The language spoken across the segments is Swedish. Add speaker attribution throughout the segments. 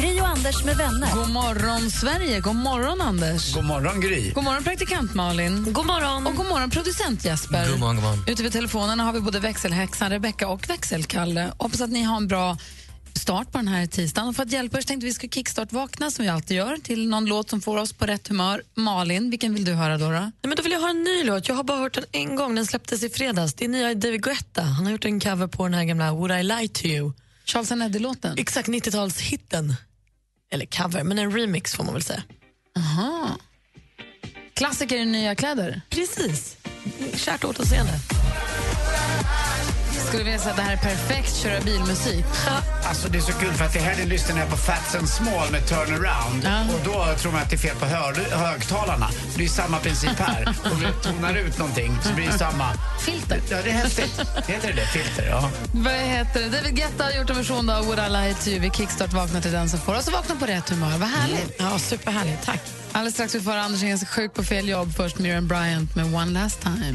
Speaker 1: Gri och Anders med vänner.
Speaker 2: God morgon, Sverige. God morgon, Anders.
Speaker 3: God morgon, Gry.
Speaker 2: God morgon, praktikant Malin.
Speaker 1: God morgon.
Speaker 2: Och god morgon, producent Jesper.
Speaker 3: God morgon, god morgon.
Speaker 2: Ute vid telefonerna har vi både växelhäxan Rebecca och växelkalle. Hoppas att ni har en bra start på den här tisdagen. Och för att hjälpa oss tänkte vi ska kickstart-vakna som vi alltid gör till någon låt som får oss på rätt humör. Malin, vilken vill du höra då? då?
Speaker 4: Nej, men då vill jag ha en ny låt. Jag har bara hört den en gång. Den släpptes i fredags. Det är nya David Guetta. Han har gjort en cover på den här gamla Would I Lie To You.
Speaker 2: Charles Aneddi-låten?
Speaker 4: Exakt 90-talshitten. Eller cover, men en remix får man väl säga.
Speaker 2: Aha. Klassiker i nya kläder?
Speaker 4: Precis. Kärt återseende.
Speaker 2: Skulle vilja säga att det här är perfekt köra bilmusik.
Speaker 3: Alltså det är så kul för att i helgen lyssnade jag på Fats and Small med Turnaround
Speaker 2: Ja.
Speaker 3: och då tror man att det är fel på hör- högtalarna. Det är samma princip här. Om du tonar ut någonting så blir det samma.
Speaker 2: Filter.
Speaker 3: Ja, det är häftigt. Heter det det? Filter? Ja.
Speaker 2: Vad heter det? David Guetta har gjort en version av Would I Lie To You. Vi kickstart vaknar till den som får oss att vakna på rätt humör. Vad härligt.
Speaker 3: Mm.
Speaker 4: Ja, superhärligt. Tack.
Speaker 2: Alldeles strax vi får Anders Engels sjuk på fel jobb. Först Miriam Bryant med One Last Time.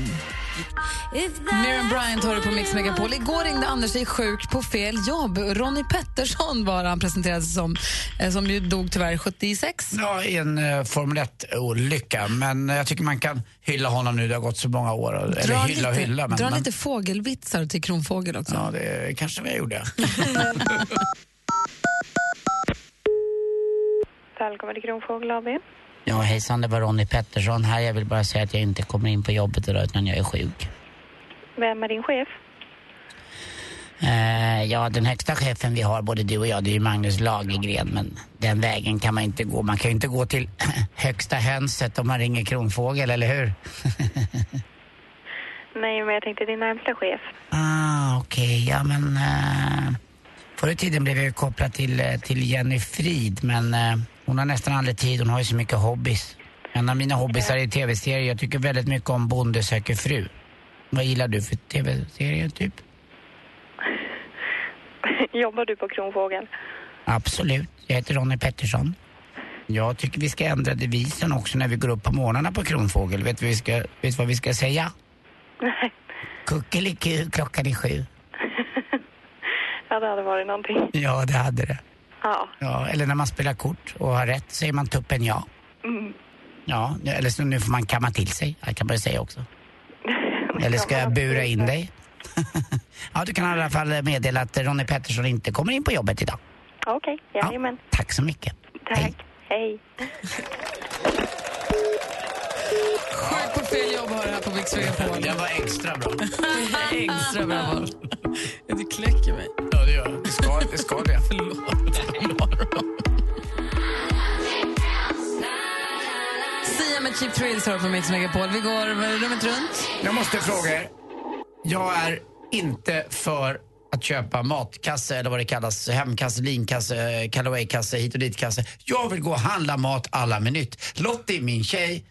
Speaker 2: Miriam Bryant har du på Mix Megapol. Igår ringde Anders sig sjuk på fel jobb. Ronnie Pettersson var han presenterades som, eh, som ju dog tyvärr 76.
Speaker 3: ja, i en eh, Formel 1-olycka. Men eh, jag tycker man kan hylla honom nu. Det har gått så många år. Eller
Speaker 2: Dra
Speaker 3: hylla och
Speaker 2: lite,
Speaker 3: hylla. Men,
Speaker 2: dra
Speaker 3: men,
Speaker 2: lite fågelvitsar till Kronfågel också.
Speaker 3: Ja, det kanske vi gjorde.
Speaker 5: Välkommen till Kronfågel AB.
Speaker 6: Ja, hejsan, det var Ronny Pettersson här. Jag vill bara säga att jag inte kommer in på jobbet idag utan jag är sjuk.
Speaker 5: Vem är din chef?
Speaker 6: Eh, ja, den högsta chefen vi har, både du och jag, det är ju Magnus Lagergren. Men den vägen kan man inte gå. Man kan ju inte gå till högsta hönset om man ringer Kronfågel, eller hur?
Speaker 5: Nej, men jag tänkte din närmsta chef.
Speaker 6: Ah, okej. Ja, men... Eh, förr i tiden blev jag ju kopplad till, eh, till Jenny Frid, men eh, hon har nästan aldrig tid. Hon har ju så mycket hobbys. En av mina hobbysar är tv-serier. Jag tycker väldigt mycket om Bonde söker fru. Vad gillar du för tv-serier, typ?
Speaker 5: Jobbar du på Kronfågel?
Speaker 6: Absolut. Jag heter Ronny Pettersson. Jag tycker vi ska ändra devisen också när vi går upp på morgnarna på Kronfågel. Vet du vi ska, vet du vad vi ska säga?
Speaker 5: Nej.
Speaker 6: Kuckeliku, klockan är sju.
Speaker 5: ja, det hade varit någonting.
Speaker 6: Ja, det hade det.
Speaker 5: Ja.
Speaker 6: Ja, eller när man spelar kort och har rätt säger man tuppen ja.
Speaker 5: Mm.
Speaker 6: Ja, eller så nu får man kamma till sig. Det kan man ju säga också. Eller ska jag bura in dig? ja, du kan i alla fall meddela att Ronny Pettersson inte kommer in på jobbet idag.
Speaker 5: Okej, jajamän.
Speaker 6: Tack så mycket.
Speaker 5: Tack. Hej.
Speaker 2: Sjuk på fel jobb har du här på Mix Megapol.
Speaker 3: Den var extra bra.
Speaker 4: Extra bra val.
Speaker 2: Du kläcker mig.
Speaker 3: Ja, det gör jag. Det ska det. Ska det.
Speaker 2: Sia med Cheap Thrills har du på Mix Megapol. Vi går rummet runt.
Speaker 3: Jag måste fråga er. Jag är inte för att köpa matkasse eller vad det kallas, hemkasse, linkasse, eh, Callaway-kasse, hit och dit-kasse. Jag vill gå och handla mat alla minut. Lottie, min tjej,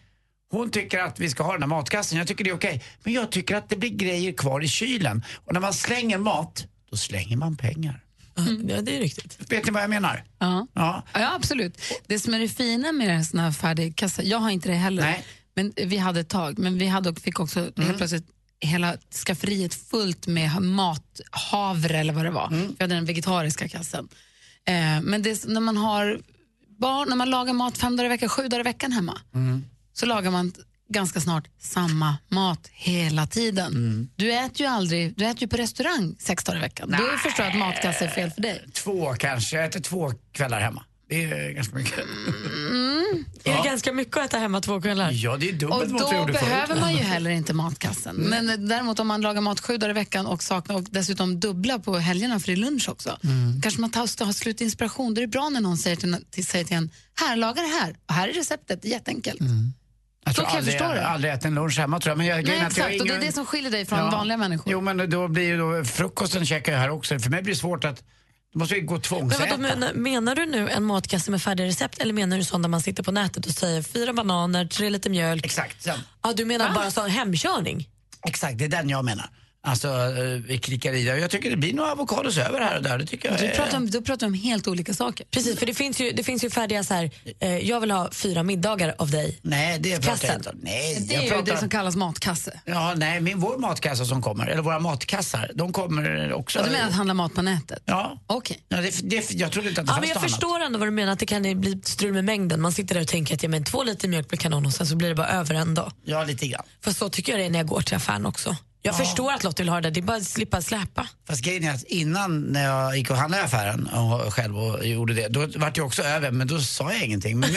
Speaker 3: hon tycker att vi ska ha den här matkassen. Jag tycker det är okej. Men jag tycker att det blir grejer kvar i kylen. Och när man slänger mat, då slänger man pengar.
Speaker 4: Mm, Ja, det är riktigt.
Speaker 3: Vet ni vad jag menar?
Speaker 2: Ja.
Speaker 3: Ja.
Speaker 2: Ja, absolut. Det som är det fina med såna här färdigkassar, jag har inte det heller,
Speaker 3: Nej. Mm.
Speaker 2: men vi hade ett tag, men vi hade och fick också helt plötsligt hela skafferiet fullt med mat, havre eller vad det var.
Speaker 3: Mm.
Speaker 2: Vi hade den vegetariska kassen. Eh, men det, är så- när man har barn, när man lagar mat fem dagar i veckan, sju dagar i veckan hemma,
Speaker 3: Mm.
Speaker 2: så lagar man ganska snart samma mat hela tiden.
Speaker 3: Mm.
Speaker 2: Du äter ju aldrig, du äter ju på restaurang sex dagar i veckan. Då förstår jag att matkasse är fel för dig.
Speaker 3: Två kanske. Jag äter två kvällar hemma. Det är ganska mycket.
Speaker 4: Är det ganska mycket att äta hemma två kvällar?
Speaker 3: Ja, det är
Speaker 2: Mm. Och
Speaker 3: dubbelt mot Mm.
Speaker 2: då
Speaker 3: vad jag gjorde förut. Mm.
Speaker 2: behöver man ju heller inte matkassen. Men eh, däremot om man lagar mat sju dagar i veckan och, saknar, och dessutom dubbla på helgerna för det är lunch också.
Speaker 3: Mm.
Speaker 2: Kanske man tar, har slut inspiration. Då är det bra när någon säger till, till, säger till en, här, laga det här. Och här är receptet, jätteenkelt. Då
Speaker 3: Jag tror
Speaker 2: kan jag
Speaker 3: aldrig,
Speaker 2: förstå det.
Speaker 3: aldrig ätit en lunch hemma tror jag. Men Mm. jag,
Speaker 2: Nej,
Speaker 3: grejen är att jag har
Speaker 2: exakt. Och det är
Speaker 3: ingen-
Speaker 2: det som skiljer dig från vanliga människor.
Speaker 3: Jo, men då blir ju då frukosten käkar jag här också. För mig blir det svårt att Det måste ju gå
Speaker 4: Men vadå,
Speaker 3: tvångsäta.
Speaker 4: menar, menar du nu en matkasse med färdiga recept eller menar du sån där man sitter på nätet och säger fyra bananer, tre liter mjölk?
Speaker 3: Exakt, sen.
Speaker 4: Ja, du menar bara sån hemkörning?
Speaker 3: exakt, det är den jag menar. Alltså, eh, vi klickar i det. Jag tycker det blir några avokados över här och där. Det tycker jag
Speaker 2: Du
Speaker 3: är-
Speaker 2: pratar om, då pratar vi om helt olika saker.
Speaker 4: Precis, för det finns ju, det finns ju färdiga så här, eh, jag vill ha fyra middagar av dig.
Speaker 3: Nej, det pratar jag
Speaker 4: Kassen.
Speaker 3: inte om. Nej,
Speaker 2: Det
Speaker 3: jag
Speaker 2: är ju
Speaker 3: pratar
Speaker 2: det
Speaker 3: om-
Speaker 2: som kallas matkasse.
Speaker 3: Ja, nej, min, vår matkassa som kommer, eller våra matkassar, de kommer också.
Speaker 2: Ja, Du menar Alltså, att handla mat på nätet?
Speaker 3: Ja.
Speaker 2: Okej.
Speaker 3: Ja, det, det, jag trodde inte att det
Speaker 4: Ja, men
Speaker 3: fanns
Speaker 4: jag
Speaker 3: något annat.
Speaker 4: förstår ändå vad du menar, att det kan bli strul med mängden. Man sitter där och tänker att ja, men två liter mjölk blir kanon och sen så blir det bara över en dag.
Speaker 3: Ja, lite grann.
Speaker 4: För så tycker jag det är när jag går till affären också. Jag förstår att Lottie vill ha det, det är bara att slippa släpa.
Speaker 3: Fast grejen är att innan när jag gick och handlade i affären och själv och gjorde det, då vart jag också över, men då sa jag ingenting. Men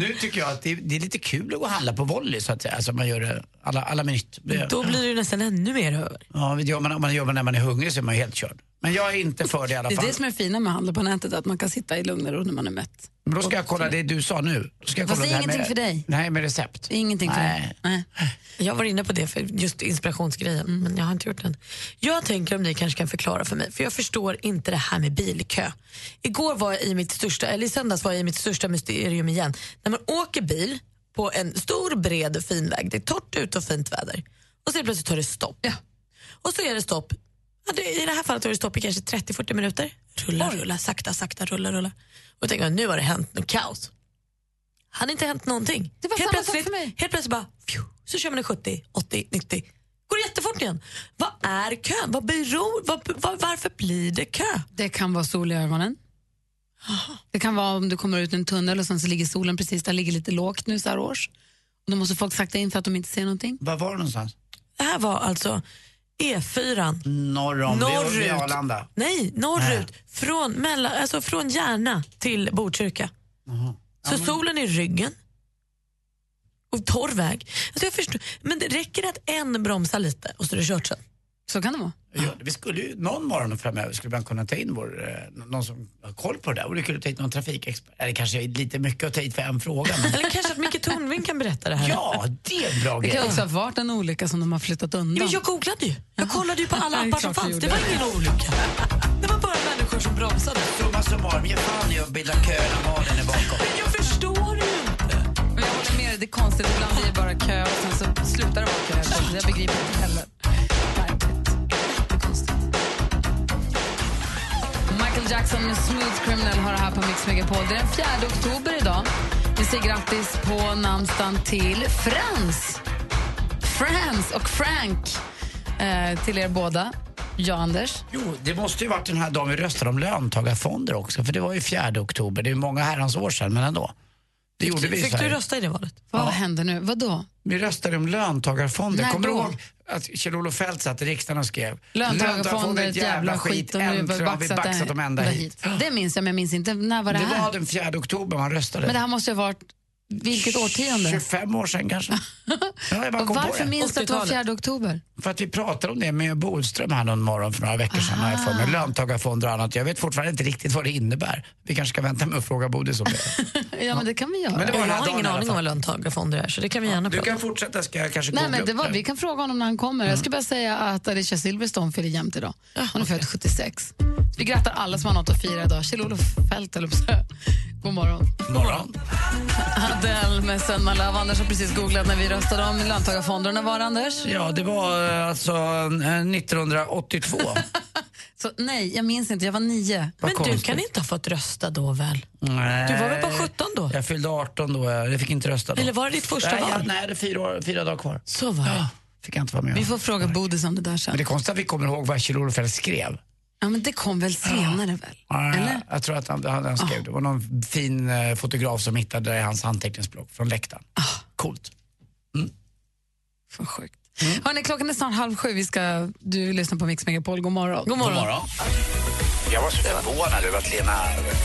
Speaker 3: nu, nu tycker jag att det, det är lite kul att gå och handla på volley så att säga. Alltså man gör det alla, alla minut. Det-
Speaker 4: Då blir det ju nästan ännu mer över.
Speaker 3: Ja, vet du, om man, om man jobbar när man är hungrig så är man ju helt körd. Men jag är inte för det i alla
Speaker 2: Det är
Speaker 3: fall.
Speaker 2: det som är fina med att handla på nätet, att man kan sitta i lugn och ro när man är mätt.
Speaker 3: Men då ska jag kolla det du sa nu. Då ska jag
Speaker 2: Fast
Speaker 3: kolla
Speaker 2: det är
Speaker 3: här
Speaker 2: ingenting
Speaker 3: med,
Speaker 2: för dig.
Speaker 3: Nej, med recept.
Speaker 2: Det är ingenting för
Speaker 3: Nej.
Speaker 2: dig. Nej. Mm.
Speaker 4: Jag var inne på det för just inspirationsgrejen, men jag har inte gjort den. Jag tänker om ni kanske kan förklara för mig, för jag förstår inte det här med bilkö. Igår var jag i mitt största, eller i söndags var jag i mitt största mysterium igen. När man åker bil på en stor, bred, fin väg, det är torrt ute och fint väder. Och så plötsligt tar det stopp. Och så är det stopp, ja, det, i det här fallet tar det stopp i kanske 30-40 minuter. Rulla, rulla, sakta, sakta, rulla, rulla. Och jag tänker jag, nu har det hänt något kaos. Hade inte hänt någonting.
Speaker 2: Det var
Speaker 4: helt,
Speaker 2: samma sak
Speaker 4: plötsligt,
Speaker 2: för mig.
Speaker 4: helt plötsligt bara, pju, så kör man i 70, 80, 90. Går det jättefort igen. Vad är kön? Vad beror, vad, vad, varför blir det kö?
Speaker 2: Det kan vara sol i ögonen. Det kan vara om du kommer ut ur en tunnel och sen så ligger solen precis där, ligger lite lågt nu så här års. Och då måste folk sakta in för att de inte ser någonting.
Speaker 3: Var var du någonstans?
Speaker 4: Det här var alltså E4.
Speaker 3: Norr om Norrut. vid
Speaker 4: Norrut.
Speaker 3: Arlanda.
Speaker 4: Nej, norrut. Från, mellan, alltså från Järna till Botkyrka. Så solen i ryggen. Och torr väg. Alltså jag förstår, men det räcker det att en bromsar lite och så är det kört sen?
Speaker 2: Så kan det vara.
Speaker 3: Ja, vi skulle ju, någon morgon framöver skulle man kunna ta in vår, eh, någon som har koll på det där. Och det kul att ta hit någon trafikexpert. Eller kanske är lite mycket att ta hit för en fråga. Men
Speaker 4: Eller kanske att Micke Tornving kan berätta det här?
Speaker 3: ja, det är en bra
Speaker 2: Det
Speaker 3: grej.
Speaker 2: kan också ha varit en olycka som de har flyttat
Speaker 4: Ja,
Speaker 2: undan.
Speaker 4: Men jag googlade ju. Jag kollade ju på alla
Speaker 2: Ja, det är
Speaker 4: appar som
Speaker 2: klart du
Speaker 4: fanns. Det
Speaker 2: gjorde.
Speaker 4: var ingen olycka. Det var bara människor som bromsade.
Speaker 3: Summa summarum, ge fan i att bilda kö när Malin är bakom.
Speaker 4: Men jag förstår ju inte.
Speaker 2: Men jag håller med dig, det är konstigt. Ibland blir det bara kö och sen så slutar det vara kö. Jag begriper inte heller. Verkligt. Jättekonstigt. Michael Jackson med Smooth Criminal har det här på Mix Megapol. Det är den 4 oktober idag. Vi säger grattis på namnsdagen till Frans. Frans och Frank eh, till er båda. Ja, Anders.
Speaker 3: Jo, det måste ju varit den här dagen vi röstade om löntagarfonder också. För det var ju 4 oktober. Det är ju många herrans år sedan, men ändå. Det gjorde vi i
Speaker 4: Fick du
Speaker 3: Sverige.
Speaker 4: rösta i det valet?
Speaker 2: Vad händer nu? Vadå?
Speaker 3: Vi röstade om löntagarfonder.
Speaker 2: När
Speaker 3: Kommer du
Speaker 2: då?
Speaker 3: ihåg att Kjell-Olof Fält satt i riksdagen och skrev
Speaker 2: Löntagarfonder är ett jävla skit. och nu
Speaker 3: Äntligen har vi baxat dem ända hit.
Speaker 2: Det minns jag, men jag minns inte. När var det,
Speaker 3: Det
Speaker 2: här?
Speaker 3: var den 4 oktober man röstade.
Speaker 2: Men det här måste ju ha varit... Vilket årtionde?
Speaker 3: 25 år sedan kanske. Ja, jag bara
Speaker 2: Och
Speaker 3: kom på
Speaker 2: varför
Speaker 3: det.
Speaker 2: minns du att det var 4 oktober?
Speaker 3: För att vi pratade om det med Bodström här någon morgon för några veckor sedan. har jag för mig. Löntagarfonder och annat. Jag vet fortfarande inte riktigt vad det innebär. Vi kanske ska vänta med att fråga Bodis om det.
Speaker 2: Ja, men det kan vi göra.
Speaker 3: Men det var
Speaker 4: Jag
Speaker 3: den här
Speaker 4: har
Speaker 3: dagen
Speaker 4: ingen
Speaker 3: i alla
Speaker 4: aning om vad
Speaker 3: fall.
Speaker 4: löntagarfonder är, så det kan vi gärna
Speaker 3: Du
Speaker 4: prata
Speaker 3: kan
Speaker 4: om.
Speaker 3: fortsätta ska jag kanske
Speaker 2: Nej,
Speaker 3: googla
Speaker 2: men det
Speaker 3: upp
Speaker 2: var, vi kan fråga honom när han kommer.
Speaker 3: Mm.
Speaker 2: Jag ska bara säga att Alicia Silverstone fyller jämnt idag. Hon är född 76. Vi grattar alla som har något att fira idag. Kjell-Olof Fält, höll jag på att säga. God morgon.
Speaker 3: Morgon.
Speaker 2: Adele med Sönman Love. Anders har precis googlat när vi röstade om löntagarfonderna. Var det, Anders?
Speaker 3: Ja, det var eh, alltså eh, 1982.
Speaker 2: Så, nej, jag minns inte. Jag var nio.
Speaker 3: Vad
Speaker 4: Men du
Speaker 3: konstigt.
Speaker 4: kan inte ha fått rösta då väl?
Speaker 3: Nej.
Speaker 4: Du var väl bara 17 då?
Speaker 3: Jag fyllde 18 då. eh, Jag fick inte rösta då.
Speaker 4: Eller var det ditt första
Speaker 3: nej, jag,
Speaker 4: val?
Speaker 3: nej, jag hade fyra, år, fyra dagar kvar.
Speaker 4: Så var det.
Speaker 3: Fick jag inte vara med om.
Speaker 2: Vi får fråga Bodis om det där
Speaker 3: Men
Speaker 2: sen.
Speaker 3: det är konstigt att vi kommer ihåg vad Kjell-Olof Feldt skrev.
Speaker 2: Ja, men det kom väl senare väl?
Speaker 3: Ja,
Speaker 2: Eller?
Speaker 3: Jag tror att han, han, han
Speaker 4: Ah.
Speaker 3: skrev det. var någon fin eh, fotograf som hittade det i hans anteckningsblock från läktaren.
Speaker 4: Ah.
Speaker 3: Coolt. Mm.
Speaker 2: För sjukt. Hörrni, klockan är snart halv sju. Vi ska, du lyssnar på Mix Megapol. God morgon. God morgon.
Speaker 3: Jag var så förvånad över att Lena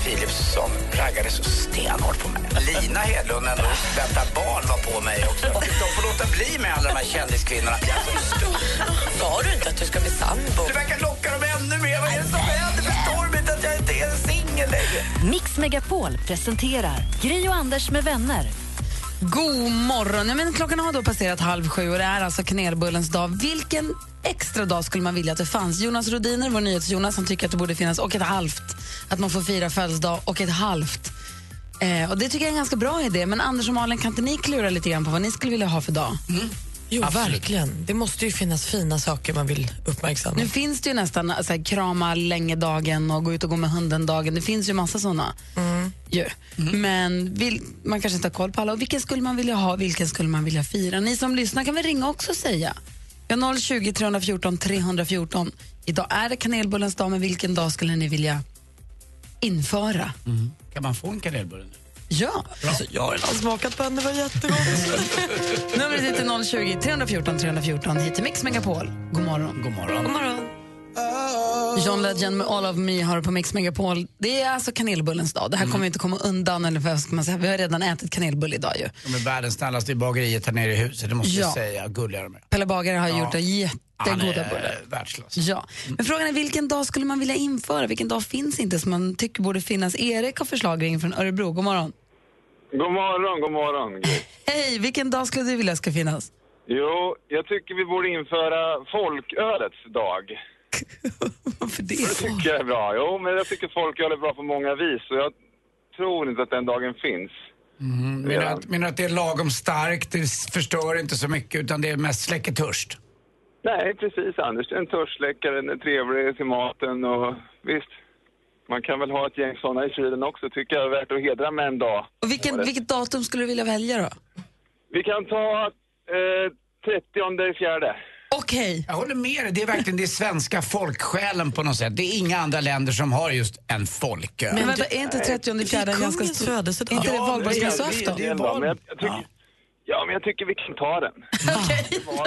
Speaker 3: Philipsson raggade så stenhårt på mig. Lina Hedlund, ändå väntar barn, var på mig också. De får låta bli med alla de här kändiskvinnorna.
Speaker 4: Sa du inte att du ska bli sambo?
Speaker 3: Du verkar locka dem ännu mer. Vad är det som händer? Förstår de inte att jag inte är singel längre?
Speaker 1: Mix Megapol presenterar Gri och Anders med vänner.
Speaker 2: God morgon! Ja, men klockan har då passerat halv sju och det är alltså kanelbullens dag. Vilken extra dag skulle man vilja att det fanns? Jonas Rodiner, vår nyhets-Jonas, han tycker att det borde finnas och ett halvt. Att man får fira födelsedag och ett halvt. Eh, och Det tycker jag är en ganska bra idé. Men Anders och Malin, kan inte ni klura lite grann på vad ni skulle vilja ha för dag?
Speaker 4: Jo,
Speaker 3: Absolut.
Speaker 4: verkligen. Det måste ju finnas fina saker man vill uppmärksamma.
Speaker 2: Nu finns det ju nästan eh, så här, krama länge-dagen och gå ut och gå med hunden-dagen. Det finns ju massa såna. Ju. Men vill, man kanske inte har koll på alla. Och vilken skulle man vilja ha vilken skulle man vilja fira? Ni som lyssnar kan väl ringa också och säga. Vi har 020 314 314. Idag är det kanelbullens dag, men vilken dag skulle ni vilja införa?
Speaker 3: Mm. Kan man få en kanelbulle nu?
Speaker 2: Ja!
Speaker 4: Alltså, jag har redan smakat på den, det var jättegott.
Speaker 2: Numret hit är 020 314 314 hit till Mix Megapol. God morgon.
Speaker 3: God morgon.
Speaker 4: God morgon.
Speaker 2: John Legend med All of me har på Mix Megapol. Det är alltså kanelbullens dag. Det här kommer vi inte komma undan. Eller vad ska man säga? Vi har redan ätit kanelbulle idag ju.
Speaker 3: De är världens snällaste i bageriet här nere i huset, det måste
Speaker 2: Ja.
Speaker 3: jag säga. Gulliga de är.
Speaker 2: Pelle Bagare har
Speaker 3: Ja.
Speaker 2: gjort
Speaker 3: Han
Speaker 2: jättegoda
Speaker 3: är
Speaker 2: bullar.
Speaker 3: världsklass.
Speaker 2: Ja. Men frågan är vilken dag skulle man vilja införa? Vilken dag finns inte som man tycker borde finnas? Erik har förslag ring från Örebro. God morgon.
Speaker 7: God morgon, god morgon.
Speaker 2: Hej, vilken dag skulle du vilja ska finnas?
Speaker 7: Jo, jag tycker vi borde införa folkölets dag.
Speaker 2: Varför det?
Speaker 7: tycker jag är bra. Jo, men jag tycker folköl är bra på många vis och jag tror inte att den dagen finns.
Speaker 4: Mm-hmm.
Speaker 3: Menar du att, menar du att det är lagom starkt, det förstör inte så mycket utan det är mest släcker törst?
Speaker 7: Nej, precis Anders. En törstsläckare, den är trevlig till maten och visst. Man kan väl ha ett gäng sådana i kylen också, tycker jag är värt att hedra med en dag.
Speaker 2: Och vilken, vilket datum skulle du vilja välja då?
Speaker 7: Vi kan ta eh, 30 fjärde.
Speaker 2: Okej.
Speaker 3: Jag håller med dig, det är verkligen det är svenska folksjälen på något sätt. Det är inga andra länder som har just en folköl.
Speaker 2: Men vänta, är inte 30
Speaker 4: Det är
Speaker 2: fjärde en ganska
Speaker 4: kungens
Speaker 2: stor...
Speaker 4: födelsedag.
Speaker 2: Är inte det
Speaker 3: Ja,
Speaker 2: valborgsmässoafton?
Speaker 3: det är val.
Speaker 7: men jag, jag tycker, ja. men jag tycker vi kan ta den.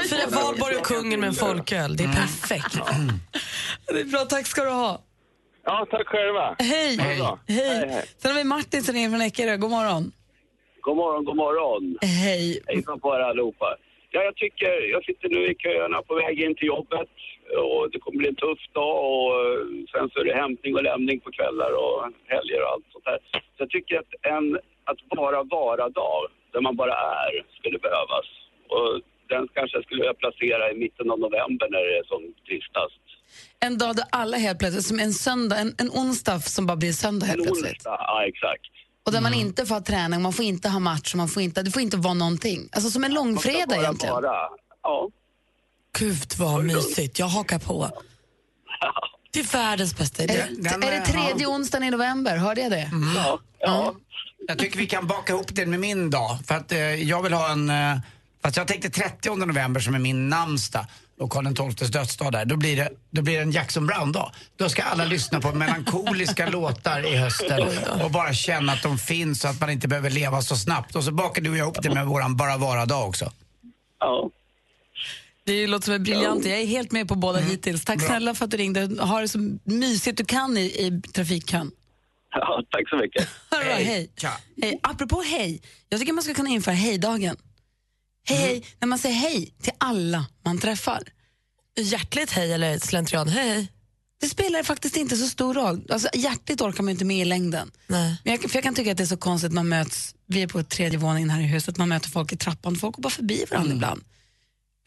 Speaker 4: Fira valborg och kungen med en folköl, det är perfekt.
Speaker 2: Det är bra, tack ska du ha.
Speaker 7: Ja, tack själva.
Speaker 2: Hej!
Speaker 7: Hej.
Speaker 2: Hej.
Speaker 7: Hej, hej.
Speaker 2: Sen har vi Martin som ringer från Eckerö. God morgon.
Speaker 7: God morgon, god morgon.
Speaker 2: Hej.
Speaker 7: Hejsan på er allihopa. Ja, jag tycker, jag sitter nu i köerna på väg in till jobbet och det kommer bli en tuff dag och eh, sen så är det hämtning och lämning på kvällar och helger och allt sånt där. Så jag tycker att en att bara vara-dag, där man bara är, skulle behövas. Och den kanske skulle jag placera i mitten av november när det är som tristast.
Speaker 2: En dag där alla helt plötsligt, som en söndag, en, en onsdag som bara blir söndag helt
Speaker 7: En
Speaker 2: plötsligt.
Speaker 7: onsdag, ja exakt.
Speaker 2: Och där man
Speaker 3: Mm.
Speaker 2: inte får ha träning, man får inte ha match, och man får inte, det får inte vara någonting. Alltså som en
Speaker 7: Man ska
Speaker 2: långfredag
Speaker 7: bara
Speaker 2: egentligen.
Speaker 7: Vara. Ja.
Speaker 4: Gud vad mysigt, jag hakar på. Det är världens bästa
Speaker 2: Är,
Speaker 4: idé.
Speaker 2: det-
Speaker 3: Den- eh, Mm.
Speaker 2: är det tredje onsdagen i november? Hörde jag det?
Speaker 7: ja. ja.
Speaker 3: Jag tycker vi kan baka ihop den med min dag. För att eh, jag vill ha en... Eh, fast jag tänkte 30 november som är min namnsdag och Karl XIIs dödsdag där. Då blir det, då blir det en Jackson Brown-dag. Då ska alla lyssna på melankoliska låtar i hösten och bara känna att de finns så att man inte behöver leva så snabbt. Och så bakar du och jag ihop det med våran Bara Vara-dag också.
Speaker 7: ja.
Speaker 2: Det låter som en briljant Jag är helt med på båda
Speaker 3: Mm.
Speaker 2: hittills. Tack snälla för att du ringde. Ha det så mysigt du kan i, i trafikkön.
Speaker 7: ja tack så mycket.
Speaker 2: Hörru, hej. Hej.
Speaker 3: Tja.
Speaker 2: Eh, Apropå hej, jag tycker man ska kunna införa hejdagen. Hej,
Speaker 4: Mhm.
Speaker 2: hej, när man säger hej till alla man träffar.
Speaker 4: Hjärtligt hej eller slentrian hej, hej.
Speaker 2: Det spelar faktiskt inte så stor roll. Alltså, hjärtligt orkar man ju inte med i längden.
Speaker 4: Nej.
Speaker 2: Men jag, för jag kan tycka att det är så konstigt, man möts, vi är på tredje våningen här i huset, man möter folk i trappan, folk går bara förbi varandra
Speaker 4: Mm.
Speaker 2: ibland.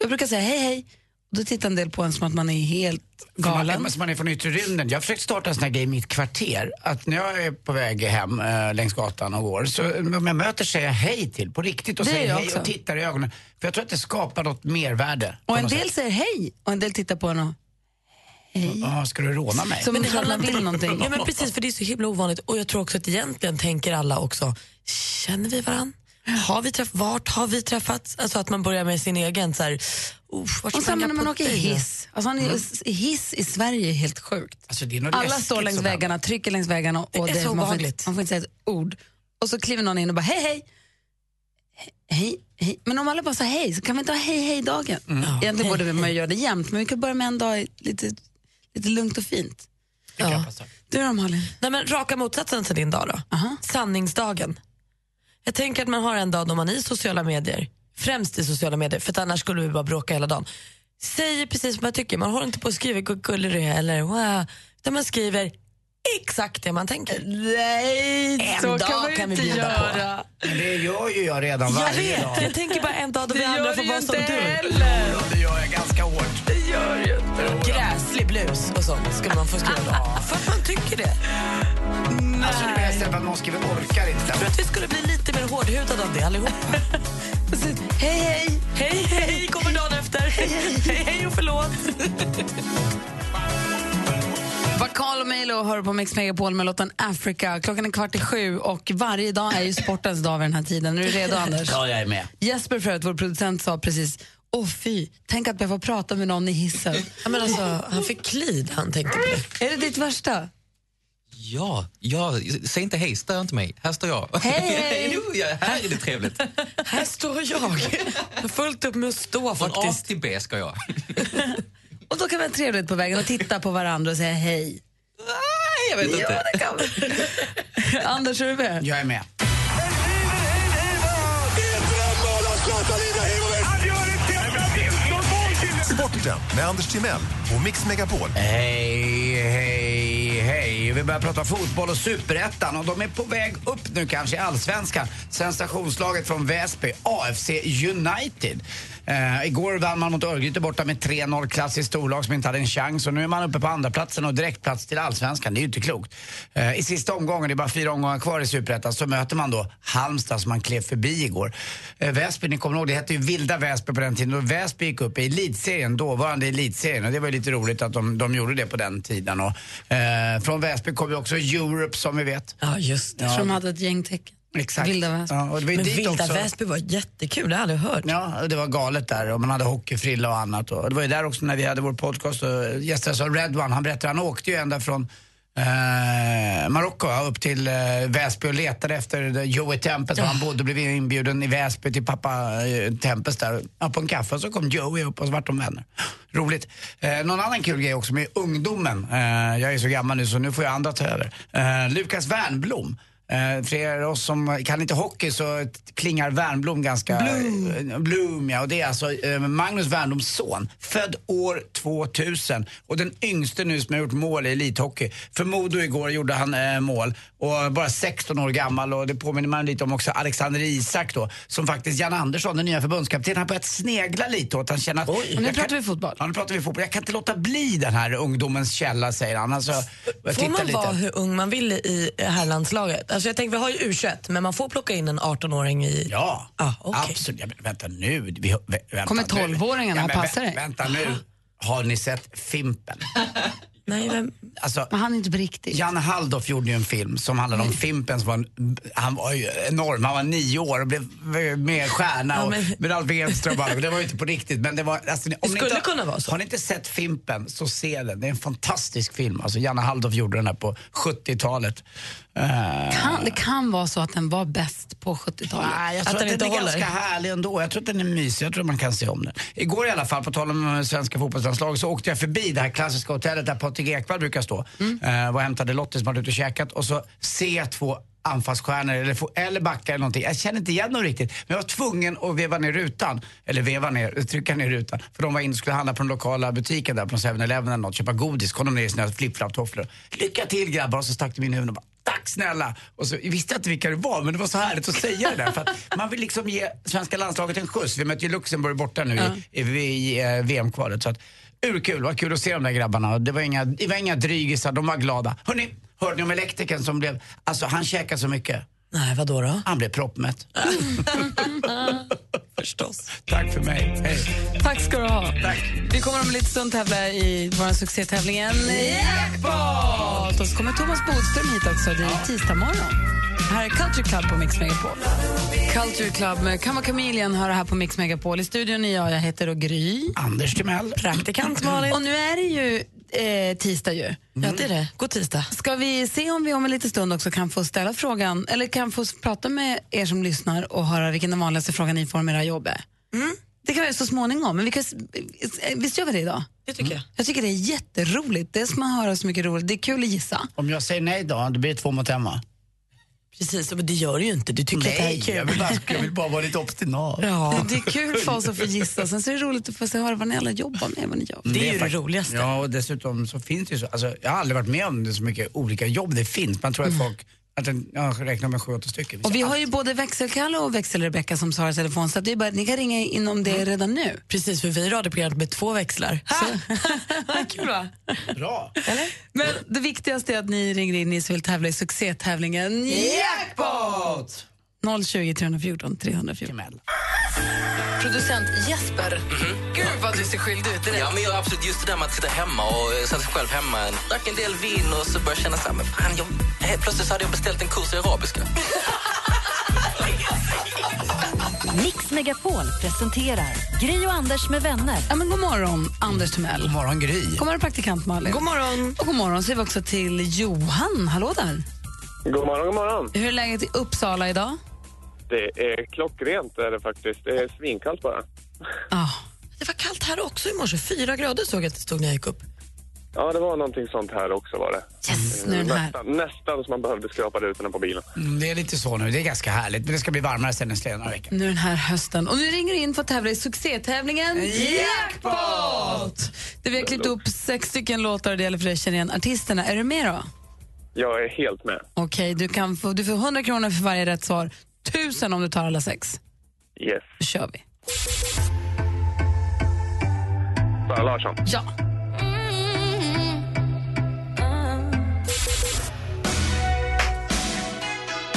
Speaker 2: Jag brukar säga hej, hej, och då tittar en del på en som att man är helt galen.
Speaker 3: Man, som man är från yttre rymden. Jag har försökt starta en sån här grej i mitt kvarter. Att när jag är på väg hem eh, längs gatan och går, så eh, om jag möter säger jag hej till på riktigt och
Speaker 2: Det gör
Speaker 3: säger
Speaker 2: jag
Speaker 3: hej
Speaker 2: också.
Speaker 3: och tittar i ögonen. För jag tror att det skapar något mervärde. på
Speaker 2: Och en
Speaker 3: något
Speaker 2: del
Speaker 3: sätt.
Speaker 2: säger hej, och en del tittar på en och
Speaker 3: Ja, ska du råna mig?
Speaker 2: som om
Speaker 4: Men
Speaker 2: de tror att man vill någonting.
Speaker 4: Ja, men precis, för det är så himla ovanligt. Och jag tror också att egentligen tänker alla också, känner vi varann? Har vi träff- vart har vi träffats? Alltså att man börjar med sin egen så här, "Usch, vart
Speaker 2: Och
Speaker 4: sprang
Speaker 2: samma
Speaker 4: jag
Speaker 2: när man
Speaker 4: på
Speaker 2: åker
Speaker 4: dig?"
Speaker 2: hiss. Alltså, han är, Hiss i Sverige är helt sjukt.
Speaker 3: Alltså, det är något
Speaker 2: Alla
Speaker 3: läskigt
Speaker 2: står längs
Speaker 3: som händer.
Speaker 2: väggarna, trycker längs väggarna och
Speaker 4: är
Speaker 2: det,
Speaker 4: så
Speaker 2: man, får inte,
Speaker 4: obehagligt.
Speaker 2: man får inte säga ett ord. Och så kliver någon in och bara hej hej. Hej, hej. Men om alla bara sa hej så kan vi inte ha hej hej-dagen. Egentligen borde vi- man göra det jämt men vi kan börja med en dag i- lite, lite lugnt och fint.
Speaker 4: Ja.
Speaker 2: Du då Malin?
Speaker 4: Nej, men raka motsatsen till din dag då.
Speaker 2: Aha.
Speaker 4: Sanningsdagen. Jag tänker att man har en dag då man i sociala medier, främst i sociala medier, för att annars skulle vi bara bråka hela dagen, säger precis vad man tycker. Man håller inte på att skriva "Gull- gullig du är eller wow, utan man skriver exakt det man tänker.
Speaker 2: Nej,
Speaker 4: En
Speaker 2: så
Speaker 4: dag
Speaker 2: kan man ju
Speaker 4: kan vi
Speaker 2: inte
Speaker 4: bjuda på.
Speaker 2: göra.
Speaker 3: Men det gör ju jag redan
Speaker 4: Jag
Speaker 3: varje
Speaker 4: vet,
Speaker 3: dag.
Speaker 4: jag tänker bara en dag då
Speaker 2: Det
Speaker 4: vi andra
Speaker 2: gör
Speaker 4: får
Speaker 2: du ju
Speaker 4: vara som
Speaker 2: inte
Speaker 4: du.
Speaker 2: heller.
Speaker 3: Och det gör jag ganska hårt.
Speaker 2: Det gör ju inte.
Speaker 4: Gräslig blus och sånt ska man få skriva då. För att man tycker det.
Speaker 3: Alltså det bästa är att någon skriver orkar inte.
Speaker 4: Jag tror att vi skulle bli lite mer hårdhudade av det allihopa. hej, hej! Hej, hej! Kommer dagen efter. Hej, hej och förlåt.
Speaker 2: Vakal och Milo hör på Mix Megapol med låten Africa. Klockan är kvart i sju och varje dag är ju sportens dag vid den här tiden. Är du redo, Anders?
Speaker 3: Ja, jag är med.
Speaker 2: Jesper, förut, vår producent, sa precis Åh fy, tänk att behöva prata med någon i hissen.
Speaker 4: Ja, men alltså, han fick klid han tänkte på det.
Speaker 2: Är det ditt värsta?
Speaker 8: Ja, ja, säg inte hej, stör inte mig. Här står jag.
Speaker 2: Hej, hej.
Speaker 8: jo, ja, här är det trevligt.
Speaker 4: Här står jag. Jag har fullt upp med att stå
Speaker 8: Från A
Speaker 4: faktiskt.
Speaker 8: till B ska jag.
Speaker 2: Och då kan vi ha trevligt på vägen och titta på varandra och säga hej.
Speaker 8: Nej, jag vet inte.
Speaker 2: Anders, är du med?
Speaker 3: Jag är med.
Speaker 9: Sporten med Anders Timell och Mix Megapol.
Speaker 3: Hej, hej, hej. Vi börjar prata fotboll och superettan och de är på väg upp nu kanske i allsvenskan. Sensationslaget från Väsby, AFC United. Eh, igår vann man mot Örgryte borta med 3-0, klassiskt storlag som inte hade en chans. Och nu är man uppe på andra platsen och direktplats till allsvenskan. Det är ju inte klokt. Eh, I sista omgången, det är bara fyra omgångar kvar i superettan, så möter man då Halmstad som man klev förbi igår. Eh, Väsby, ni kommer ihåg, det hette ju Vilda Väsby på den tiden. Och Väsby gick upp i elitserien, dåvarande elitserien. Och det var ju lite roligt att de, de gjorde det på den tiden. Och, eh, från Väsby kom ju också Europe som vi vet.
Speaker 4: Ja, just det.
Speaker 2: Eftersom de hade ett gäng tecken.
Speaker 3: Exakt.
Speaker 2: Vilda Väsby.
Speaker 3: Ja, och det var ju
Speaker 4: Men
Speaker 3: dit
Speaker 4: Vilda
Speaker 3: också-
Speaker 4: Väsby var jättekul, det har jag aldrig hört.
Speaker 3: Ja, det var galet där och man hade hockeyfrilla och annat. Och det var ju där också när vi hade vår podcast och gästades av Red One. Han berättade, han åkte ju ända från eh, Marocko ja, upp till eh, Väsby och letade efter det- Joey Tempest. Och Han bodde blev inbjuden i Väsby till pappa eh, Tempest där. Ja, på en kaffe och så kom Joey upp och så vart de vänner. Roligt. Eh, någon annan kul grej också med ungdomen. Eh, jag är så gammal nu så nu får jag andra ta över. Eh, Lukas Wernbloom. Eh, För er oss som kan inte hockey så klingar Wernbloom ganska... Bloom! Bloom ja, eh, och det är alltså eh, Magnus Wernbloms son. Född år 2000 och den yngste nu som har gjort mål i elithockey. För Modo igår gjorde han eh, mål och bara 16 år gammal och det påminner man lite om också Alexander Isak då. Som faktiskt Jan Andersson, den nya förbundskaptenen, har börjat snegla lite åt. Han känner att...
Speaker 2: Och nu
Speaker 3: jag
Speaker 2: pratar
Speaker 3: kan,
Speaker 2: vi fotboll.
Speaker 3: Ja, nu pratar vi fotboll. Jag kan inte låta bli den här ungdomens källa, säger han. Alltså, jag
Speaker 4: Får
Speaker 3: tittar
Speaker 4: man
Speaker 3: lite.
Speaker 4: vara hur ung man vill i herrlandslaget? Alltså jag tänker, vi har ju u men man får plocka in en 18-åring i...
Speaker 3: Ja,
Speaker 4: Ah, okej.
Speaker 3: absolut. Ja, men vänta nu. Vi, vä- vänta
Speaker 2: Kommer
Speaker 3: nu.
Speaker 2: 12-åringarna
Speaker 3: men vä-
Speaker 2: passa dig?
Speaker 3: Vänta nu. Har ni sett Fimpen?
Speaker 4: Nej, vem?
Speaker 3: Alltså,
Speaker 2: Men han är inte på riktigt.
Speaker 3: Jan Halldorf gjorde ju en film som handlade om Fimpen. Som var en, han var ju enorm. Han var nio år och blev eh, med stjärna.
Speaker 4: Ja,
Speaker 3: och,
Speaker 4: men-
Speaker 3: med Alf Edström och alla. Det var ju inte på riktigt. Men det, var, alltså, ni- om ni
Speaker 4: skulle
Speaker 3: inte,
Speaker 4: kunna vara så.
Speaker 3: Har ni inte sett Fimpen så se den. Det är en fantastisk film. Alltså, Janne Halldorf gjorde den här på 70-talet. Eh,
Speaker 2: Kan, det kan vara så att den var bäst på 70-talet.
Speaker 3: Nej, jag tror
Speaker 4: Att
Speaker 3: att,
Speaker 4: den
Speaker 3: den är
Speaker 4: inte håller.
Speaker 3: ganska härlig ändå. Jag tror att den är mysig. Jag tror man kan se om den. Igår i alla fall, på tal om eh, svenska fotbollslandslaget, så åkte jag förbi det här klassiska hotellet där Patrik Ekwall brukar stå.
Speaker 4: Mm.
Speaker 3: Eh, var och hämtade Lottie som hade varit ute och käkat och så ser jag två anfallsstjärnor eller, få- eller backar eller någonting. Jag känner inte igen dem riktigt. Men jag var tvungen att veva ner rutan. Eller veva ner, trycka ner rutan. För de var inne och skulle handla på den lokala butiken där, på 7-Eleven eller något, köpa godis. Kom de ner i sina flip-flop-tofflor. Lycka till grabbar! Och så stack de in huvudet och bara Tack snälla! Och så visste jag inte vilka det var, men det var så härligt att säga det där. För att man vill liksom ge svenska landslaget en skjuts. Vi möter ju Luxemburg borta nu i, i, i eh, VM-kvalet. Så att, urkul, vad kul att se de där grabbarna. Och Det var inga, det var inga drygisar, de var glada. Hörrni, hörde ni om elektrikern som blev... Alltså han käkade så mycket.
Speaker 4: Nej, vadå då?
Speaker 3: Han blev proppmätt.
Speaker 4: Förstås.
Speaker 3: Tack för mig. Hej.
Speaker 2: Tack ska du ha.
Speaker 3: Tack.
Speaker 2: Vi kommer om lite stund tävla i vår succétävling Jackpot! Och så kommer Thomas Bodström hit också. Det är tisdag morgon. Här är Culture Club på Mix Megapol. Culture Club med Kamma Chameleon hör här på Mix Megapol. I studion är jag, jag heter då Gry.
Speaker 3: Anders Timell.
Speaker 4: Praktikant Malin.
Speaker 2: Och nu är det ju eh, tisdag
Speaker 3: Mm.
Speaker 2: ju.
Speaker 4: Ja, det är det. God tisdag.
Speaker 2: Ska vi se om vi om en liten stund också kan få ställa frågan, eller kan få s- prata med er som lyssnar och höra vilken den vanligaste frågan ni får om era jobb är?
Speaker 5: Mm?
Speaker 2: Det kan vi göra så småningom, men vi kan, s- eh, visst gör vi det idag?
Speaker 4: Det tycker jag.
Speaker 2: Jag tycker det är jätteroligt. Det är som att höra så mycket roligt. Det är kul att gissa.
Speaker 3: Om jag säger nej då, då blir det två mot en va?
Speaker 4: Precis, men det gör du ju inte. Du tycker att det här är
Speaker 3: Nej,
Speaker 4: kul.
Speaker 3: jag vill, bara, jag vill bara vara lite obstinat.
Speaker 2: Ja. Det är kul för oss att få gissa. Sen så är det roligt att få se höra vad ni alla jobbar med. Vad ni gör.
Speaker 3: fakt- Ja, och dessutom så finns det ju så, alltså, jag har aldrig varit med om det så mycket olika jobb det finns. Man tror att folk, att en, jag räknar med sju, åtta stycken.
Speaker 2: Och vi har ju både växelkalle och växelrebecka som svarar i telefon så att det är bara, att ni kan ringa in om
Speaker 3: Mm.
Speaker 2: det redan nu.
Speaker 4: Precis, för vi är radioprogrammet med två växlar.
Speaker 2: Kul va?
Speaker 3: Bra.
Speaker 2: Men det viktigaste är att ni ringer in ni som vill tävla i succétävlingen
Speaker 3: Jackpot!
Speaker 2: 020 314 314.
Speaker 4: Producent Jesper. Gud vad du ser skyldig ut direkt.
Speaker 10: Mhm. Ja, men jag, absolut, just det där med att sitta hemma och eh, sätta sig själv hemma. Drack en del vin och så började jag känna så här, men fan, jag, helt plötsligt så hade jag beställt en kurs i arabiska.
Speaker 1: Mix Megapol presenterar Gri och Anders med vänner.
Speaker 2: Ja, men god morgon, Anders Timell. God
Speaker 3: morgon, Gry.
Speaker 2: God morgon, praktikant Malin. God morgon. Och god morgon säger vi också till Johan. Hallå där.
Speaker 11: God morgon, god morgon.
Speaker 2: Hur är läget i Uppsala idag?
Speaker 11: Det är klockrent är det faktiskt. Det är svinkallt bara.
Speaker 4: Det var kallt här också i morse. Fyra grader såg jag att det stod när jag gick upp.
Speaker 11: Ja, det var någonting sånt här också var det.
Speaker 2: Yes,
Speaker 3: nu är den här.
Speaker 11: Nästan, nästan som man behövde skrapa rutorna på bilen.
Speaker 3: Mm, det är lite så nu, det är ganska härligt. Men det ska bli varmare sen nästa några veckor.
Speaker 2: Nu den här hösten. Och nu ringer du in för att tävla i succétävlingen
Speaker 3: Jackpot!
Speaker 2: Där vi har klippt upp sex stycken låtar och det gäller för dig att känna igen artisterna. Är du med då?
Speaker 11: Jag är helt med.
Speaker 2: Okej, du, kan få, du får 100 kronor för varje rätt svar. Tusen om du tar alla sex.
Speaker 11: Yes.
Speaker 2: Då kör vi.
Speaker 11: Sara Larsson.
Speaker 2: Ja.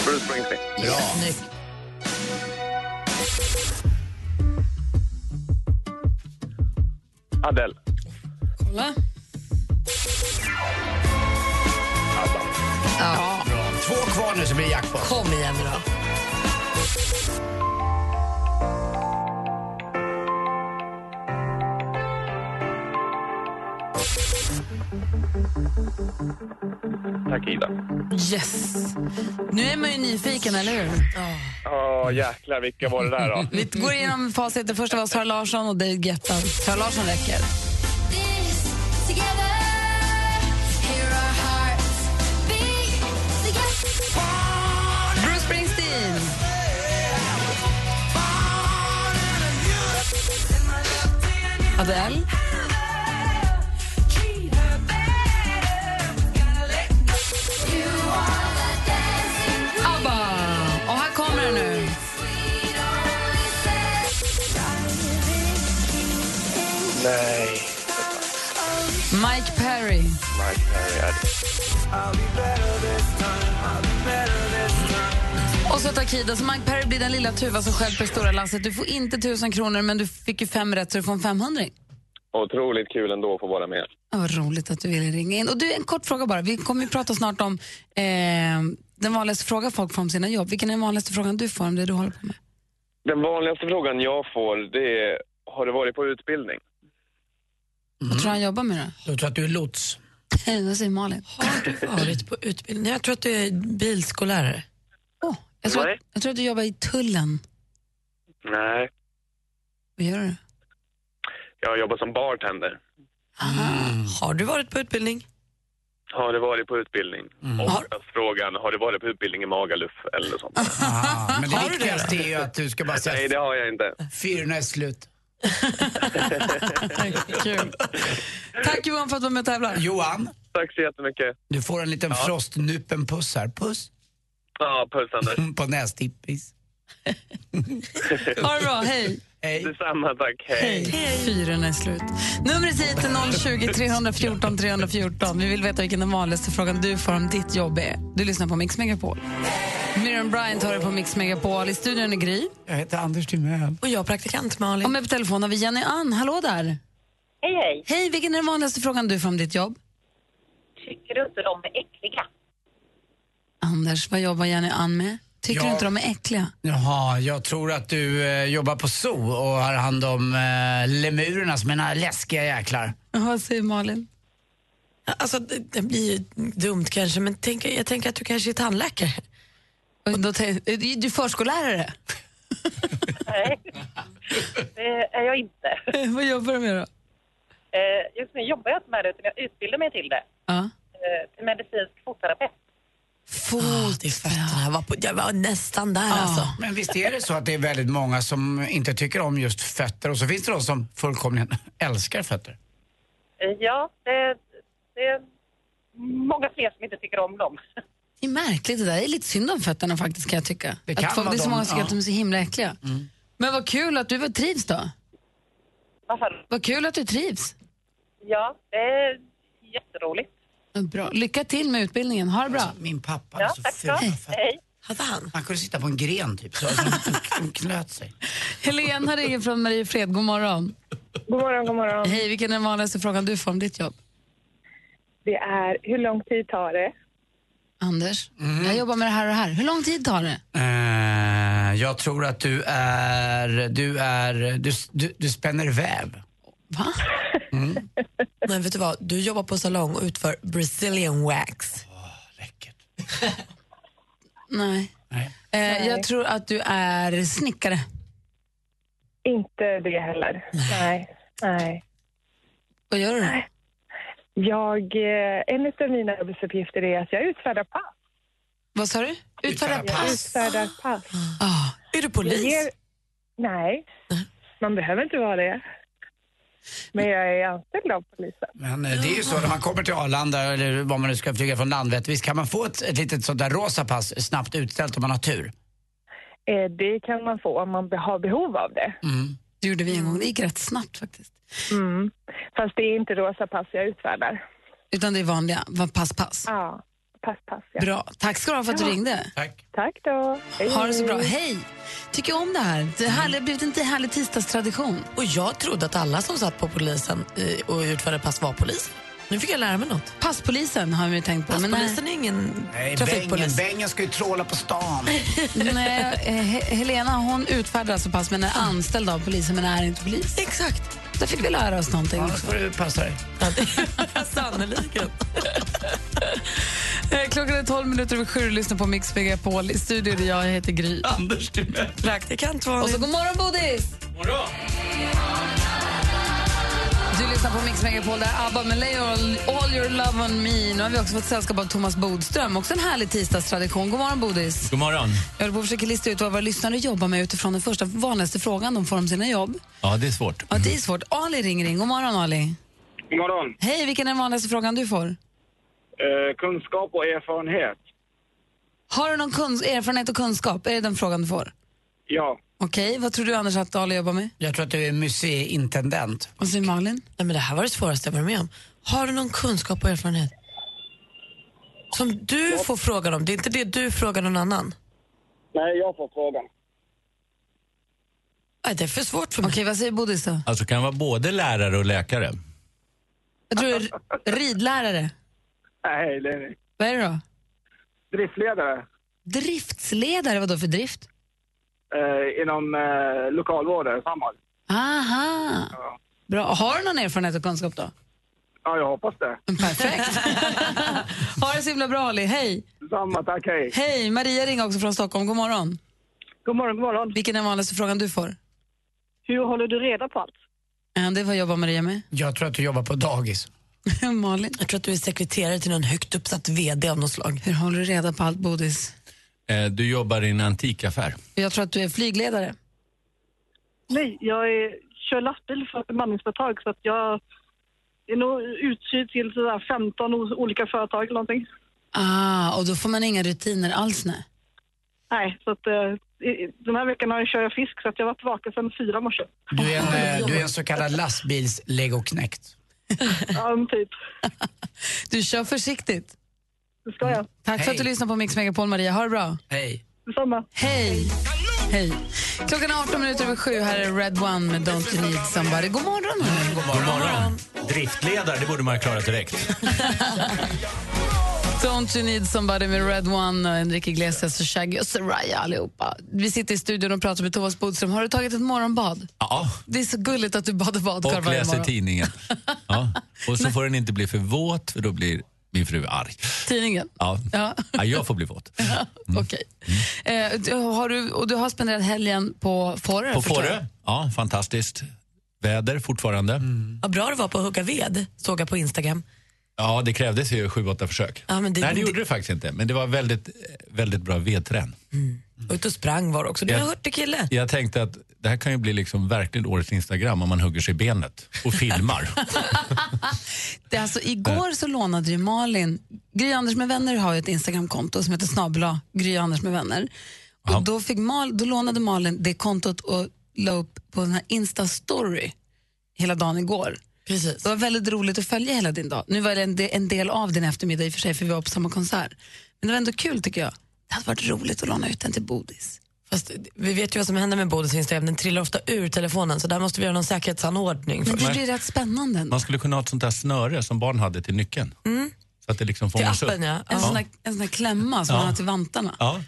Speaker 11: Bruce Springsteen.
Speaker 3: Bra.
Speaker 11: Adele.
Speaker 2: Kolla.
Speaker 3: Ja. Bra. Två kvar nu så blir det jackpot.
Speaker 4: Kom igen nu då.
Speaker 11: Tack Ida.
Speaker 2: Yes. Nu är man ju nyfiken, eller hur?
Speaker 11: Ja, jäklar vilka var det där då?
Speaker 2: Vi går igenom facit. Det första var Sara Larsson och David Guetta. Sara Larsson räcker. Bruce Springsteen. Adele. ABBA. Och här kommer den nu.
Speaker 11: Nej.
Speaker 2: Mike Perry.
Speaker 11: Mike Perry är det.
Speaker 2: Och så Takida. Så Mike Perry blir den lilla tuva som stjälper stora lasset. Du får inte tusen kronor, men du fick ju fem rätt så du får en 500.
Speaker 11: Otroligt kul ändå att få vara med.
Speaker 2: Ja, Vad roligt att du ville ringa in. Och du, en kort fråga bara. Vi kommer ju prata snart om eh, den vanligaste frågan folk får om sina jobb. Vilken är den vanligaste frågan du får om det du håller på med?
Speaker 11: Den vanligaste frågan jag får det är, har du varit på utbildning?
Speaker 2: Vad tror du han jobbar med då?
Speaker 3: Jag tror att du är lots.
Speaker 2: Vad säger Malin?
Speaker 4: Har du varit på utbildning? Jag tror att du är bilskollärare.
Speaker 2: Jag tror, att, jag tror att du jobbar i tullen.
Speaker 11: Nej,
Speaker 2: Vad gör du?
Speaker 11: jag jobbar som bartender.
Speaker 4: Har du varit på utbildning?
Speaker 11: Har du varit på utbildning? Oftast frågan, har du varit på utbildning i Magaluf eller sånt?
Speaker 3: Ja, men det viktigaste är ju att du ska bara säga... Nej,
Speaker 11: det har jag inte.
Speaker 3: Fyrorna är slut.
Speaker 2: Kul. Tack Johan för att du var med och tävlade.
Speaker 3: Johan.
Speaker 11: Tack så jättemycket.
Speaker 3: Du får en liten frostnupen-puss här. Puss.
Speaker 11: Ja, puss Anders.
Speaker 3: På nästippis.
Speaker 2: Ha det bra, hej.
Speaker 3: Hej.
Speaker 11: Detsamma, tack. Hej.
Speaker 2: Fyran är slut. Numret hit är 020 314 314. Vi vill veta vilken den vanligaste frågan du får om ditt jobb är. Du lyssnar på Mix Megapol. Miriam Bryant har det på Mix Megapol. I studion är Gry.
Speaker 3: Jag heter Anders Timell.
Speaker 2: Och jag praktikant Malin. Och med på telefon har vi Jenny Ann. Hallå där.
Speaker 12: Hej, hej.
Speaker 2: Hej, vilken är den vanligaste frågan du får om ditt jobb?
Speaker 12: Tycker du inte de är äckliga?
Speaker 2: Anders, vad jobbar Jenny Ann med? Tycker
Speaker 3: Ja.
Speaker 2: du inte de är äckliga?
Speaker 3: Jaha, jag tror att du eh, jobbar på zoo och har hand om eh, lemurerna som är läskiga jäklar.
Speaker 2: Vad säger Malin?
Speaker 4: Alltså, det, det blir ju dumt kanske, men tänk, jag tänker att du kanske är tandläkare.
Speaker 2: Och då är du förskollärare?
Speaker 12: Nej, det är jag inte.
Speaker 2: Vad jobbar du med då?
Speaker 12: Eh, Just nu jobbar jag inte med det, utan jag utbildar mig till det.
Speaker 2: Ja.
Speaker 12: Eh, Till medicinsk fotterapeut.
Speaker 4: Fot. Ah, det är fötterna. Jag var, på, jag var nästan där alltså.
Speaker 3: Men visst är det så att det är väldigt många som inte tycker om just fötter och så finns det de som fullkomligen älskar fötter.
Speaker 12: Eh, Ja, det, det är många fler som inte tycker om dem.
Speaker 2: Det är märkligt det där. Det är lite synd om fötterna faktiskt kan jag tycka.
Speaker 12: Det
Speaker 2: att
Speaker 12: kan
Speaker 2: folk,
Speaker 12: vara
Speaker 2: det är så
Speaker 12: de,
Speaker 2: många som tycker
Speaker 12: ja. Mm.
Speaker 2: att de är så himla äckliga. Men vad kul att du var trivs då.
Speaker 12: Varför?
Speaker 2: Vad kul att du trivs.
Speaker 12: Ja, det är jätteroligt.
Speaker 2: Bra. Lycka till med utbildningen. Ha det bra.
Speaker 12: Alltså,
Speaker 3: Min pappa
Speaker 12: Ja, tack ska du ha. Hej.
Speaker 4: Hade han?
Speaker 3: Han kunde sitta på en gren typ, så han knöt sig.
Speaker 2: Helena ringer från Mariefred. God morgon.
Speaker 13: God morgon, god morgon.
Speaker 2: Hej, vilken är den vanligaste frågan du får om ditt jobb?
Speaker 13: Det är, hur lång tid tar det?
Speaker 2: Anders,
Speaker 4: Mm.
Speaker 2: jag jobbar med det här och det här. Hur lång tid tar det?
Speaker 3: Eh, jag tror att du är... Du är... Du, du, du spänner väv.
Speaker 4: Mm. Nej, vet du vad? Du jobbar på salong och utför Brazilian wax.
Speaker 2: Nej. Eh, jag tror att du är snickare.
Speaker 13: Inte det heller. Nej. Nej.
Speaker 2: Vad gör du
Speaker 13: Jag, eh, en av mina arbetsuppgifter är att jag utfärdar pass.
Speaker 2: Vad sa du? Utfärdar
Speaker 13: Jag
Speaker 2: pass? Ah.
Speaker 13: utfärdar pass.
Speaker 4: Är du
Speaker 13: Jag
Speaker 4: polis?
Speaker 13: ger- Nej, man behöver inte vara det. Men jag är anställd av polisen.
Speaker 3: Men eh, det är ju så, när man kommer till Arlanda eller var man nu ska flyga från Landvetter, visst kan man få ett, ett litet sånt där rosa pass snabbt utställt om man har tur?
Speaker 13: Eh, Det kan man få om man be- har behov av det.
Speaker 3: Mm.
Speaker 2: Det gjorde vi en gång. Det gick rätt snabbt faktiskt.
Speaker 13: Mm. Fast det är inte rosa pass jag utfärdar.
Speaker 2: Utan det är vanliga. Va- Pass, pass.
Speaker 13: Ja, pass, pass. Ja.
Speaker 2: Bra. Tack ska du ha för att du
Speaker 13: Ja.
Speaker 2: ringde.
Speaker 3: Tack.
Speaker 13: Tack då. Hej.
Speaker 2: Ha det så bra. Hej! Tycker om det här. Det här har blivit en härlig tisdagstradition.
Speaker 4: Och jag trodde att alla som satt på polisen eh, och utförde pass var polis. Nu fick jag lära mig något.
Speaker 2: Passpolisen har vi tänkt på. men nej.
Speaker 4: Passpolisen är ingen
Speaker 3: Nej,
Speaker 4: trafikpolis.
Speaker 3: Bengen, Bengen ska ju tråla på stan.
Speaker 2: Nej, eh, He- Helena hon utfärdar alltså pass men är anställd av polisen men är inte polis.
Speaker 4: Exakt.
Speaker 2: Där fick vi lära oss någonting
Speaker 3: Ja, då
Speaker 2: också.
Speaker 3: får du passa dig.
Speaker 4: Sannerligen.
Speaker 2: Eh, Klockan är 12 minuter över sju och lyssnar på Mix Megapol. I studion är jag, jag heter Gry.
Speaker 3: Anders Timell.
Speaker 4: Praktikant
Speaker 2: Och så god morgon, Bodis! Du lyssnar på Mix Megapol, där ABBA med Lay all, all your love on me. Nu har vi också fått sällskap av Thomas Bodström, också en härlig tisdagstradition. God morgon, Bodis!
Speaker 14: God morgon.
Speaker 2: Jag håller på att försöka lista ut vad våra lyssnare jobbar med utifrån den första vanligaste frågan de får om sina jobb.
Speaker 14: Ja, det är svårt.
Speaker 2: Ja, det är svårt. Ali ringer in. God morgon, Ali.
Speaker 15: God morgon.
Speaker 2: Hej, vilken är den vanligaste frågan du får?
Speaker 15: Eh, kunskap och erfarenhet.
Speaker 2: Har du någon kunsk- erfarenhet och kunskap? Är det den frågan du får?
Speaker 15: Ja.
Speaker 2: Okej, vad tror du Anders att Ali jobbar med?
Speaker 3: Jag tror att du är museiintendent.
Speaker 2: Och så är Malin?
Speaker 4: Nej, men det här var det svåraste jag varit med om. Har du någon kunskap och erfarenhet? Som du får frågan om. Det är inte det du frågar någon annan.
Speaker 15: Nej, jag får frågan.
Speaker 4: Nej, det är för svårt för mig.
Speaker 2: Okej, vad säger Bodis då?
Speaker 14: Alltså kan vara både lärare och läkare.
Speaker 2: Jag tror du är ridlärare.
Speaker 15: Nej, det är
Speaker 2: Vad är det då?
Speaker 15: driftledare
Speaker 2: Driftsledare, vad då för drift?
Speaker 15: eh, inom eh, lokalvården, Samhall.
Speaker 2: Aha! Bra. Har du någon erfarenhet och kunskap då?
Speaker 15: Ja, jag hoppas det.
Speaker 2: Perfekt. ha det så himla bra, Ali. Hej!
Speaker 15: Samma, tack, hej.
Speaker 2: Hej! Maria ringer också från Stockholm. God morgon.
Speaker 16: God morgon, god morgon.
Speaker 2: Vilken är den vanligaste frågan du får?
Speaker 16: Hur håller du reda på allt?
Speaker 2: Ja, Det är vad jobbar Maria med.
Speaker 3: Jag tror att du jobbar på dagis.
Speaker 2: Malin?
Speaker 4: Jag tror att du är sekreterare till någon högt uppsatt VD av något slag.
Speaker 2: Hur håller du reda på allt, Bodis?
Speaker 14: Eh, Du jobbar i en antikaffär.
Speaker 2: Jag tror att du är flygledare.
Speaker 16: Nej, jag är, kör lastbil för ett bemanningsföretag så att jag är nog utsydd till sådär 15 o- olika företag eller någonting.
Speaker 2: Ah, och då får man inga rutiner alls, nej.
Speaker 16: Nej, så att eh, i- i- den här veckan har jag kör jag fisk så att jag har varit vaken sedan fyra i morse.
Speaker 3: Du är en, eh, du är en så kallad lastbils-legoknekt.
Speaker 16: Ja, men typ.
Speaker 2: Du kör försiktigt.
Speaker 16: Det ska jag.
Speaker 2: Tack för
Speaker 3: Hej.
Speaker 2: att du lyssnar på Mix Megapol, Maria. Ha det bra.
Speaker 3: Hej.
Speaker 16: Detsamma.
Speaker 2: Hej! Hej. Klockan är 18 minuter över sju. Här är Red One med Don't You Need Somebody. God morgon! hörni.
Speaker 14: God morgon. Driftledare, det borde man ha klarat direkt.
Speaker 2: Don't You Need Somebody med Red One, och Enrique Iglesias och Shaggy och Soraya allihopa. Vi sitter i studion och pratar med Thomas Bodström. Har du tagit ett morgonbad?
Speaker 14: Ja,
Speaker 2: Det är så gulligt att du badar badkar
Speaker 14: och
Speaker 2: varje
Speaker 14: läser
Speaker 2: morgon.
Speaker 14: tidningen. Ja. Och så får den inte bli för våt, för då blir min fru arg.
Speaker 2: Tidningen?
Speaker 14: Ja.
Speaker 2: Ja.
Speaker 14: Ja, jag får bli våt. Mm.
Speaker 2: Okej. Eh, du, har du, och du har spenderat helgen på Fårö?
Speaker 14: På
Speaker 2: förstår
Speaker 14: Fårö, ja, fantastiskt. Väder fortfarande.
Speaker 2: Mm.
Speaker 4: Vad bra det var på att hugga ved, såg jag på Instagram.
Speaker 14: Ja, det krävdes ju sju, åtta försök.
Speaker 4: Ja, men det-
Speaker 14: Nej, det
Speaker 4: det-
Speaker 14: gjorde det faktiskt inte. Men det var väldigt, väldigt bra vedträn.
Speaker 4: Ut och sprang var också. Du är en
Speaker 14: Jag-
Speaker 4: hurtig kille.
Speaker 14: Jag tänkte att det här kan ju bli liksom verkligen årets Instagram om man hugger sig i benet och filmar.
Speaker 2: Det är alltså, igår så lånade ju Malin, Gry Anders med vänner har ju ett Instagramkonto som heter snabla Gry Anders med vänner. Och då, fick Mal, då lånade Malin det kontot och la upp på den här Insta-story hela dagen igår.
Speaker 4: Precis.
Speaker 2: Det var väldigt roligt att följa hela din dag. Nu var det en, de- en del av din eftermiddag i och för sig för vi var på samma konsert. Men det var ändå kul tycker jag. Det hade varit roligt att låna ut den till Bodis.
Speaker 4: Fast vi vet ju vad som händer med Bodils Instagram. Den trillar ofta ur telefonen så där måste vi göra någon säkerhetsanordning.
Speaker 14: Men det
Speaker 4: först.
Speaker 14: blir
Speaker 2: rätt spännande ändå.
Speaker 14: Man skulle kunna ha ett sånt där snöre som barn hade till nyckeln.
Speaker 2: Mm.
Speaker 14: Så att det liksom
Speaker 2: Till
Speaker 14: fångas upp.
Speaker 2: appen, ja. En, sån där, en sån där klämma som
Speaker 14: Ja.
Speaker 2: man har till vantarna.
Speaker 14: Ja.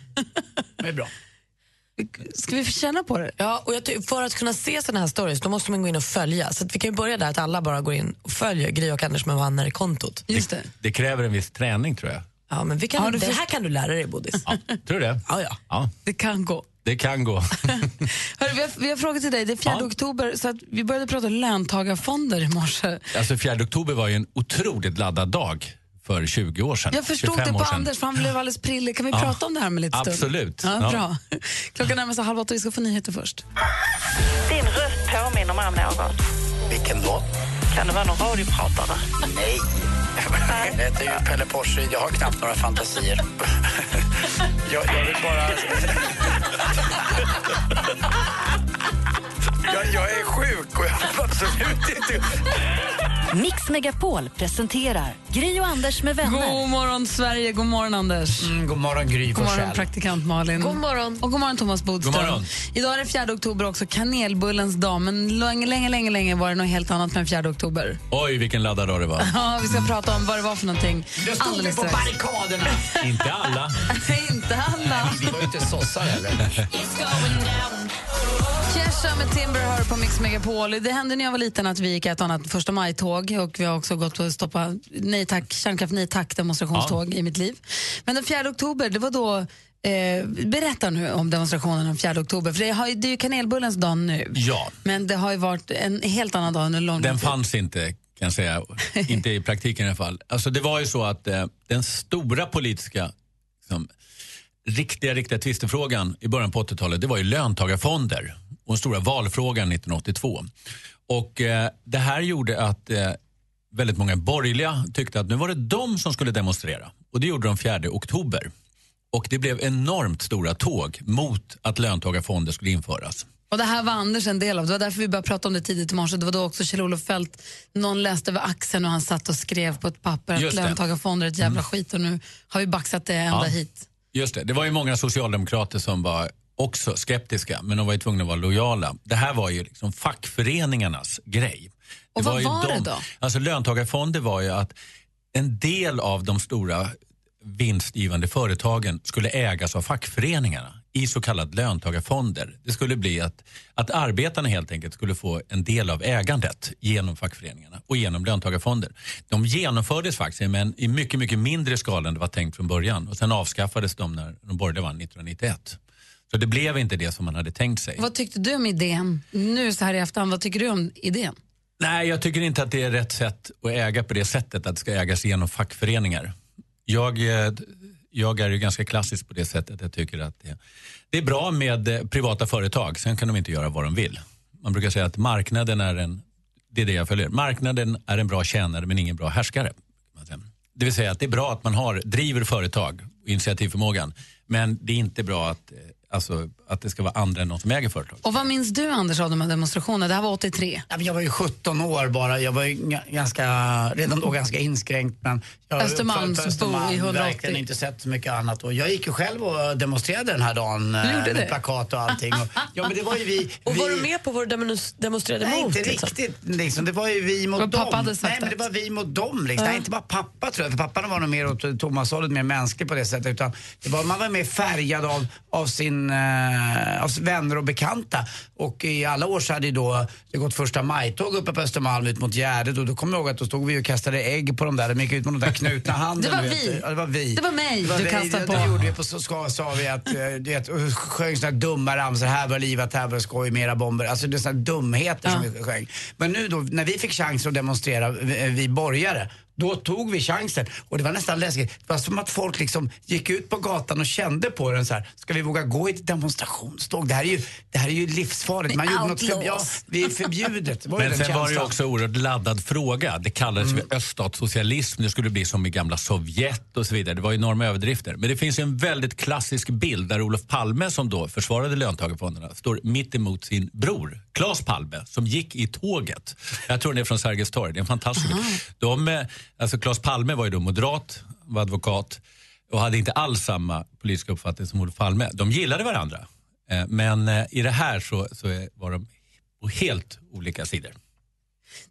Speaker 2: Ska vi förtjäna på det?
Speaker 4: Ja, och jag ty- för att kunna se såna här stories då måste man gå in och följa. Så att vi kan ju börja där att alla bara går in och följer Gry och Anders med vänner i kontot.
Speaker 2: Just det.
Speaker 14: Det kräver en viss träning tror jag.
Speaker 4: Ja, men vi kan,
Speaker 2: Ja, du
Speaker 4: det
Speaker 2: först-
Speaker 4: här kan du lära dig, Bodis.
Speaker 14: Tror du det?
Speaker 4: Ja, ja.
Speaker 14: ja.
Speaker 2: Det kan gå.
Speaker 14: Det kan gå.
Speaker 2: Hörru, vi, har, vi har frågat till dig, det är 4 oktober, så att vi började prata löntagarfonder i morse.
Speaker 14: Alltså 4 oktober var ju en otroligt laddad dag för 20 år sedan.
Speaker 2: Jag förstod
Speaker 14: 25
Speaker 2: det
Speaker 14: år
Speaker 2: på
Speaker 14: sedan.
Speaker 2: Anders, för han blev alldeles prillig. Kan vi
Speaker 14: Ja.
Speaker 2: prata om det här med lite stund?
Speaker 14: Absolut.
Speaker 2: Ja,
Speaker 14: Ja.
Speaker 2: bra. Klockan närmar sig halv åtta, vi ska få nyheter först.
Speaker 12: Din röst påminner mig om någon.
Speaker 6: Vilken då?
Speaker 12: Kan det vara någon radiopratare?
Speaker 6: Nej. Det är ju Pelle Porsche. Jag har knappt några fantasier. Jag, jag vill bara... Jag, jag är sjuk och jag vill absolut inte...
Speaker 1: Mix Megapol presenterar Gry och Anders med vänner.
Speaker 2: God morgon Sverige, god morgon Anders.
Speaker 3: Mm, god morgon Gry
Speaker 2: God morgon
Speaker 3: Forssell.
Speaker 2: praktikant Malin. God morgon. Och god morgon Thomas Bodström.
Speaker 3: God morgon.
Speaker 2: Idag är det 4 oktober också, kanelbullens dag. Men länge, länge, länge, länge var det något helt annat med 4 oktober.
Speaker 14: Oj, vilken laddad dag det var.
Speaker 2: Ja, vi ska prata om vad det var för någonting
Speaker 3: Då stod vi på barrikaderna.
Speaker 14: Inte alla.
Speaker 2: Inte alla.
Speaker 3: Vi var ju inte sossar heller.
Speaker 2: Kesha med Timber hör på Mix Megapol. Det hände när jag var liten att vi gick ett och annat första maj-tåg och vi har också gått och stoppat nej tack, kärnkraft nej tack demonstrationståg i mitt liv. Men den 4 oktober, det var då eh, berätta nu om demonstrationen den 4 oktober, för det, har, ju- det är ju kanelbullens dag nu.
Speaker 14: Ja,
Speaker 2: Men det har ju varit en helt annan dag under lång
Speaker 14: den
Speaker 2: tid.
Speaker 14: fanns inte kan jag säga. Inte i praktiken i alla fall. Alltså det var ju så att eh, den stora politiska liksom, riktiga, riktiga tvistefrågan i början på 80-talet det var ju löntagarfonder och den stora valfrågan 1982. Och eh, det här gjorde att eh, väldigt många borgerliga tyckte att nu var det de som skulle demonstrera och det gjorde de 4 oktober. Och det blev enormt stora tåg mot att löntagarfonder skulle införas.
Speaker 2: Och det här var Anders en del av. Det var därför vi började prata om det tidigt i morse. Det var då också Kjell-Olof Fält, någon läste över axeln och han satt och skrev på ett papper att
Speaker 14: Just det.
Speaker 2: löntagarfonder är ett jävla skit och nu har vi baxat det ända
Speaker 14: Ja.
Speaker 2: hit.
Speaker 14: Just det, det var ju många socialdemokrater som var också skeptiska men de var ju tvungna att vara lojala. Det här var ju liksom fackföreningarnas grej.
Speaker 2: Och vad
Speaker 14: ju
Speaker 2: var det då?
Speaker 14: Alltså löntagarfonder var ju att en del av de stora vinstgivande företagen skulle ägas av fackföreningarna i så kallade löntagarfonder. Det skulle bli att, att arbetarna helt enkelt skulle få en del av ägandet genom fackföreningarna och genom löntagarfonder. De genomfördes faktiskt men i mycket, mycket mindre skala än det var tänkt från början och sen avskaffades de när de borgerliga vann 1991. Så det blev inte det som man hade tänkt sig.
Speaker 2: Vad tyckte du om idén? Nu så här i efterhand, vad tycker du om idén?
Speaker 14: Nej, jag tycker inte att det är rätt sätt att äga på det sättet, att det ska ägas genom fackföreningar. Jag, eh, jag är ju ganska klassisk på det sättet. Jag tycker att det, det är bra med eh, privata företag, sen kan de inte göra vad de vill. Man brukar säga att marknaden är en, det är det jag följer, marknaden är en bra tjänare men ingen bra härskare. Det vill säga att det är bra att man har, driver företag och initiativförmågan, men det är inte bra att, eh, alltså, att det ska vara andra än de som äger företag.
Speaker 2: Och vad minns du Anders av de här demonstrationerna? Det här var 83.
Speaker 3: Ja, men Jag var ju 17 år bara. Jag var ju ga- ganska, redan då ganska inskränkt. Men jag har ju
Speaker 2: Östermalmsbo
Speaker 3: följt Östermalm,
Speaker 2: i 180.
Speaker 3: Verkligen inte sett så mycket annat. Och jag gick ju själv och demonstrerade den här dagen. eh,
Speaker 4: Du gjorde
Speaker 3: med
Speaker 4: det?
Speaker 3: plakat och allting. Och, ja, men det var ju vi.
Speaker 4: Och
Speaker 3: vi
Speaker 4: var du med på vad du demon- demonstrerade
Speaker 3: Nej,
Speaker 4: mot?
Speaker 3: inte
Speaker 4: liksom?
Speaker 3: riktigt. Liksom. Det var ju vi mot
Speaker 4: Men
Speaker 3: dem.
Speaker 4: pappa hade sagt
Speaker 3: Nej, men det var vi mot dem. Liksom.
Speaker 4: Ja.
Speaker 3: Nej, inte bara pappa tror jag, för pappan var nog mer åt Thomas-hållet, mer mänsklig på det sättet. Utan det var, man var mer färgad av, av, sin, eh, av sina vänner och bekanta. Och i alla år så hade ju då det gått första maj-tåg uppe på Östermalm ut mot Gärdet och då kommer jag ihåg att då stod vi och kastade ägg på dem där. De gick ut med de där knutna handen.
Speaker 2: Det var
Speaker 3: du vet.
Speaker 2: vi.
Speaker 3: Ja, det var vi.
Speaker 2: Det var mig
Speaker 3: Det var
Speaker 2: du
Speaker 3: dig.
Speaker 2: kastade
Speaker 3: Det-
Speaker 2: på.
Speaker 3: Det gjorde vi på så ska, sa vi att, eh, du vet, och sjöng såna här dumma ramsor. Här var livet, här var skoj, mera bomber. Alltså det är såna här dumheter som eh, vi sjöng. Men nu då, när vi fick chansen att demonstrera, vi, vi borgare, Då tog vi chansen och det var nästan läskigt. Det var som att folk liksom gick ut på gatan och kände på den så här. Ska vi våga gå i ett demonstrationståg? Det här är ju, det här är ju livsfarligt. Man gjorde något för, ja,
Speaker 14: outlaws.
Speaker 3: vi är förbjudet. Det var ju
Speaker 14: Men
Speaker 3: den
Speaker 14: sen var det ju
Speaker 3: känslan.
Speaker 14: också en oerhört laddad fråga. Det kallades
Speaker 3: Mm.
Speaker 14: för öststatssocialism, det skulle bli som i gamla Sovjet och så vidare. Det var enorma överdrifter. Men det finns ju en väldigt klassisk bild där Olof Palme, som då försvarade löntagarfonderna, står mitt emot sin bror, Claes Palme, som gick i tåget. Jag tror den är från Sergels torg, det är en fantastisk bild. De, eh, alltså Claes Palme var ju då moderat, var advokat och hade inte alls samma politiska uppfattning som Olof Palme. De gillade varandra, eh, men eh, i det här så, så eh, var de på helt olika sidor.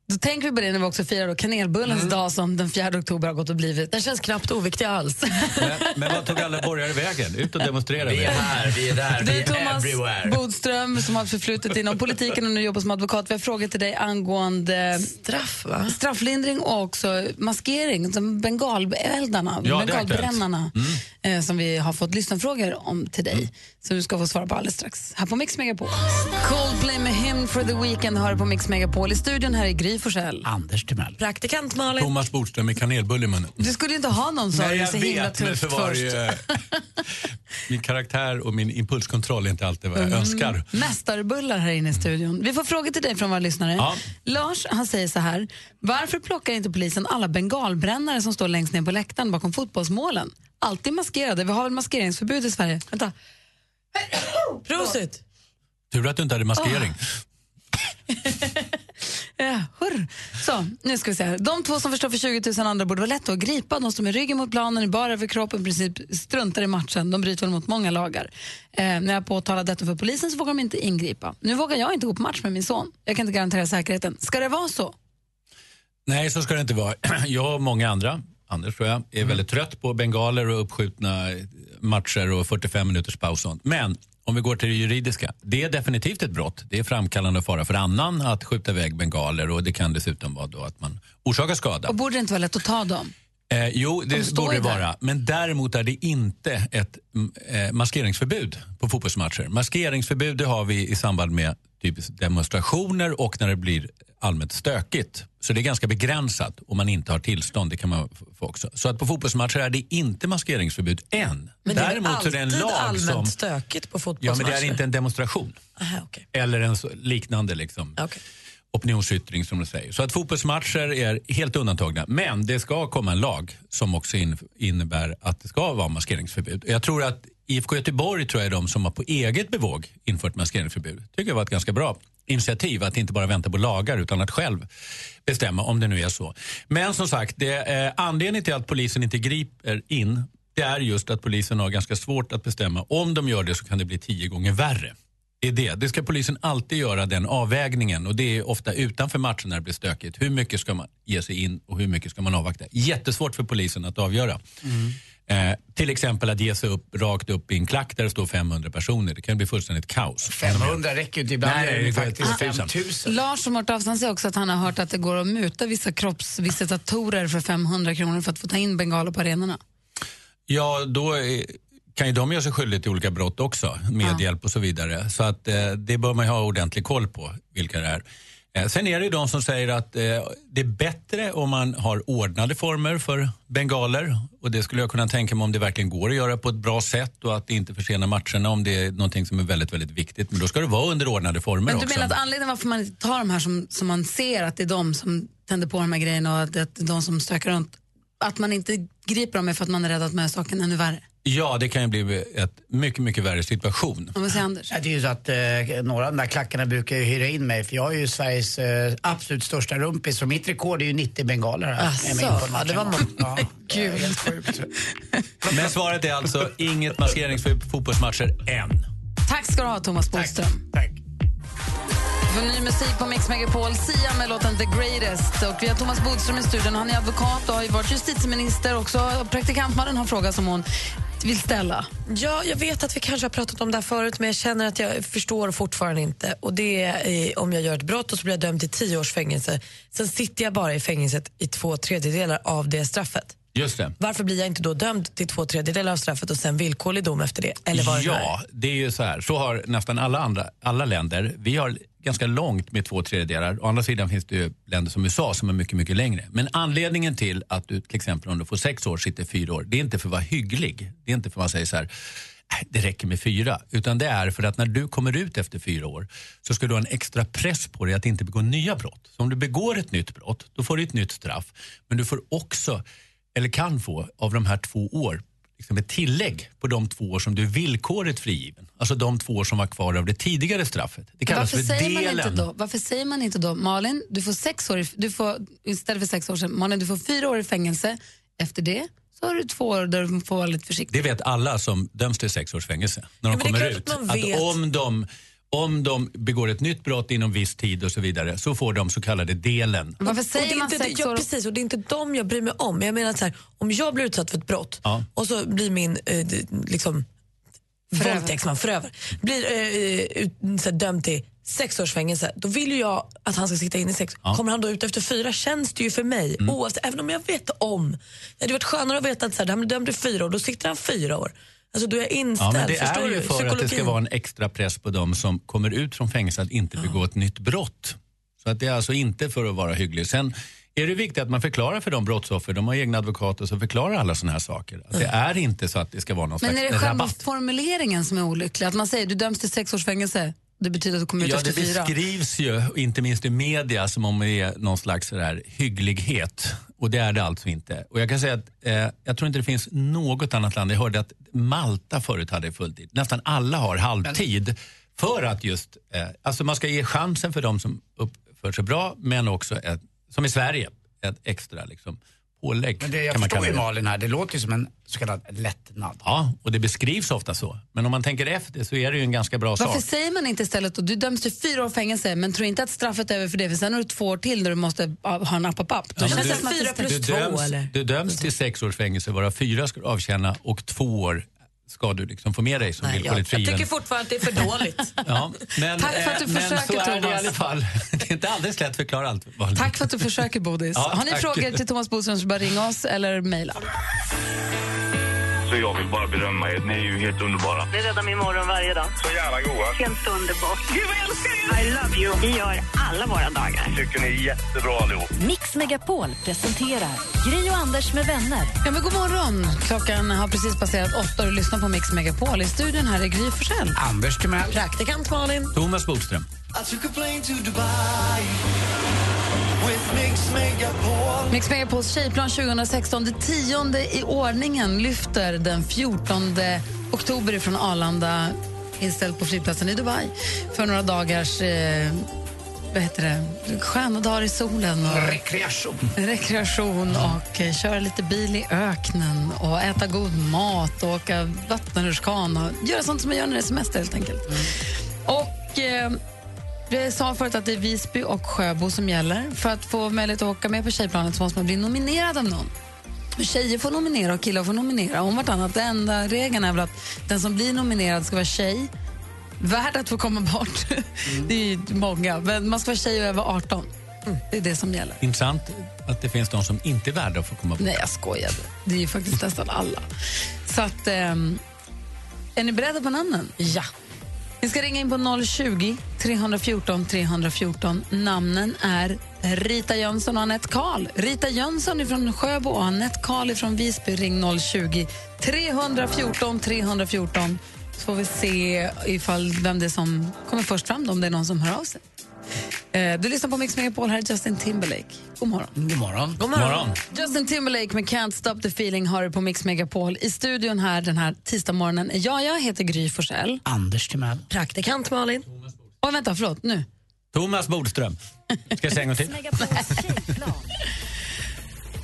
Speaker 2: Då tänker vi på det när vi också firar då kanelbullens dag som den 4 oktober har gått och blivit. Mm. Den känns knappt oviktig alls.
Speaker 14: Men vad tog alla borgare vägen? Ut och demonstrera.
Speaker 3: Vi är här, vi är där,
Speaker 2: Du
Speaker 3: vi är
Speaker 2: Thomas
Speaker 3: everywhere.
Speaker 2: Bodström som har förflutet inom politiken och nu jobbar som advokat. Vi har frågat till dig angående
Speaker 4: Straff, va?
Speaker 2: strafflindring och också maskering. Som bengaleldarna,
Speaker 4: Ja, det är aktuellt.
Speaker 2: bengalbrännarna
Speaker 14: Mm.
Speaker 2: eh, som vi har fått lyssnarfrågor om till dig. Som du ska få svara på alldeles strax här på Mix Megapol. Coldplay med Hymn for the Weekend hör du på Mix Megapol. I studion här är Gry Forssell.
Speaker 3: Anders Timell.
Speaker 2: Praktikant Malin.
Speaker 14: Thomas Bodström med kanelbulle i munnen.
Speaker 2: Du skulle inte ha någon sa
Speaker 14: Nej,
Speaker 2: du
Speaker 14: jag
Speaker 2: så himla
Speaker 14: vet, men
Speaker 2: tufft
Speaker 14: så var det
Speaker 2: först.
Speaker 14: ju, eh, Min karaktär och min impulskontroll är inte alltid vad jag
Speaker 2: Mm.
Speaker 14: önskar.
Speaker 2: Mästarbullar här inne i studion. Vi får frågor till dig från våra lyssnare.
Speaker 14: Ja.
Speaker 2: Lars han säger så här. Varför plockar inte polisen alla bengalbrännare som står längst ner på läktaren bakom fotbollsmålen? Alltid maskerade. Vi har väl maskeringsförbud i Sverige? Vänta. Prosit!
Speaker 14: Tur att du inte hade maskering.
Speaker 2: Eh, hurr. Så, nu ska vi se här. De två som förstår för 20 000 andra borde vara lätta att gripa. De står med ryggen mot planen, i bara över kroppen, i princip struntar i matchen. De bryter väl mot många lagar. Eh, när jag påtalar detta för polisen så vågar de inte ingripa. Nu vågar jag inte gå på match med min son. Jag kan inte garantera säkerheten. Ska det vara så?
Speaker 14: Nej, så ska det inte vara. Jag och många andra, Anders tror jag, är väldigt trött på bengaler och uppskjutna eh, matcher och 45 minuters paus och sånt. Men om vi går till det juridiska. Det är definitivt ett brott. Det är framkallande av fara för annan att skjuta iväg bengaler och det kan dessutom vara då att man orsakar skada.
Speaker 2: Och borde det inte vara lätt att ta dem?
Speaker 14: Eh, jo,
Speaker 2: De
Speaker 14: det
Speaker 2: står
Speaker 14: borde
Speaker 2: ju
Speaker 14: det
Speaker 2: där.
Speaker 14: vara. Men däremot är det inte ett mm, eh, maskeringsförbud på fotbollsmatcher. Maskeringsförbud det har vi i samband med typ demonstrationer och när det blir allmänt stökigt. Så det är ganska begränsat om man inte har tillstånd. Det kan man f- få också. Så att på fotbollsmatcher är det inte maskeringsförbud än.
Speaker 4: Men
Speaker 14: däremot
Speaker 4: det är, väl
Speaker 14: så är det en
Speaker 4: alltid
Speaker 14: lag
Speaker 4: allmänt
Speaker 14: som...
Speaker 4: stökigt på
Speaker 14: Ja,
Speaker 4: fotbollsmatcher?
Speaker 14: men det är inte en demonstration.
Speaker 4: Aha, okej.
Speaker 14: Eller en så- liknande liksom, opinionsyttring som de säger. Så att fotbollsmatcher är helt undantagna. Men det ska komma en lag som också in, innebär att det ska vara maskeringsförbud. Jag tror att IFK Göteborg tror jag är de som har på eget bevåg infört maskeringsförbud. tycker jag var ett ganska bra initiativ att inte bara vänta på lagar utan att själv bestämma om det nu är så. Men som sagt, det, eh, anledningen till att polisen inte griper in det är just att polisen har ganska svårt att bestämma. Om de gör det så kan det bli tio gånger värre. Det är det. Det ska polisen alltid göra den avvägningen och det är ofta utanför matchen när det blir stökigt. Hur mycket ska man ge sig in och hur mycket ska man avvakta? Jättesvårt för polisen att avgöra.
Speaker 3: Mm.
Speaker 14: Eh, till exempel att ge sig upp, rakt upp i en klack där det står 500 personer. Det kan bli fullständigt kaos.
Speaker 3: 500 räcker ju inte. Ibland
Speaker 14: Nej,
Speaker 3: är det
Speaker 14: det
Speaker 3: ju
Speaker 14: går
Speaker 3: faktiskt
Speaker 14: till
Speaker 3: 5 000.
Speaker 2: Lars som har hört av sig han säger också att han har hört att det går att muta vissa kroppsvisitatorer för 500 kronor för att få ta in bengaler på arenorna.
Speaker 14: Ja, då eh, kan ju de göra sig skyldiga till olika brott också, medhjälp och så vidare. Så att eh, det bör man ju ha ordentlig koll på vilka det är. Eh, sen är det ju de som säger att eh, det är bättre om man har ordnade former för bengaler. Och det skulle jag kunna tänka mig om det verkligen går att göra på ett bra sätt och att det inte försenar matcherna om det är någonting som är väldigt, väldigt viktigt. Men då ska det vara under ordnade former
Speaker 2: Men du
Speaker 14: också.
Speaker 2: menar att anledningen varför man inte tar de här som, som man ser att det är de som tänder på de här grejerna och att det är de som stökar runt, att man inte griper dem är för att man är rädd att man gör saken ännu värre?
Speaker 14: Ja, det kan ju bli ett mycket, mycket värre situation.
Speaker 2: Vad säger Anders?
Speaker 3: Ja, Det är ju så att eh, några av de där klackarna brukar ju hyra in mig för jag är ju Sveriges eh, absolut största rumpis och mitt rekord är ju 90 bengaler. här.
Speaker 4: Asså,
Speaker 3: Med mig på matchen.
Speaker 4: ja, det var många.
Speaker 3: Ja, det är
Speaker 4: Gud.
Speaker 3: helt sjukt.
Speaker 14: Men svaret är alltså inget maskeringsförbud på fotbollsmatcher än.
Speaker 2: Tack ska du ha Thomas Bodström.
Speaker 3: Tack.
Speaker 2: För ny musik på Mix Megapol, Sia med låten The Greatest. Och vi har Thomas Bodström i studion, han är advokat och har ju varit justitieminister också. Praktikantmannen har en fråga som hon vill ställa.
Speaker 4: Ja, jag vet att vi kanske har pratat om det här förut men jag känner att jag förstår fortfarande inte. Och det är eh, om jag gör ett brott och så blir jag dömd till tio års fängelse. Sen sitter jag bara i fängelset i två tredjedelar av det straffet.
Speaker 14: Just det.
Speaker 4: Varför blir jag inte då dömd till två tredjedelar av straffet och sen villkorlig dom efter det? Eller vad det nu är?
Speaker 14: ja, det är ju så här. Så har nästan alla andra alla länder. Vi har ganska långt med två tredjedelar. Å andra sidan finns det ju länder som USA som är mycket, mycket längre. Men anledningen till att du till exempel om du får sex år sitter fyra år, det är inte för att vara hygglig. Det är inte för att man säger så här, "Äh, det räcker med fyra. Utan det är för att när du kommer ut efter fyra år så ska du ha en extra press på dig att inte begå nya brott. Så om du begår ett nytt brott, då får du ett nytt straff. Men du får också, eller kan få, av de här två år liksom ett tillägg på de två år som du är villkorligt frigiven. Alltså de två år som var kvar av det tidigare straffet. Det kallas
Speaker 2: Varför
Speaker 14: för
Speaker 2: säger, man inte
Speaker 14: delen.
Speaker 2: då, varför säger man inte då, Malin, du får sex år, i- du får, istället för sex år sedan, Malin, du får fyra år i fängelse. Efter det så har du två år där du får vara lite försiktig.
Speaker 14: Det vet alla som döms till sex års fängelse när de
Speaker 2: Ja, men det är klart
Speaker 14: kommer ut.
Speaker 2: att man
Speaker 14: Att
Speaker 2: vet.
Speaker 14: om de, om de begår ett nytt brott inom viss tid och så vidare så får de så kallade delen.
Speaker 2: Varför säger
Speaker 4: och det är
Speaker 2: man
Speaker 4: inte,
Speaker 2: sex
Speaker 4: ja,
Speaker 2: år?
Speaker 4: Precis, och det är inte dem jag bryr mig om. Jag menar så här, om jag blir utsatt för ett brott
Speaker 14: Ja.
Speaker 4: och så blir min eh, d- liksom,
Speaker 2: Förövare.
Speaker 4: våldtäktsman, förövare, blir eh, ut, så här, dömd till sex års fängelse, då vill ju jag att han ska sitta inne i sex.
Speaker 2: Ja.
Speaker 4: Kommer han då ut efter fyra känns det ju för mig,
Speaker 14: Mm.
Speaker 4: oavsett, även om jag vet om. Det hade varit skönare att veta att så här, han blir dömd till fyra år, då sitter han fyra år. Alltså då är jag inställd,
Speaker 14: Ja, men det
Speaker 4: förstår
Speaker 14: är ju
Speaker 4: du?
Speaker 14: för att det ska vara en extra press på de som kommer ut från fängelse att inte begå ett nytt brott. Så att det är alltså inte för att vara hygglig. Sen är det viktigt att man förklarar för de brottsoffer, de har egna advokater som förklarar alla sådana här saker. Att det är inte så att det ska vara någon
Speaker 2: Mm. Men är det
Speaker 14: slags
Speaker 2: själva
Speaker 14: rabatt.
Speaker 2: formuleringen som är olycklig? Att man säger du döms till sex års fängelse, det betyder att du kommer ut
Speaker 14: Ja,
Speaker 2: efter
Speaker 14: det
Speaker 2: fyra.
Speaker 14: beskrivs ju, inte minst i media, som om det är någon slags sådär hygglighet. Och det är det alltså inte. Och jag kan säga att eh, jag tror inte det finns något annat land. Jag hörde att Malta förut hade fulltid. Nästan alla har halvtid. För att just, eh, alltså man ska ge chansen för de som uppför sig bra, men också, ett, som i Sverige, ett extra liksom, pålägg.
Speaker 3: Men det, jag
Speaker 14: kan man
Speaker 3: förstår
Speaker 14: kalla
Speaker 3: ju
Speaker 14: det.
Speaker 3: Malin här, det låter ju som en så kallad lättnad.
Speaker 14: Ja, och det beskrivs ofta så. Men om man tänker efter så är det ju en ganska bra sak.
Speaker 2: Varför säger man inte istället att du döms till fyra år fängelse men tror inte att straffet är över för det för sen har du två år till där du måste ah, ha en app-app.
Speaker 14: Ja, men du- du döms,
Speaker 2: eller?
Speaker 14: Du döms till sex års fängelse, varav fyra ska du avtjäna och två år ska du liksom få med dig som
Speaker 4: jag, jag
Speaker 14: villkorligt frigiven.
Speaker 4: tycker fortfarande att det är för dåligt.
Speaker 14: Ja, men,
Speaker 2: Tack för att du
Speaker 14: eh, men
Speaker 2: försöker,
Speaker 14: så är det i
Speaker 2: Thomas.
Speaker 14: alla fall. Det är inte alldeles lätt att förklara allt. Malin.
Speaker 2: Tack för att du försöker, Bodis.
Speaker 14: Ja,
Speaker 2: har ni
Speaker 14: tack.
Speaker 2: frågor till Thomas Bodström så bara ringa oss eller mejla.
Speaker 17: Så jag vill bara berömma er. Ni är ju helt underbara.
Speaker 12: Ni räddar min morgon varje dag.
Speaker 17: Så jävla goa.
Speaker 12: Helt underbart. Gud, vad jag älskar er! I love you. Vi gör alla våra dagar.
Speaker 17: Tycker ni är jättebra allihop.
Speaker 1: Mix Megapol presenterar Gri och Anders med vänner.
Speaker 2: Ja, men god morgon. Klockan har precis passerat åtta och du lyssnar på Mix Megapol. I studion här är Gry Forssell.
Speaker 3: Anders Timell.
Speaker 2: Praktikant Malin.
Speaker 14: Thomas Bodström.
Speaker 18: I took a plane to Dubai with Mix Megapol.
Speaker 2: Mix Megapols tjejplan 2016, det tionde i ordningen, lyfter den 14 oktober från Arlanda inställt på flygplatsen i Dubai för några dagars eh, vad heter det? sköna dagar i solen. Och
Speaker 3: Rekreation.
Speaker 2: rekreation och eh, köra lite bil i öknen och äta god mat och åka vattenrutschkana och göra sånt som man gör när det är semester helt enkelt. Och eh, vi sa förut att det är Visby och Sjöbo som gäller. För att få möjlighet att åka med på tjejplanet så måste man bli nominerad av någon. Tjejer får nominera och killar får nominera om vartannat. Den enda regeln är väl att den som blir nominerad ska vara tjej. Värd att få komma bort. Det är ju många. Men man ska vara tjej och över 18. Det är det som gäller.
Speaker 14: Intressant att det finns de som inte är värda att få komma bort.
Speaker 2: Nej, jag skojade. Det är ju faktiskt nästan alla. Så att, ehm, är ni beredda på namnen? Ja. Ni ska ringa in på 020 314 314. Namnen är Rita Jönsson och Anette Karl. Rita Jönsson från Sjöbo och Anette Karl från Visby. Ring 020 314 314 så får vi se ifall vem det är som kommer först fram, om det är någon som hör av sig. Eh, Du lyssnar på Mix Megapol, här är Justin Timberlake. God morgon.
Speaker 3: God morgon.
Speaker 2: God morgon. Justin Timberlake med Can't stop the feeling har du på Mix Megapol. I studion här den här tisdagsmorgonen är jag, jag heter Gry Forssell.
Speaker 3: Anders Timell.
Speaker 2: Praktikant Malin. Åh, vänta, förlåt, nu.
Speaker 14: Thomas Bodström. Ska jag säga en gång till?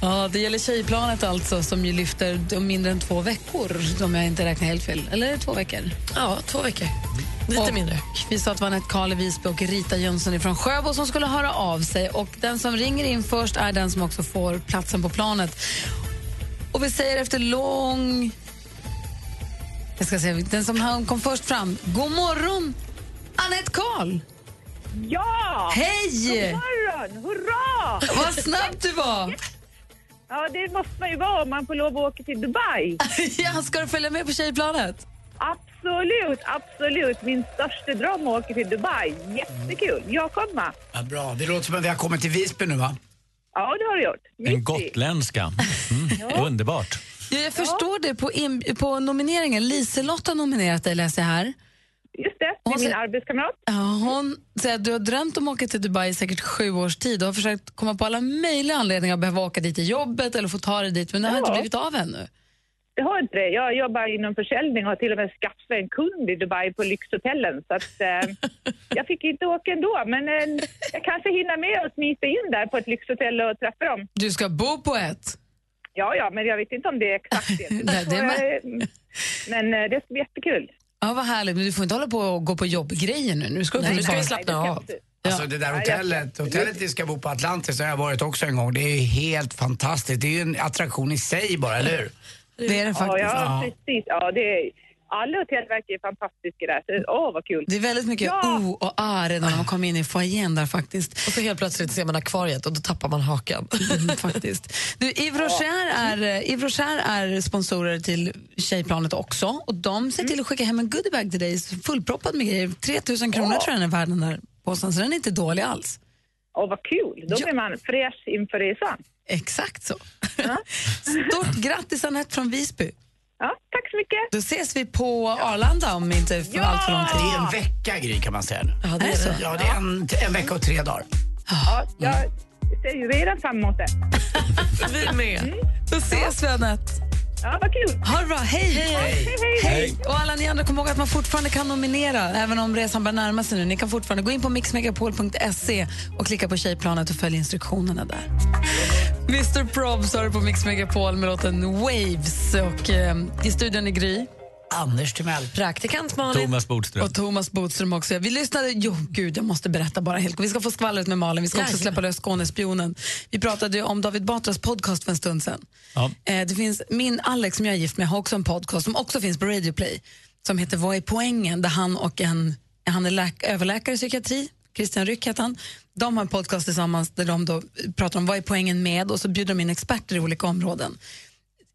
Speaker 2: Ja, det gäller tjejplanet alltså som ju lyfter om mindre än två veckor om jag inte räknar helt fel. Eller är det två veckor? Ja, två veckor. Lite mindre. Vi sa att det var Anette Karl i Visby och Rita Jönsson från Sjöbo som skulle höra av sig. Och den som ringer in först är den som också får platsen på planet. Och vi säger efter lång... Jag ska se, den som han kom först fram. God morgon, Anette Karl!
Speaker 12: Ja!
Speaker 2: Hej!
Speaker 12: God morgon! Hurra!
Speaker 2: Vad snabb du var!
Speaker 12: Ja, det måste man ju vara om man får lov att åka till Dubai.
Speaker 2: ja, ska du följa med på tjejplanet?
Speaker 19: Absolut, absolut. Min största dröm är att åka till Dubai. Jättekul. Jag kommer.
Speaker 3: Ja, bra, det låter som att vi har kommit till Visby nu va?
Speaker 19: Ja, det har du gjort.
Speaker 14: En gotländska. Mm. Underbart.
Speaker 2: Ja, jag förstår det på, in, på nomineringen. Liselott har nominerat dig, läser jag här.
Speaker 19: Just det, det är min arbetskamrat.
Speaker 2: Ja, hon säger att du har drömt om att åka till Dubai i säkert sju års tid och har försökt komma på alla möjliga anledningar att behöva åka dit i jobbet eller få ta dig dit, men det har
Speaker 19: Ja.
Speaker 2: inte blivit av ännu.
Speaker 19: Det har inte det. Jag jobbar inom försäljning och har till och med skaffat en kund i Dubai på lyxhotellen. Så att, eh, jag fick inte åka ändå, men eh, jag kanske hinner med att smita in där på ett lyxhotell och träffa dem.
Speaker 2: Du ska bo på ett.
Speaker 19: Ja, ja, men jag vet inte om det är exakt det.
Speaker 2: Nej, det är
Speaker 19: Eh, Men eh, det ska bli jättekul.
Speaker 2: Ja, vad härligt, men du får inte hålla på och gå på jobbgrejer nu. Nu ska du,
Speaker 3: Nej,
Speaker 2: få-
Speaker 3: nu ska vi
Speaker 19: slappna av.
Speaker 3: Alltså det där
Speaker 19: Ja, jag-
Speaker 3: hotellet, hotellet vi ska bo på Atlantis har jag varit också en gång. Det är ju helt fantastiskt. Det är ju en attraktion i sig bara, eller hur?
Speaker 2: Det är det faktiskt.
Speaker 19: Ja,
Speaker 3: Ja.
Speaker 19: ja. precis. Ja, det är, alla hotell verkar ju fantastiska där. Så, Åh, vad kul.
Speaker 2: Det är väldigt mycket
Speaker 19: Ja.
Speaker 2: o och a redan när man kommer in i foajén där faktiskt.
Speaker 4: Och så helt plötsligt ser man akvariet och då tappar man hakan.
Speaker 2: Mm, faktiskt. Du, Yves Rocher är, eh, Yves Rocher är sponsorer till Tjejplanet också och de ser till att skicka hem en goodiebag till dig fullproppad med grejer. 3000 kronor tror jag den är värd den där påsen, så den är inte dålig alls.
Speaker 19: Åh, vad kul. Då blir man fräsch inför resan.
Speaker 2: Exakt så. Stort grattis Anette från Visby.
Speaker 19: Ja, tack så mycket.
Speaker 2: Då ses vi på Arlanda om inte för allt för lång tid.
Speaker 3: Det är en vecka, Gry, kan man säga. nu.
Speaker 2: Ah. Ja, det är så.
Speaker 3: Ja, det är en, en vecka och tre dagar.
Speaker 19: Ja, jag ser ju redan fram emot det.
Speaker 2: Vi med. Då ses vi, Anette.
Speaker 19: Ja, vad kul.
Speaker 2: Ha det bra. Hej!
Speaker 19: Hej. Hej, hej.
Speaker 2: Och alla ni andra, kom ihåg att man fortfarande kan nominera, även om resan börjar närma sig nu. Ni kan fortfarande gå in på mixmegapol.se och klicka på tjejplanet och följ instruktionerna där. Mr Probs har du på Mix Megapol med låten Waves. Och, eh, I studion i Gry.
Speaker 3: Anders Timell.
Speaker 2: Praktikant Malin.
Speaker 14: Thomas Bodström.
Speaker 2: Och Thomas Bodström också. Vi lyssnade, jo gud jag måste berätta bara helt Vi ska få skvallret med Malin, vi ska också
Speaker 20: Jajamän.
Speaker 2: släppa lös Skånespionen. Vi pratade ju om David Batras podcast för en stund sedan.
Speaker 20: Ja.
Speaker 2: Eh, det finns, min Alex som jag är gift med har också en podcast som också finns på Radio Play som heter Vad är poängen? Där han och en, han är läk, överläkare i psykiatri, Christian Ryck heter han. De har en podcast tillsammans där de då pratar om vad är poängen med och så bjuder de in experter i olika områden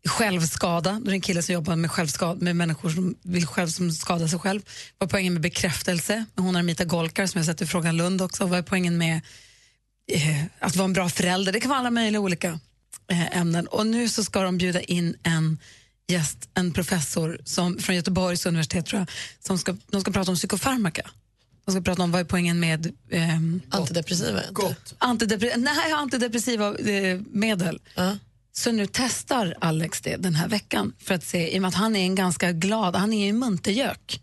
Speaker 2: självskada. Då är det en kille som jobbar med, självskada, med människor som vill själv som skada sig själv. Vad är poängen med bekräftelse? Hon Armita Golkar som jag sett i Frågan Lund också. Vad är poängen med eh, att vara en bra förälder? Det kan vara alla möjliga olika eh, ämnen. Och nu så ska de bjuda in en gäst, en professor som, från Göteborgs universitet tror jag, som ska, de ska prata om psykofarmaka. De ska prata om vad är poängen med ehm,
Speaker 4: Antidepressiva?
Speaker 2: Gott. Antidepre- nej, antidepressiva eh, medel. Så nu testar Alex det den här veckan för att se, i och med att han är en ganska glad, han är ju en muntergök.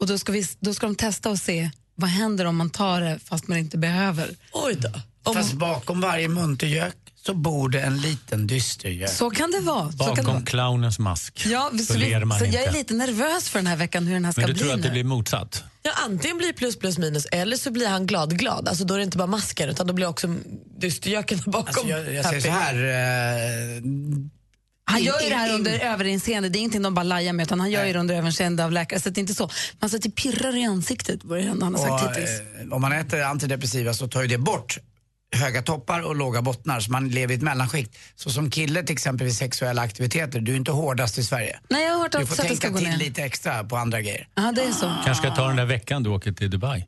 Speaker 2: Och då ska, vi, då ska de testa och se vad händer om man tar det fast man inte behöver.
Speaker 4: Oj då.
Speaker 3: Fast bakom varje muntergök så bor det en liten dystergök.
Speaker 2: Så kan det vara. Så kan det
Speaker 14: Bakom
Speaker 2: vara.
Speaker 14: clownens mask
Speaker 2: Ja,
Speaker 14: så
Speaker 2: så vi,
Speaker 14: ler man
Speaker 2: så
Speaker 14: inte.
Speaker 2: jag är lite nervös för den här veckan hur den här ska
Speaker 14: Men du
Speaker 2: bli.
Speaker 14: tror att det
Speaker 2: nu.
Speaker 14: blir motsatt?
Speaker 4: Ja, antingen blir plus plus minus eller så blir han glad-glad. Alltså, då är det inte bara masken utan då blir också dystergöken där bakom.
Speaker 3: Alltså, jag, jag säger så
Speaker 4: happy.
Speaker 3: här. Eh,
Speaker 2: Han
Speaker 3: in-
Speaker 2: gör ju det
Speaker 3: in-
Speaker 2: här
Speaker 3: in-
Speaker 2: under överinseende, det är ingenting de bara lajar med utan han gör ju det under överinseende av läkare. Så att det är inte så. Man sätter pirrar i ansiktet på det enda han har sagt
Speaker 3: Och,
Speaker 2: hittills.
Speaker 3: eh, om man äter antidepressiva så tar ju det bort höga toppar och låga bottnar så man lever i ett mellanskikt. Så som kille till exempel vid sexuella aktiviteter, du är inte hårdast i Sverige.
Speaker 2: Nej, jag har hört
Speaker 3: Du
Speaker 2: att
Speaker 3: får
Speaker 2: så att det ska
Speaker 3: tänka
Speaker 2: gå
Speaker 3: till
Speaker 2: ner.
Speaker 3: lite Ah. extra på andra grejer.
Speaker 2: Ja, det är så.
Speaker 14: Kanske ska ta den där veckan du åker till Dubai.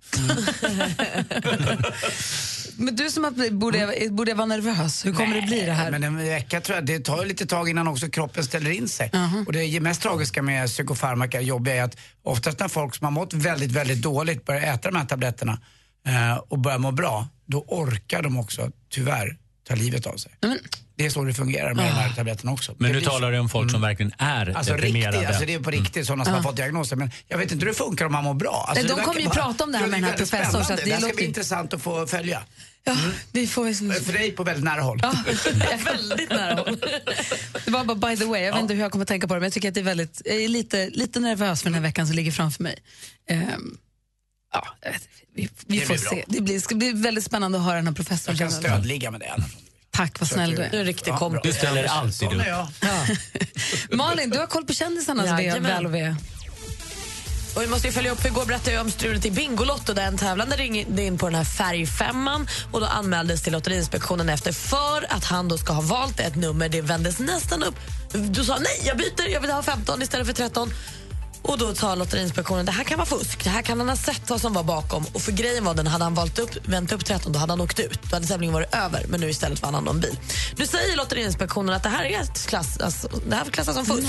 Speaker 2: Men du som har, borde, jag, borde jag vara nervös? Hur kommer det bli det här?
Speaker 3: Men en vecka tror jag, det tar ju lite tag innan också kroppen ställer in sig. Och det mest tragiska med psykofarmaka, jobbiga, är att oftast när folk som har mått väldigt, väldigt dåligt börjar äta de här tabletterna eh, och börjar må bra, då orkar de också tyvärr ta livet av sig. Det är så det fungerar med de
Speaker 2: Ah.
Speaker 3: här tabletterna också.
Speaker 14: Men
Speaker 3: Det
Speaker 14: nu
Speaker 3: blir så.
Speaker 14: talar du om folk som verkligen är Mm.
Speaker 3: Alltså
Speaker 14: deprimerade.
Speaker 3: riktigt, alltså det är på riktigt sådana som
Speaker 14: Ja.
Speaker 3: har fått diagnoser. Men jag vet inte hur det funkar om man mår bra.
Speaker 2: Nej,
Speaker 3: Alltså,
Speaker 2: de
Speaker 3: verkar
Speaker 2: kommer ju
Speaker 3: bara-
Speaker 2: prata om det här
Speaker 3: Ja,
Speaker 2: med den här
Speaker 3: väldigt
Speaker 2: professorn, så att
Speaker 3: spännande.
Speaker 2: det
Speaker 3: Det här ska
Speaker 2: låter
Speaker 3: bli
Speaker 2: ju-
Speaker 3: intressant att få följa. Mm.
Speaker 2: Vi får...
Speaker 3: För dig på väldigt nära håll.
Speaker 2: väldigt nära håll. Det var bara by the way, jag vet inte hur jag kommer tänka på det men jag tycker att det är väldigt, jag är lite, lite nervös för den här
Speaker 3: Mm.
Speaker 2: veckan som ligger framför mig. Ehm, ja, jag vet inte. vi, vi
Speaker 3: Det
Speaker 2: får
Speaker 3: blir bra.
Speaker 2: se. Det blir, ska bli väldigt spännande att höra den här professorn.
Speaker 3: Jag kan stödligga med det. annars.
Speaker 2: Tack, vad snäll du är.
Speaker 3: Du är riktigt Ja, kompis. bra. Du ställer alltid Sån är upp. jag.
Speaker 2: Malin, du har koll på kändisarnas ve-
Speaker 4: Jajamän.
Speaker 2: väl och ve.
Speaker 4: Och vi måste ju följa upp, för igår berättade jag om strulet i Bingolotto där en tävlande ringde in på den här färgfemman och då anmäldes till Lotteriinspektionen efter för att han då ska ha valt ett nummer, det vändes nästan upp. Du sa nej, jag byter, jag vill ha 15 istället för 13. Och då sa Lotteriinspektionen det här kan vara fusk. Det här kan han ha sett vad som var bakom. Och för grejen var den, hade han valt upp, vänt upp 13 då hade han åkt ut. Då hade tävlingen varit över, men nu istället vann han någon bil. Nu säger Lotteriinspektionen att det här, är ett klass, alltså, det här klassas som fusk.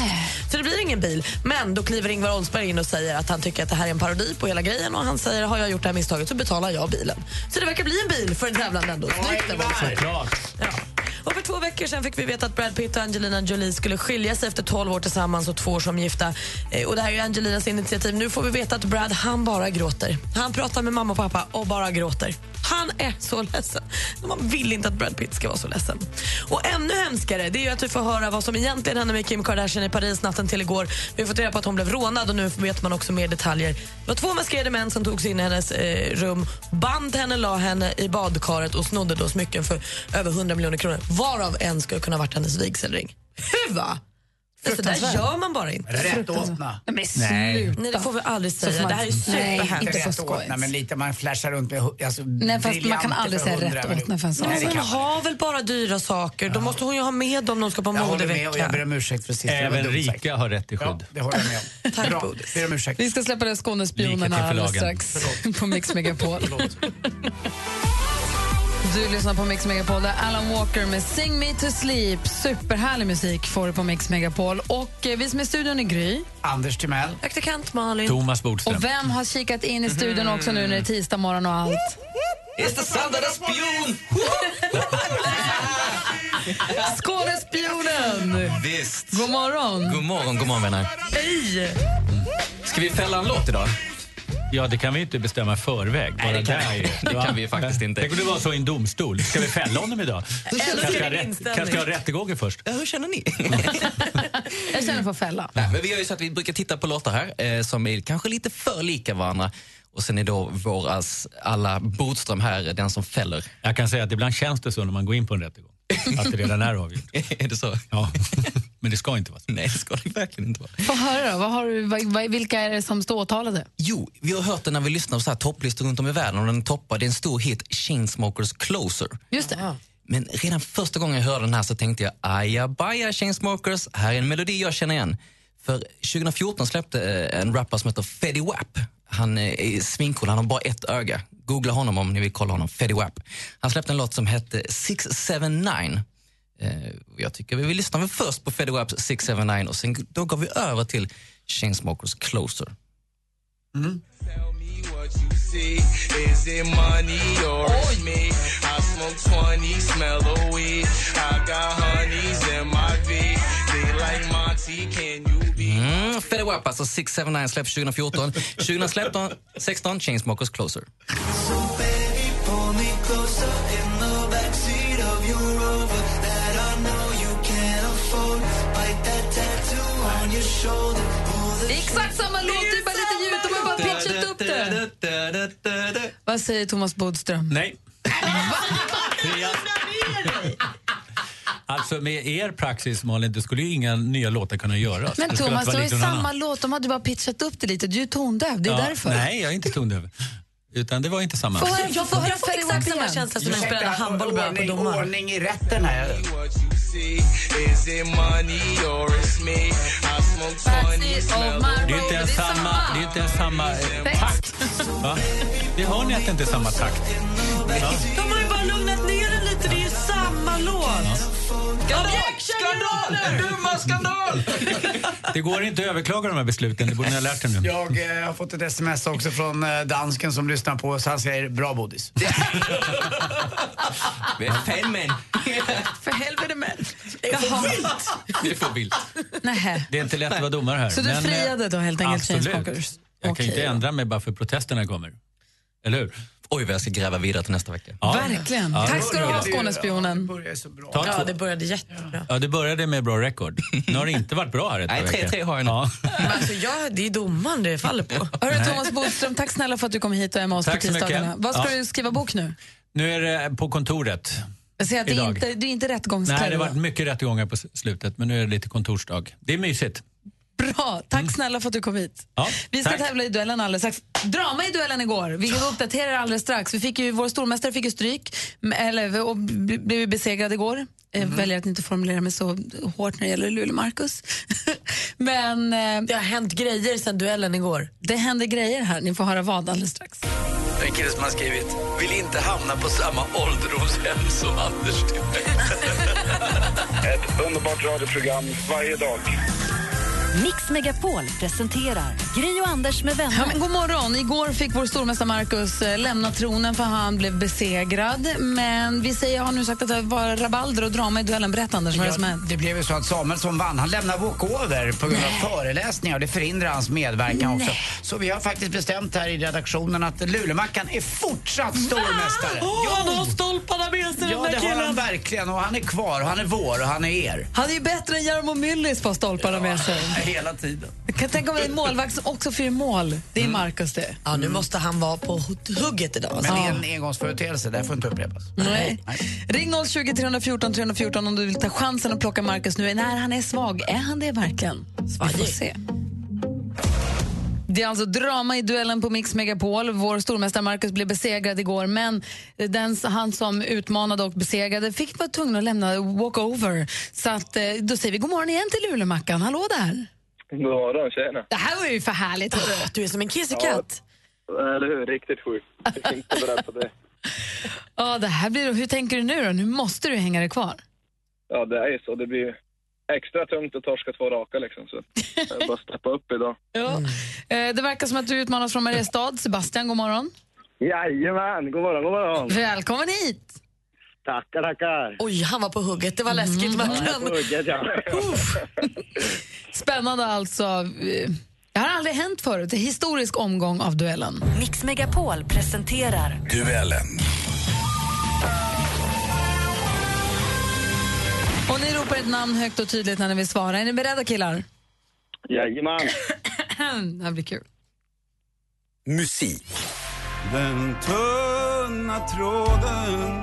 Speaker 4: Så det blir ingen bil. Men då kliver Ingvar Oldsberg in och säger att han tycker att det här är en parodi på hela grejen. Och han säger har jag gjort det här misstaget så betalar jag bilen. Så det verkar bli en bil för en tävlande ändå. Snyggt av Oldsberg. Och för två veckor sedan fick vi veta att Brad Pitt och Angelina Jolie skulle skilja sig efter 12 år tillsammans och två år som gifta. Eh, Och det här är ju Angelinas initiativ. Nu får vi veta att Brad, han bara gråter. Han pratar med mamma och pappa och bara gråter. Han är så ledsen. Man vill inte att Brad Pitt ska vara så ledsen. Och ännu hemskare det är ju att vi får höra vad som egentligen hände med Kim Kardashian i Paris natten till igår. Vi har fått reda på att hon blev rånad och nu vet man också mer detaljer. Det var två maskerade män som tog sig in i hennes eh, rum, band henne, la henne i badkaret och snodde då smycken för över 100 miljoner kronor varav en skulle kunna ha varit hennes vigselring. Hur va? Så där gör man bara inte.
Speaker 3: Rätt åtna.
Speaker 4: Nej, men sluta.
Speaker 3: Nej.
Speaker 4: Nej, det får vi aldrig
Speaker 3: Så
Speaker 4: säga.
Speaker 3: får man-
Speaker 4: Det här är ju
Speaker 2: Nej,
Speaker 4: superhemskt.
Speaker 2: inte för
Speaker 3: Rätt
Speaker 2: skojs.
Speaker 3: åtna, men lite man flashar runt med hu- alltså,
Speaker 2: Nej, fast man kan aldrig säga rätt åt när för en sån
Speaker 4: Nej,
Speaker 2: sak.
Speaker 4: men hon har väl bara dyra saker? Då måste hon ju ha med dem när hon ska på
Speaker 3: Jag håller med och jag ber
Speaker 4: modevecka.
Speaker 3: om ursäkt för sist. Det var
Speaker 14: Även
Speaker 3: dumt sagt.
Speaker 14: rika har rätt till skydd.
Speaker 3: Det håller jag med om. Tack, Bodis. Ber om ursäkt.
Speaker 2: Vi ska släppa det
Speaker 14: Likhet
Speaker 2: Skånespionerna
Speaker 14: till
Speaker 2: alldeles
Speaker 14: förlagen.
Speaker 2: strax på Mix Megapol. Du lyssnar på Mix Megapol, där Alan Walker med Sing Me To Sleep. Superhärlig musik får du på Mix Megapol. Och eh, vi som är i studion är Gry.
Speaker 3: Anders Timell.
Speaker 4: Praktikant Malin.
Speaker 14: Thomas Bodström.
Speaker 2: Och vem har kikat in i studion också nu när det är tisdag morgon och allt?
Speaker 10: It's the Sandra spion!
Speaker 2: Skånespionen!
Speaker 10: Visst.
Speaker 2: God morgon!
Speaker 10: God morgon, god morgon vänner.
Speaker 2: Hej!
Speaker 10: Ska vi fälla en låt idag?
Speaker 14: Ja, det kan vi ju inte bestämma i förväg. Bara
Speaker 10: det kan
Speaker 14: där
Speaker 10: vi-
Speaker 14: ju.
Speaker 10: det
Speaker 14: Va?
Speaker 10: kan vi ju faktiskt inte.
Speaker 14: Tänk om det var så i en domstol. Ska vi fälla honom idag?
Speaker 10: Eller så
Speaker 14: Kanske
Speaker 10: är
Speaker 14: ha
Speaker 10: det
Speaker 14: rätt-
Speaker 10: inställning.
Speaker 14: kanske ha rättegången först.
Speaker 10: Ja, hur känner ni?
Speaker 2: Jag känner för fälla.
Speaker 10: Nej, men vi gör ju så att vi brukar titta på låtar här eh, som är kanske lite för lika varandra. Och sen är då våras alla Bodström här den som fäller.
Speaker 14: Jag kan säga att ibland känns det så när man går in på en rättegång. Att det redan är avgjort.
Speaker 10: är det så?
Speaker 14: Ja. Men det ska inte vara så.
Speaker 10: Nej, det ska det verkligen inte vara.
Speaker 2: Få höra då, vad har du, vad, vad, vilka är det som står åtalade?
Speaker 10: Jo, vi har hört det när vi lyssnar på så här topplistor runt om i världen och den toppar, det är en stor hit, Chainsmokers Closer.
Speaker 2: Just det.
Speaker 10: Men redan första gången jag hörde den här så tänkte jag ajabaja Chainsmokers, här är en melodi jag känner igen. För 2014 släppte eh, en rapper som heter Fetty Wap. Han eh, är svincool, han har bara ett öga. Googla honom om ni vill kolla honom, Fetty Wap. Han släppte en låt som hette 679. Eh, och Jag tycker vi vill lyssna väl först på Fetty Waps 679 och sen då går vi över till Chainsmokers Closer.
Speaker 21: see? Is it money or it's me? I smoke 20, smell the weed. I got honeys in my V. They like Monty, can you?
Speaker 10: Mm, Fetty Wap, alltså 679 släpps 2014. 2016, Chainsmokers Closer.
Speaker 18: So baby, pull me closer in the backseat of your Rover that I know you can't afford. Bite that tattoo on your shoulder. Pull the
Speaker 2: Det är exakt samma låt, det
Speaker 4: typ
Speaker 2: är bara lite ljud. De har bara pitchat upp det. Vad säger Thomas Bodström?
Speaker 14: Nej. Alltså med er praxis Malin, det skulle ju inga nya låtar kunna göras.
Speaker 2: Men
Speaker 14: Det skulle
Speaker 2: Thomas, det var
Speaker 14: alltid
Speaker 2: ju
Speaker 14: vara lite någon
Speaker 2: samma
Speaker 14: annan.
Speaker 2: låt. De hade bara pitchat upp det lite. Du är tondöv, det är
Speaker 14: Ja,
Speaker 2: därför.
Speaker 14: Nej, jag är inte tondöv. Utan det var inte samma.
Speaker 2: Få höra-
Speaker 4: Jag får höra
Speaker 2: Fetty Wap
Speaker 4: exakt samma
Speaker 2: igen.
Speaker 4: känsla som när jag spelade handboll och började på
Speaker 3: Ordning,
Speaker 4: domaren.
Speaker 3: ordning i rätten här.
Speaker 21: See? Is it money or it's me? I smoke 20, smell the
Speaker 14: Det är inte ens samma, det är inte ens samma eh, takt. Va? Det hör ni att det inte är samma takt. Ja.
Speaker 4: De har ju bara lugnat ner den lite, det är ju samma låt. Skandal!
Speaker 10: Skandal! Dumma skandal!
Speaker 14: Det går inte att överklaga de här besluten, det borde ni ha lärt er nu.
Speaker 3: Jag eh, har fått ett sms också från eh, dansken som lyssnar på oss. Han säger bra bodis.
Speaker 10: Vi är fan män.
Speaker 4: För helvete men.
Speaker 10: Det är för vilt.
Speaker 2: Nähä.
Speaker 14: Det är inte lätt att vara domare här.
Speaker 2: Så du
Speaker 14: men, eh,
Speaker 2: friade då helt enkelt
Speaker 14: Absolut.
Speaker 2: Chainsmokers?
Speaker 14: Jag
Speaker 2: Okej
Speaker 14: kan inte
Speaker 2: då.
Speaker 14: ändra mig bara för protesterna kommer. Eller hur?
Speaker 10: Oj, vad jag ska gräva vidare till nästa vecka.
Speaker 14: Ja.
Speaker 2: Verkligen.
Speaker 14: Ja.
Speaker 2: Tack ska du ha, Skånespionen.
Speaker 14: Ta två.
Speaker 4: Ja, det började jättebra.
Speaker 14: Ja, det började med bra rekord. Nu har det inte varit bra här ett par
Speaker 10: Nej, 3-3
Speaker 14: veckor.
Speaker 10: har jag nu.
Speaker 14: Ja.
Speaker 4: Men alltså, jag, det är domaren det faller på.
Speaker 2: Hörru, Thomas Bodström, tack snälla för att du kom hit och är med oss
Speaker 14: Tack
Speaker 2: på
Speaker 14: så mycket.
Speaker 2: tisdagarna. Vad ska
Speaker 14: Ja.
Speaker 2: du skriva bok nu?
Speaker 14: Nu är det på kontoret.
Speaker 2: Jag ser att det är
Speaker 14: Idag.
Speaker 2: inte, det är inte rättegångskläder.
Speaker 14: Nej, det har
Speaker 2: va?
Speaker 14: varit mycket rättegångar på s- slutet, men nu är det lite kontorsdag. Det är mysigt.
Speaker 2: Bra, tack snälla för att du kom hit.
Speaker 14: Ja,
Speaker 2: Vi ska
Speaker 14: Mm. tack.
Speaker 2: tävla i duellen alldeles strax. Drama i duellen igår. Vi uppdaterar alldeles strax. Vi fick ju, vår stormästare fick ju stryk m- eller, och b- blev ju besegrad igår. Jag
Speaker 4: Mm.
Speaker 2: väljer att inte formulera mig så hårt när det gäller Luleå Marcus. Men, det har hänt grejer sen duellen igår. Det händer grejer här. Ni får höra vad alldeles strax.
Speaker 3: En kille som har skrivit Vill inte hamna på samma ålderdomshem som Anders
Speaker 7: Ett underbart radioprogram varje dag.
Speaker 1: Mix Megapol presenterar Gri och Anders med vänner.
Speaker 2: Ja, men god morgon. Igår fick vår stormästare Marcus eh, lämna tronen för han blev besegrad. Men vi säger, jag har nu sagt att det var rabalder och drama i duellen. Berätta, Anders, vad är det som
Speaker 3: Ja,
Speaker 2: hänt?
Speaker 3: det blev ju så att Samuel som vann, han lämnade walkover på grund av föreläsningar och det förhindrar hans medverkan också. Så vi har faktiskt bestämt här i redaktionen att Lulemackan är fortsatt
Speaker 4: Ah!
Speaker 3: stormästare.
Speaker 2: Ah! Åh,
Speaker 4: Oh!
Speaker 2: han har stolparna med sig, den
Speaker 3: Ja,
Speaker 2: där
Speaker 3: det har han
Speaker 2: killen.
Speaker 3: verkligen och han är kvar och han är vår och han är er.
Speaker 2: Han är ju bättre än Jarmo Myllys på stolparna med sig.
Speaker 3: Hela tiden.
Speaker 2: Jag kan tänka mig en målvakt som också firar mål. Det är Marcus det.
Speaker 4: Ja, nu måste han vara på hugget idag.
Speaker 3: Mm. Men det är en engångsföreteelse, det här får inte upprepas.
Speaker 2: Nej. Ring 020 314 314 om du vill ta chansen att plocka Marcus nu. När han är svag, är han det verkligen? Vi får se. Det är alltså drama i duellen på Mix Megapol. Vår stormästare Marcus blev besegrad igår men den, han som utmanade och besegrade fick vara tvungen att lämna walkover. Så att, eh, då säger vi god morgon igen till Lulemackan. Hallå där! Ah.
Speaker 5: God morgon, tjena.
Speaker 2: Det här var ju för härligt. hörru.
Speaker 4: Du är som en kissekatt.
Speaker 5: Eller hur? Riktigt sjukt. Jag är inte beredd på det.
Speaker 2: Ja, det här blir, hur tänker du nu då? Nu måste du hänga dig kvar.
Speaker 5: Ja, det är ju så. Det blir ju extra tungt att torska två raka liksom. Så jag vill bara steppa upp idag.
Speaker 2: Ja. Eh, Det verkar som att du utmanas från Mariestad. Sebastian, god morgon.
Speaker 22: Jajamän, god morgon, god morgon.
Speaker 2: Välkommen hit!
Speaker 22: Tackar, tackar.
Speaker 4: Oj, han var på hugget. Det var läskigt.
Speaker 5: Mm.
Speaker 4: men-
Speaker 22: Hugget, ja.
Speaker 2: Spännande alltså. Eh, Det här har aldrig hänt förut. En historisk omgång av duellen.
Speaker 1: Mix Megapol presenterar
Speaker 5: Duellen.
Speaker 2: Och ni ropar ett namn högt och tydligt när ni vill svara. Är ni beredda killar?
Speaker 22: Jajamän.
Speaker 2: det här blir kul.
Speaker 5: Musik.
Speaker 23: Den tunna tråden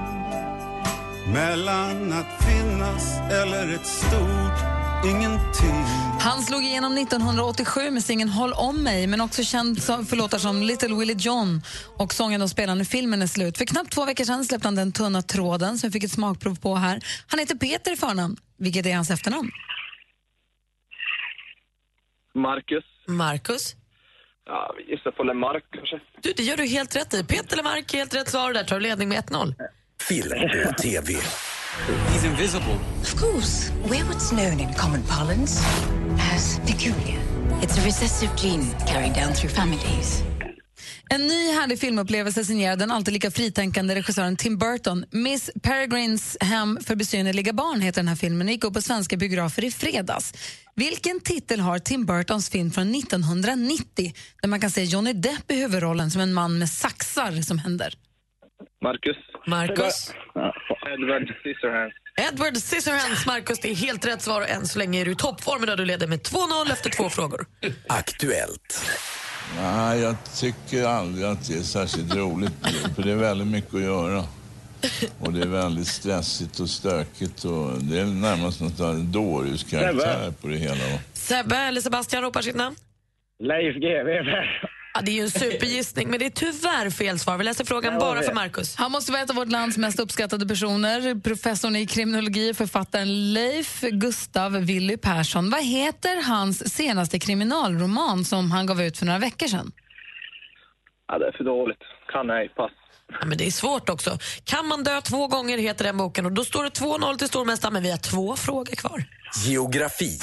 Speaker 23: mellan att finnas eller ett stort ingenting.
Speaker 2: Han slog igenom 1987 med singeln Håll om mig men också känd som- för låtar som Little Willie John och sången de spelar när filmen är slut. För knappt två veckor sedan släppte han Den tunna tråden som vi fick ett smakprov på här. Han heter Peter i förnamn, vilket är hans efternamn.
Speaker 5: Marcus.
Speaker 4: Marcus?
Speaker 5: Ja, vi gissar på Lemark kanske.
Speaker 4: Du, det gör du helt rätt i. Peter Lemark, helt rätt svar. Där tar du ledning med 1-0.
Speaker 5: Film och TV.
Speaker 24: He's invisible.
Speaker 25: Of course, we're what's known in common parlance as peculiar. It's a recessive gene carried down through families.
Speaker 2: En ny härlig filmupplevelse signerad den alltid lika fritänkande regissören Tim Burton. Miss Peregrines hem för besynnerliga barn heter den här filmen och gick upp på svenska biografer i fredags. Vilken titel har Tim Burtons film från 1990 där man kan se Johnny Depp i huvudrollen som en man med saxar som händer?
Speaker 5: Marcus.
Speaker 4: Marcus.
Speaker 5: Edward Scissorhands.
Speaker 4: Edward Scissorhands, Marcus, det är helt rätt svar. Och än så länge är du i toppform idag. Du leder med 2-0 efter två frågor.
Speaker 26: Aktuellt. Nej, jag tycker aldrig att det är särskilt roligt. För det är väldigt mycket att göra. Och det är väldigt stressigt och stökigt. Och det är närmast något av en dårhuskaraktär på det hela. va.
Speaker 4: Sebbe, eller Sebastian, ropar sitt namn.
Speaker 22: Leif GW.
Speaker 4: Ja, det är ju en supergissning, men det är tyvärr fel svar. Vi läser frågan
Speaker 2: Ja,
Speaker 4: bara
Speaker 2: vet.
Speaker 4: för Marcus.
Speaker 2: Han måste vara ett av vårt lands mest uppskattade personer. Professorn i kriminologi och författaren Leif Gustav Willy Persson. Vad heter hans senaste kriminalroman som han gav ut för några veckor sedan?
Speaker 5: Ja, det är för dåligt. Kan ej. Pass.
Speaker 4: Ja, men det är svårt också. Kan man dö två gånger heter den boken och då står det 2-0 till stormästaren, men vi har två frågor kvar.
Speaker 5: Geografi.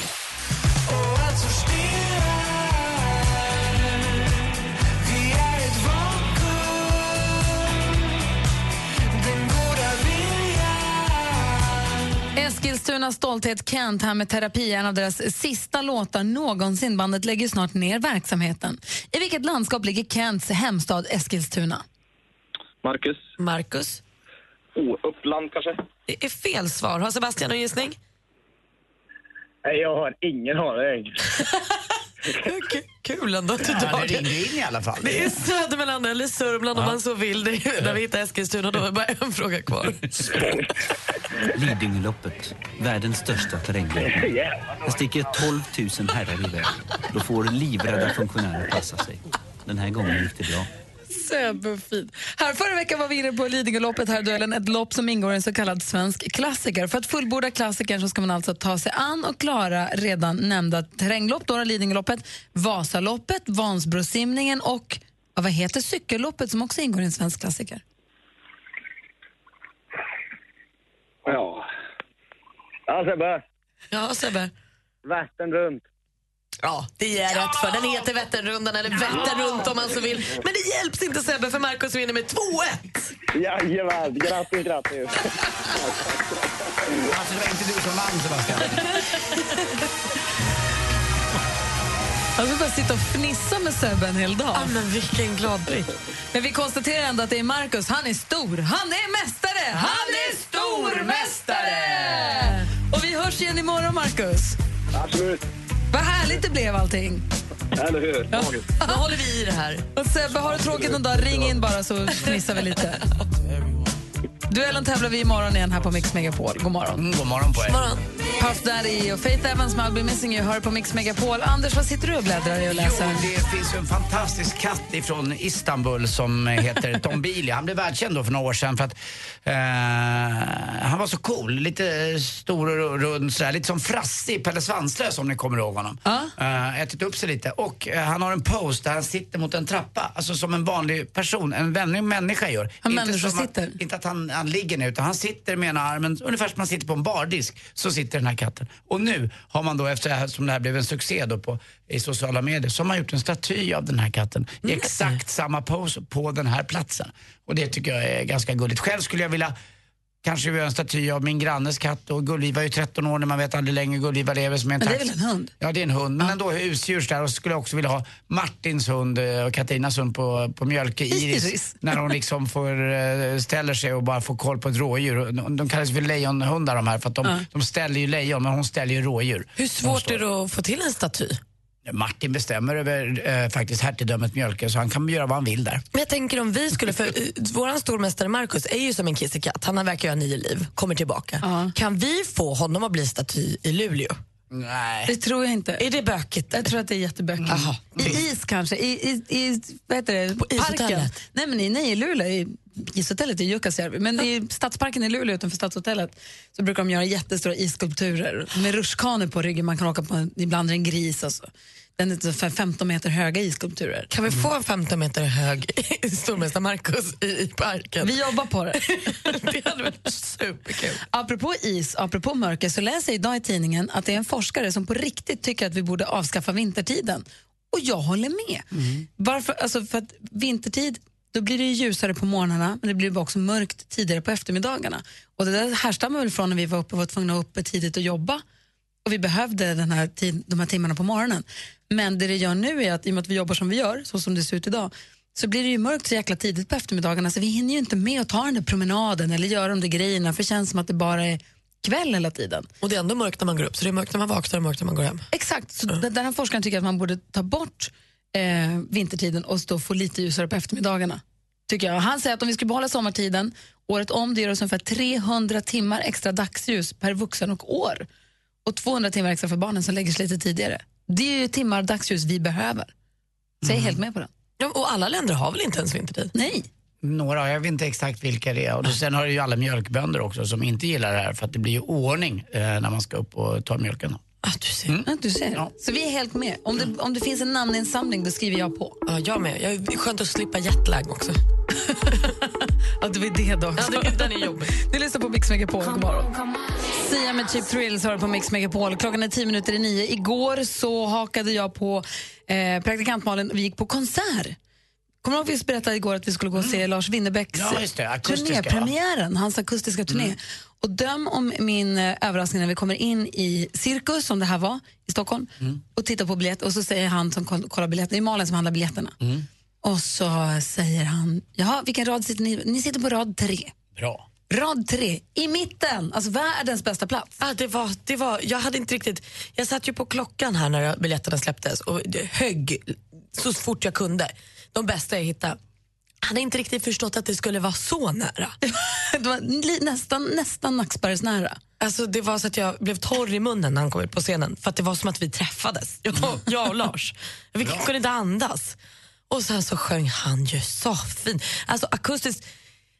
Speaker 2: Eskilstunas stolthet Kent här med Terapi, en av deras sista låtar någonsin. Bandet lägger ju snart ner verksamheten. I vilket landskap ligger Kents hemstad Eskilstuna?
Speaker 5: Marcus.
Speaker 4: Marcus.
Speaker 5: Oh, Uppland kanske?
Speaker 4: Det är fel svar. Har Sebastian någon gissning?
Speaker 22: Nej, jag har ingen aning.
Speaker 4: Kul ändå att du
Speaker 22: Ja,
Speaker 4: drar
Speaker 22: det ringde in i alla fall.
Speaker 4: Det är Södermanland eller Sörmland om man så vill. Det är, när vi hittar Eskilstuna då är det bara en fråga kvar.
Speaker 27: Lidingöloppet, världens största terränglöpning. Här sticker 12 000 herrar iväg. Då får livrädda funktionärer passa sig. Den här gången gick det bra.
Speaker 2: Så fint. Här förra veckan var vi inne på Lidingöloppet, här i duellen, ett lopp som ingår i en så kallad svensk klassiker. För att fullborda klassikern så ska man alltså ta sig an och klara redan nämnda terränglopp, då Lidingöloppet, Vasaloppet, Vansbrosimningen och ja, vad heter cykelloppet som också ingår i en svensk klassiker?
Speaker 22: Ja. Alltså, Ja, Sebbe.
Speaker 4: Ja, Sebbe.
Speaker 22: Vättern runt.
Speaker 4: Ja, det är rätt för. Den heter Vätternrundan, eller Vätterrunt om man så vill. Men det hjälps inte Sebbe, för Markus vinner med 2-1.
Speaker 22: Jajamän, grattis, grattis.
Speaker 3: Alltså det var inte du som vann Sebastian.
Speaker 2: Jag skulle bara sitta och fnissa med Sebbe en hel dag.
Speaker 4: Ja, men vilken glad blick.
Speaker 2: Men vi konstaterar ändå att det är Markus. Han är stor. Han är mästare! Han är stormästare! Och vi hörs igen imorgon, Markus.
Speaker 22: Absolut.
Speaker 2: Vad härligt det blev allting.
Speaker 22: Eller hur?
Speaker 4: Ja. Då håller vi i det här.
Speaker 2: Och Sebbe, har du tråkigt någon dag, ring in bara så fnissar vi lite. Duellen tävlar vi imorgon igen här på Mix Megapol. God morgon.
Speaker 3: Mm, God morgon på er.
Speaker 2: morgon. Puff Daddy och Faith Evans med I'll Be Missing You hör på Mix Megapol. Anders, vad sitter du och bläddrar i och
Speaker 3: Jo,
Speaker 2: läser?
Speaker 3: det finns ju en fantastisk katt ifrån Istanbul som heter Tom Billy. Han blev världskänd då för några år sedan för att eh, han var så cool. Lite stor och rund sådär. Lite som Frassig Pelle Svanslös om ni kommer ihåg honom. Eh, ätit upp sig lite. Och eh, han har en pose där han sitter mot en trappa. Alltså som en vanlig person, en vanlig människa gör.
Speaker 2: Han
Speaker 3: Inte
Speaker 2: människor
Speaker 3: som att- Inte att han, han ligger ner utan han sitter med ena armen, ungefär som man sitter på en bardisk, så sitter den här katten. Och nu har man då, efter det här, som det här blev en succé då på, i sociala medier, så har man gjort en staty av den här katten i exakt samma pose på den här platsen. Och det tycker jag är ganska gulligt. Själv skulle jag vilja Kanske göra en staty av min grannes katt och Gulliva är ju 13 år när man vet aldrig längre Gulliva lever som en
Speaker 2: Men det är
Speaker 3: tax-
Speaker 2: väl en hund?
Speaker 3: Ja, det är en hund. Men ändå husdjurs där och så skulle jag också vilja ha Martins hund eh, och Katarinas hund på, på Mjölke, Iris,
Speaker 2: Iris.
Speaker 3: när de liksom får, eh, ställer sig och bara får koll på ett rådjur. De, de kallas för lejonhundar de här för att de,
Speaker 4: Ja.
Speaker 3: de ställer ju lejon men hon ställer ju rådjur.
Speaker 4: Hur svårt är det att få till en staty?
Speaker 3: Martin bestämmer över eh, faktiskt hertigdömet Mjölke så han kan göra vad han vill där.
Speaker 4: Men jag tänker om vi skulle, för eh, våran stormästare Markus är ju som en kissekatt. Han verkar ju ha nio liv, kommer tillbaka. Kan vi få honom att bli staty i Luleå?
Speaker 3: Nej.
Speaker 2: Det tror jag inte.
Speaker 4: Är det bökigt?
Speaker 2: Jag tror att det är jättebökigt. I is kanske? I, i, i vad heter det? Parken?
Speaker 4: Mm. ishotellet?
Speaker 2: Nej, men i, nej, i Luleå, i ishotellet i Jukkasjärvi. Men i stadsparken i Luleå utanför stadshotellet så brukar de göra jättestora isskulpturer med rutschkanor på ryggen. Man kan åka på en- ibland en gris. Alltså. Den är så fem- 15 meter höga isskulpturer. Mm.
Speaker 4: Kan vi få en 15 meter hög stormästare Markus i, i parken?
Speaker 2: Vi jobbar på det.
Speaker 4: det hade varit superkul.
Speaker 2: Apropå is, apropå mörker, så läser jag idag i tidningen att det är en forskare som på riktigt tycker att vi borde avskaffa vintertiden. Och jag håller med. Varför? Alltså för att vintertid, då blir det ju ljusare på morgnarna men det blir också mörkt tidigare på eftermiddagarna. Och det där härstammar väl från när vi var uppe och var tvungna att vara uppe tidigt och jobba och vi behövde den här tid, de här timmarna på morgonen. Men det det gör nu är att i och med att vi jobbar som vi gör, så som det ser ut idag, så blir det ju mörkt så jäkla tidigt på eftermiddagarna så vi hinner ju inte med att ta den där promenaden eller göra de där grejerna för det känns som att det bara är kväll hela tiden.
Speaker 4: Och det är ändå mörkt när man går upp, så det är mörkt när man vaknar och mörkt när man går hem.
Speaker 2: Exakt, så mm. den här forskaren tycker att man borde ta bort eh, vintertiden och då få lite ljusare på eftermiddagarna. Tycker jag. Han säger att om vi skulle behålla sommartiden året om, det ger oss ungefär 300 timmar extra dagsljus per vuxen och år. Och 200 timmar extra för barnen som lägger sig lite tidigare. Det är ju timmar dagsljus vi behöver. Så jag är helt
Speaker 4: Mm.
Speaker 2: med på den.
Speaker 4: Ja, och alla länder har väl inte ens vintertid?
Speaker 2: Nej.
Speaker 3: Några, jag vet inte exakt vilka det är. Och då, sen har du ju alla mjölkbönder också som inte gillar det här för att det blir ju oordning eh, när man ska upp och ta mjölken. Mm. Då.
Speaker 4: Att Ah, du ser.
Speaker 2: Ja, du ser. Så vi är helt med. Om det, om det finns en namninsamling, då skriver jag på.
Speaker 4: Ja, jag med. Jag är skönt att slippa jetlag också.
Speaker 2: ja, det var det då
Speaker 4: Ja, det, den är jobbig.
Speaker 2: Ni lyssnar på Mix Megapol. God morgon. Sia med Chip Thrills hör på Mix Megapol. Klockan är tio minuter i nio. Igår så hakade jag på eh, praktikantmalen och vi gick på konsert. Kommer du ihåg att vi berättade igår att vi skulle gå och se Lars Winnerbäcks
Speaker 3: Mm. Ja, Mm. just det. Akustiska,
Speaker 2: turné,
Speaker 3: va?
Speaker 2: premiären, hans akustiska turné. Och döm om min eh, överraskning när vi kommer in i Cirkus, som det här var, i Stockholm
Speaker 22: Mm.
Speaker 2: och tittar på biljett och så säger han som koll- kollar biljetterna, det är Malin som handlar biljetterna.
Speaker 22: Mm.
Speaker 2: Och så säger han, jaha, vilken rad sitter ni Ni sitter på rad tre.
Speaker 3: Bra.
Speaker 2: Rad tre, i mitten, alltså världens bästa plats.
Speaker 4: Ja, det var, det var, jag hade inte riktigt... Jag satt ju på klockan här när biljetterna släpptes och det högg så fort jag kunde. De bästa jag hittade. Jag hade inte riktigt förstått att det skulle vara så nära.
Speaker 2: det var li- nästan, nästan Nacksbergsnära.
Speaker 4: Alltså, det var så att jag blev torr i munnen när han kom ut på scenen för att det var som att vi träffades, jag, jag och Lars. Vi kunde inte andas. Och sen så sjöng han ju så fint. Alltså akustiskt.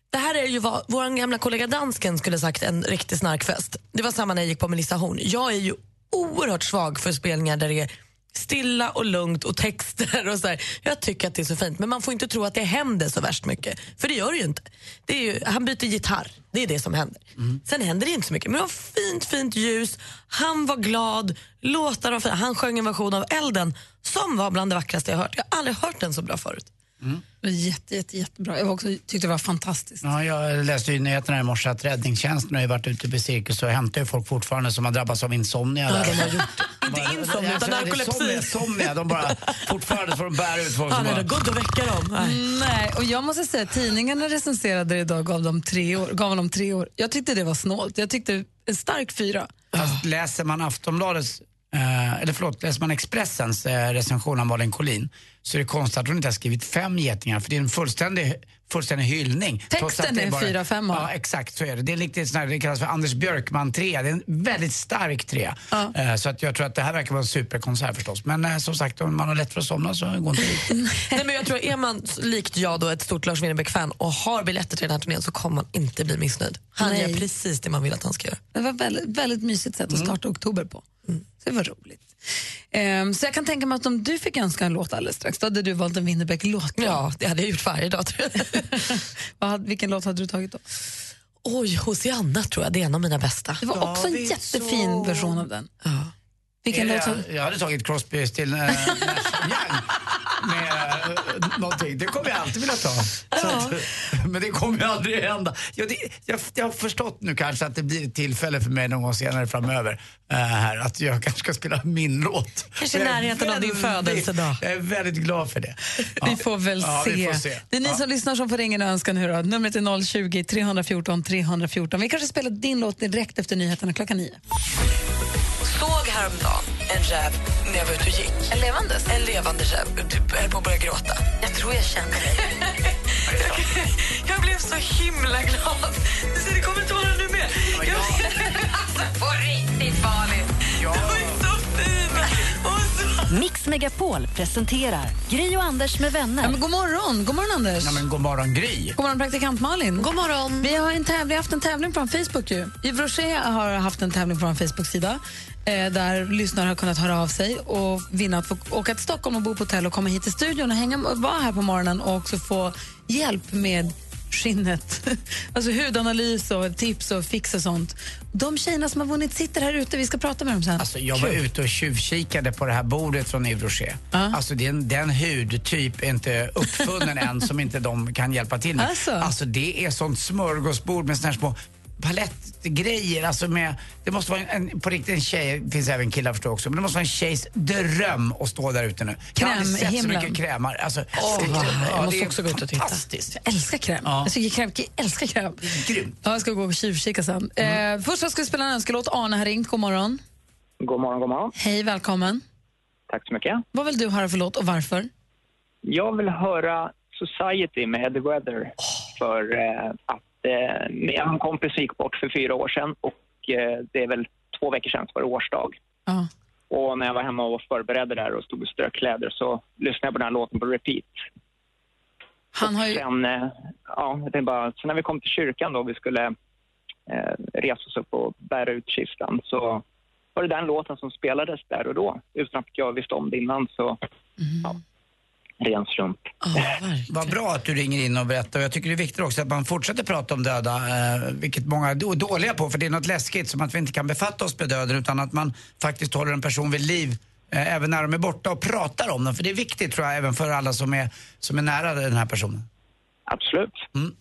Speaker 4: Det här är ju vad vår gamla kollega dansken skulle ha sagt, en riktig snarkfest. Det var samma när jag gick på Melissa Horn. Jag är ju oerhört svag för spelningar där det är stilla och lugnt och texter och så här. Jag tycker att det är så fint, men man får inte tro att det händer så värst mycket. För det gör det ju inte. Det är ju, han byter gitarr, det är det som händer. Sen händer det inte så mycket, men det var fint, fint ljus. Han var glad, låtar var fina. Han sjöng en version av Elden som var bland det vackraste jag hört. Jag har aldrig hört den så bra förut.
Speaker 2: Jätte, jätte, jättebra. Jag var också, tyckte det var fantastiskt.
Speaker 3: Ja, jag läste ju nyheterna i morse att räddningstjänsten har ju varit ute på cirkus och hämtar ju folk fortfarande som har drabbats av insomnia.
Speaker 4: Ja,
Speaker 3: där.
Speaker 4: de har gjort Inte insomnia, utan
Speaker 3: Alltså, det är somniga,
Speaker 4: narkolepsi.
Speaker 3: somniga. De bara, fortfarande får de bära ut folk
Speaker 4: Ja,
Speaker 3: som
Speaker 4: det är
Speaker 3: bara...
Speaker 4: gott att väcka dem. Nej.
Speaker 2: Nej, och jag måste säga tidningarna recenserade det idag och gav, dem tre år, gav honom tre år. Jag tyckte det var snålt. Jag tyckte en stark fyra.
Speaker 3: Fast Alltså, läser man Aftonbladets, eh, eller förlåt, läser man Expressens eh, recension av Malin Collin så är det konstigt att hon inte har skrivit fem getingar för det är en fullständig, fullständig hyllning.
Speaker 2: Texten
Speaker 3: trots att det
Speaker 2: är
Speaker 3: bara-
Speaker 2: fyra femmor.
Speaker 3: Ja, exakt så är det. Det är riktigt sån här, det kallas för Anders Björkman-trea. Det är en väldigt stark trea. Eh, så att jag tror att det här verkar vara en superkonsert förstås. Men eh, som sagt, om man har lätt för att somna så går inte dit.
Speaker 4: Nej, men jag tror är man likt jag då ett stort Lars Winnerbäck-fan och har biljetter till den här turnén så kommer man inte bli missnöjd. Han
Speaker 2: Nej.
Speaker 4: gör precis det man vill att han ska göra.
Speaker 2: Det var väldigt, väldigt mysigt sätt
Speaker 4: Mm.
Speaker 2: att starta oktober på. Så det var roligt. Ehm, så jag kan tänka mig att om du fick önska en låt alldeles strax, då hade du valt en Winnerbäck-låt.
Speaker 4: Ja, det hade jag gjort varje dag tror jag.
Speaker 2: Vad hade- vilken låt hade du tagit då?
Speaker 4: Oj, Hosianna tror jag, det är en av mina bästa.
Speaker 2: Det var också en jättefin version av den. Vilken
Speaker 3: Eh,
Speaker 2: låt har-
Speaker 3: jag, jag hade tagit Crosby till eh, Nash Young med eh, någonting. Det kommer jag alltid vilja ta. Så att, men det kommer ju aldrig hända. Jag, det, jag, jag har förstått nu kanske att det blir ett tillfälle för mig någon gång senare framöver eh, här, att jag kanske ska spela min låt.
Speaker 4: Kanske i
Speaker 3: Jag är
Speaker 4: närheten av din
Speaker 3: väldigt-
Speaker 4: födelsedag.
Speaker 3: Jag är väldigt glad för det.
Speaker 2: Vi får väl
Speaker 3: ja,
Speaker 2: se.
Speaker 3: Vi får se.
Speaker 2: Det är ni som lyssnar som får ringa en önskan. Hurra. Numret är 020-314 314. Vi kanske spelar din låt direkt efter nyheterna klockan nio.
Speaker 4: Såg häromdagen en räv när jag var ute och gick. En levandes? En levande räv. Typ höll på att börja gråta. Jag tror jag känner dig. jag blev så himla glad. Så det kommer inte vara nu mer. Jag... alltså, på riktigt, Malin. Ja.
Speaker 1: Mix Megapol presenterar Gri och Anders med vänner.
Speaker 2: Ja, men god morgon, god morgon Anders.
Speaker 3: Ja, men god morgon Gry.
Speaker 2: God morgon praktikant Malin. God morgon. Vi har en tävling, vi har haft en tävling på vår Facebook ju. Yves Rocher har haft en tävling på vår Facebook-sida eh, där lyssnare har kunnat höra av sig och vinna att få åka till Stockholm och bo på hotell och komma hit till studion och hänga, vara här på morgonen och också få hjälp med skinnet. alltså hudanalys och tips och fix och sånt. De tjejerna som har vunnit sitter här ute, vi ska prata med dem sen.
Speaker 3: Alltså, jag var ute och tjuvkikade på det här bordet från Yves Rocher.
Speaker 2: Ja.
Speaker 3: Alltså den, den hudtyp är inte uppfunnen än som inte de kan hjälpa till med.
Speaker 2: Alltså.
Speaker 3: det är sånt smörgåsbord med såna här små palettgrejer. Alltså med, det måste vara en, en, på riktigt en tjej, det finns även killar förstår jag också, men det måste vara en tjejs dröm att stå där ute nu. Jag har aldrig sett så
Speaker 2: Krämhimlen.
Speaker 3: mycket krämar. Alltså,
Speaker 2: Åh, vad härligt. Jag måste också
Speaker 3: gå ut och titta.
Speaker 2: Jag älskar kräm. Alltså, Jag tycker kräm, jag älskar kräm. Grymt. Ja, jag ska gå och tjuvkika sen. Eh, först så ska vi spela en önskelåt. Arne har ringt. God morgon.
Speaker 6: God morgon, god morgon.
Speaker 2: Hej, välkommen.
Speaker 6: Tack så mycket.
Speaker 2: Vad vill du höra för låt och varför?
Speaker 6: Jag vill höra Society med Eddie Weather. För eh, att eh, min kompis gick bort för fyra år sedan och eh, det är väl två veckor sedan var det årsdag.
Speaker 2: Ja.
Speaker 6: Och när jag var hemma och förberedde där och stod och strök kläder så lyssnade jag på den här låten på repeat.
Speaker 2: Han har ju...
Speaker 6: Sen, eh, ja, jag tänkte bara, sen när vi kom till kyrkan då vi skulle eh, resa oss upp och bära ut kistan så var det den låten som spelades där och då utan att jag visste om det innan så
Speaker 2: Mm.
Speaker 6: ren slump.
Speaker 3: Vad bra att du ringer in och berättar. Och Jag tycker det är viktigt också att man fortsätter prata om döda, eh, vilket många är då- dåliga på, för det är något läskigt som att vi inte kan befatta oss med döden utan att man faktiskt håller en person vid liv eh, även när de är borta och pratar om dem. För det är viktigt tror jag även för alla som är, som är nära den här personen.
Speaker 6: Absolut.
Speaker 3: Mm.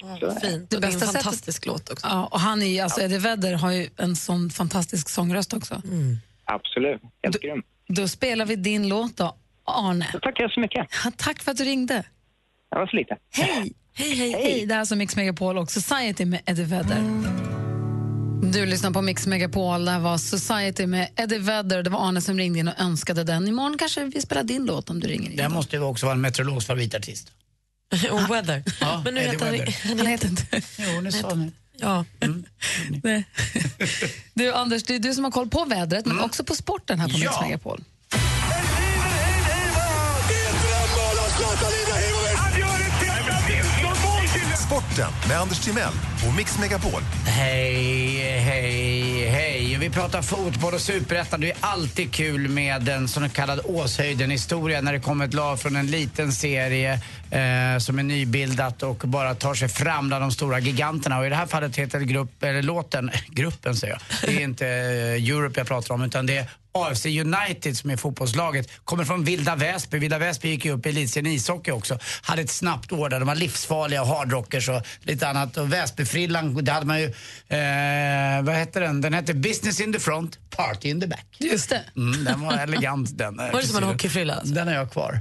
Speaker 4: Fint.
Speaker 2: Det
Speaker 4: Och det är en
Speaker 2: bästa sättet-
Speaker 4: fantastisk låt också.
Speaker 2: Ja, och han är ju, alltså Eddie Vedder har ju en sån fantastisk sångröst också.
Speaker 4: Mm.
Speaker 6: Absolut, helt grym.
Speaker 2: Då spelar vi din låt då, Arne.
Speaker 6: Tackar så mycket.
Speaker 2: Ja, tack för att du ringde.
Speaker 6: Det var så lite.
Speaker 2: Hej! Hej, hej, hej. Det här är alltså Mix Megapol och Society med Eddie Vedder. Du lyssnar på Mix Megapol. Det här var Society med Eddie Vedder. Det var Arne som ringde in och önskade den. Imorgon kanske vi spelar din låt om du ringer in.
Speaker 3: Det här måste ju också vara en meteorologs favoritartist.
Speaker 4: Och Weather.
Speaker 3: Ja,
Speaker 4: Men nu
Speaker 3: Eddie
Speaker 4: heter han,
Speaker 3: Weather.
Speaker 4: han heter inte...
Speaker 3: Jo, ni sa Mm. ni.
Speaker 4: Ja.
Speaker 2: Nej. Du, Anders, det är du som har koll på vädret,
Speaker 3: Mm.
Speaker 2: men också på sporten här på Mix Megapol.
Speaker 18: Drömmål har slått
Speaker 8: Sporten med Anders Timell och Mix Megapol.
Speaker 3: Hej, hej, hej. Vi pratar fotboll och superettan. Det är alltid kul med en så kallad Åshöjden-historia när det kommer ett lag från en liten serie eh, som är nybildat och bara tar sig fram bland de stora giganterna. Och i det här fallet heter grupp, eller låten, gruppen säger jag, det är inte eh, Europe jag pratar om utan det är AFC United som är fotbollslaget kommer från Vilda Väsby. Vilda Väsby gick ju upp i elitserien i ishockey också. Hade ett snabbt år där de var livsfarliga och hardrockers och lite annat. Och Väsbyfrillan, det hade man ju, eh, vad hette den? Den hette Business in the front, party in the back.
Speaker 2: Just det.
Speaker 3: Mm, den var elegant den.
Speaker 4: Var det som en hockeyfrilla? alltså?
Speaker 3: Den har jag kvar.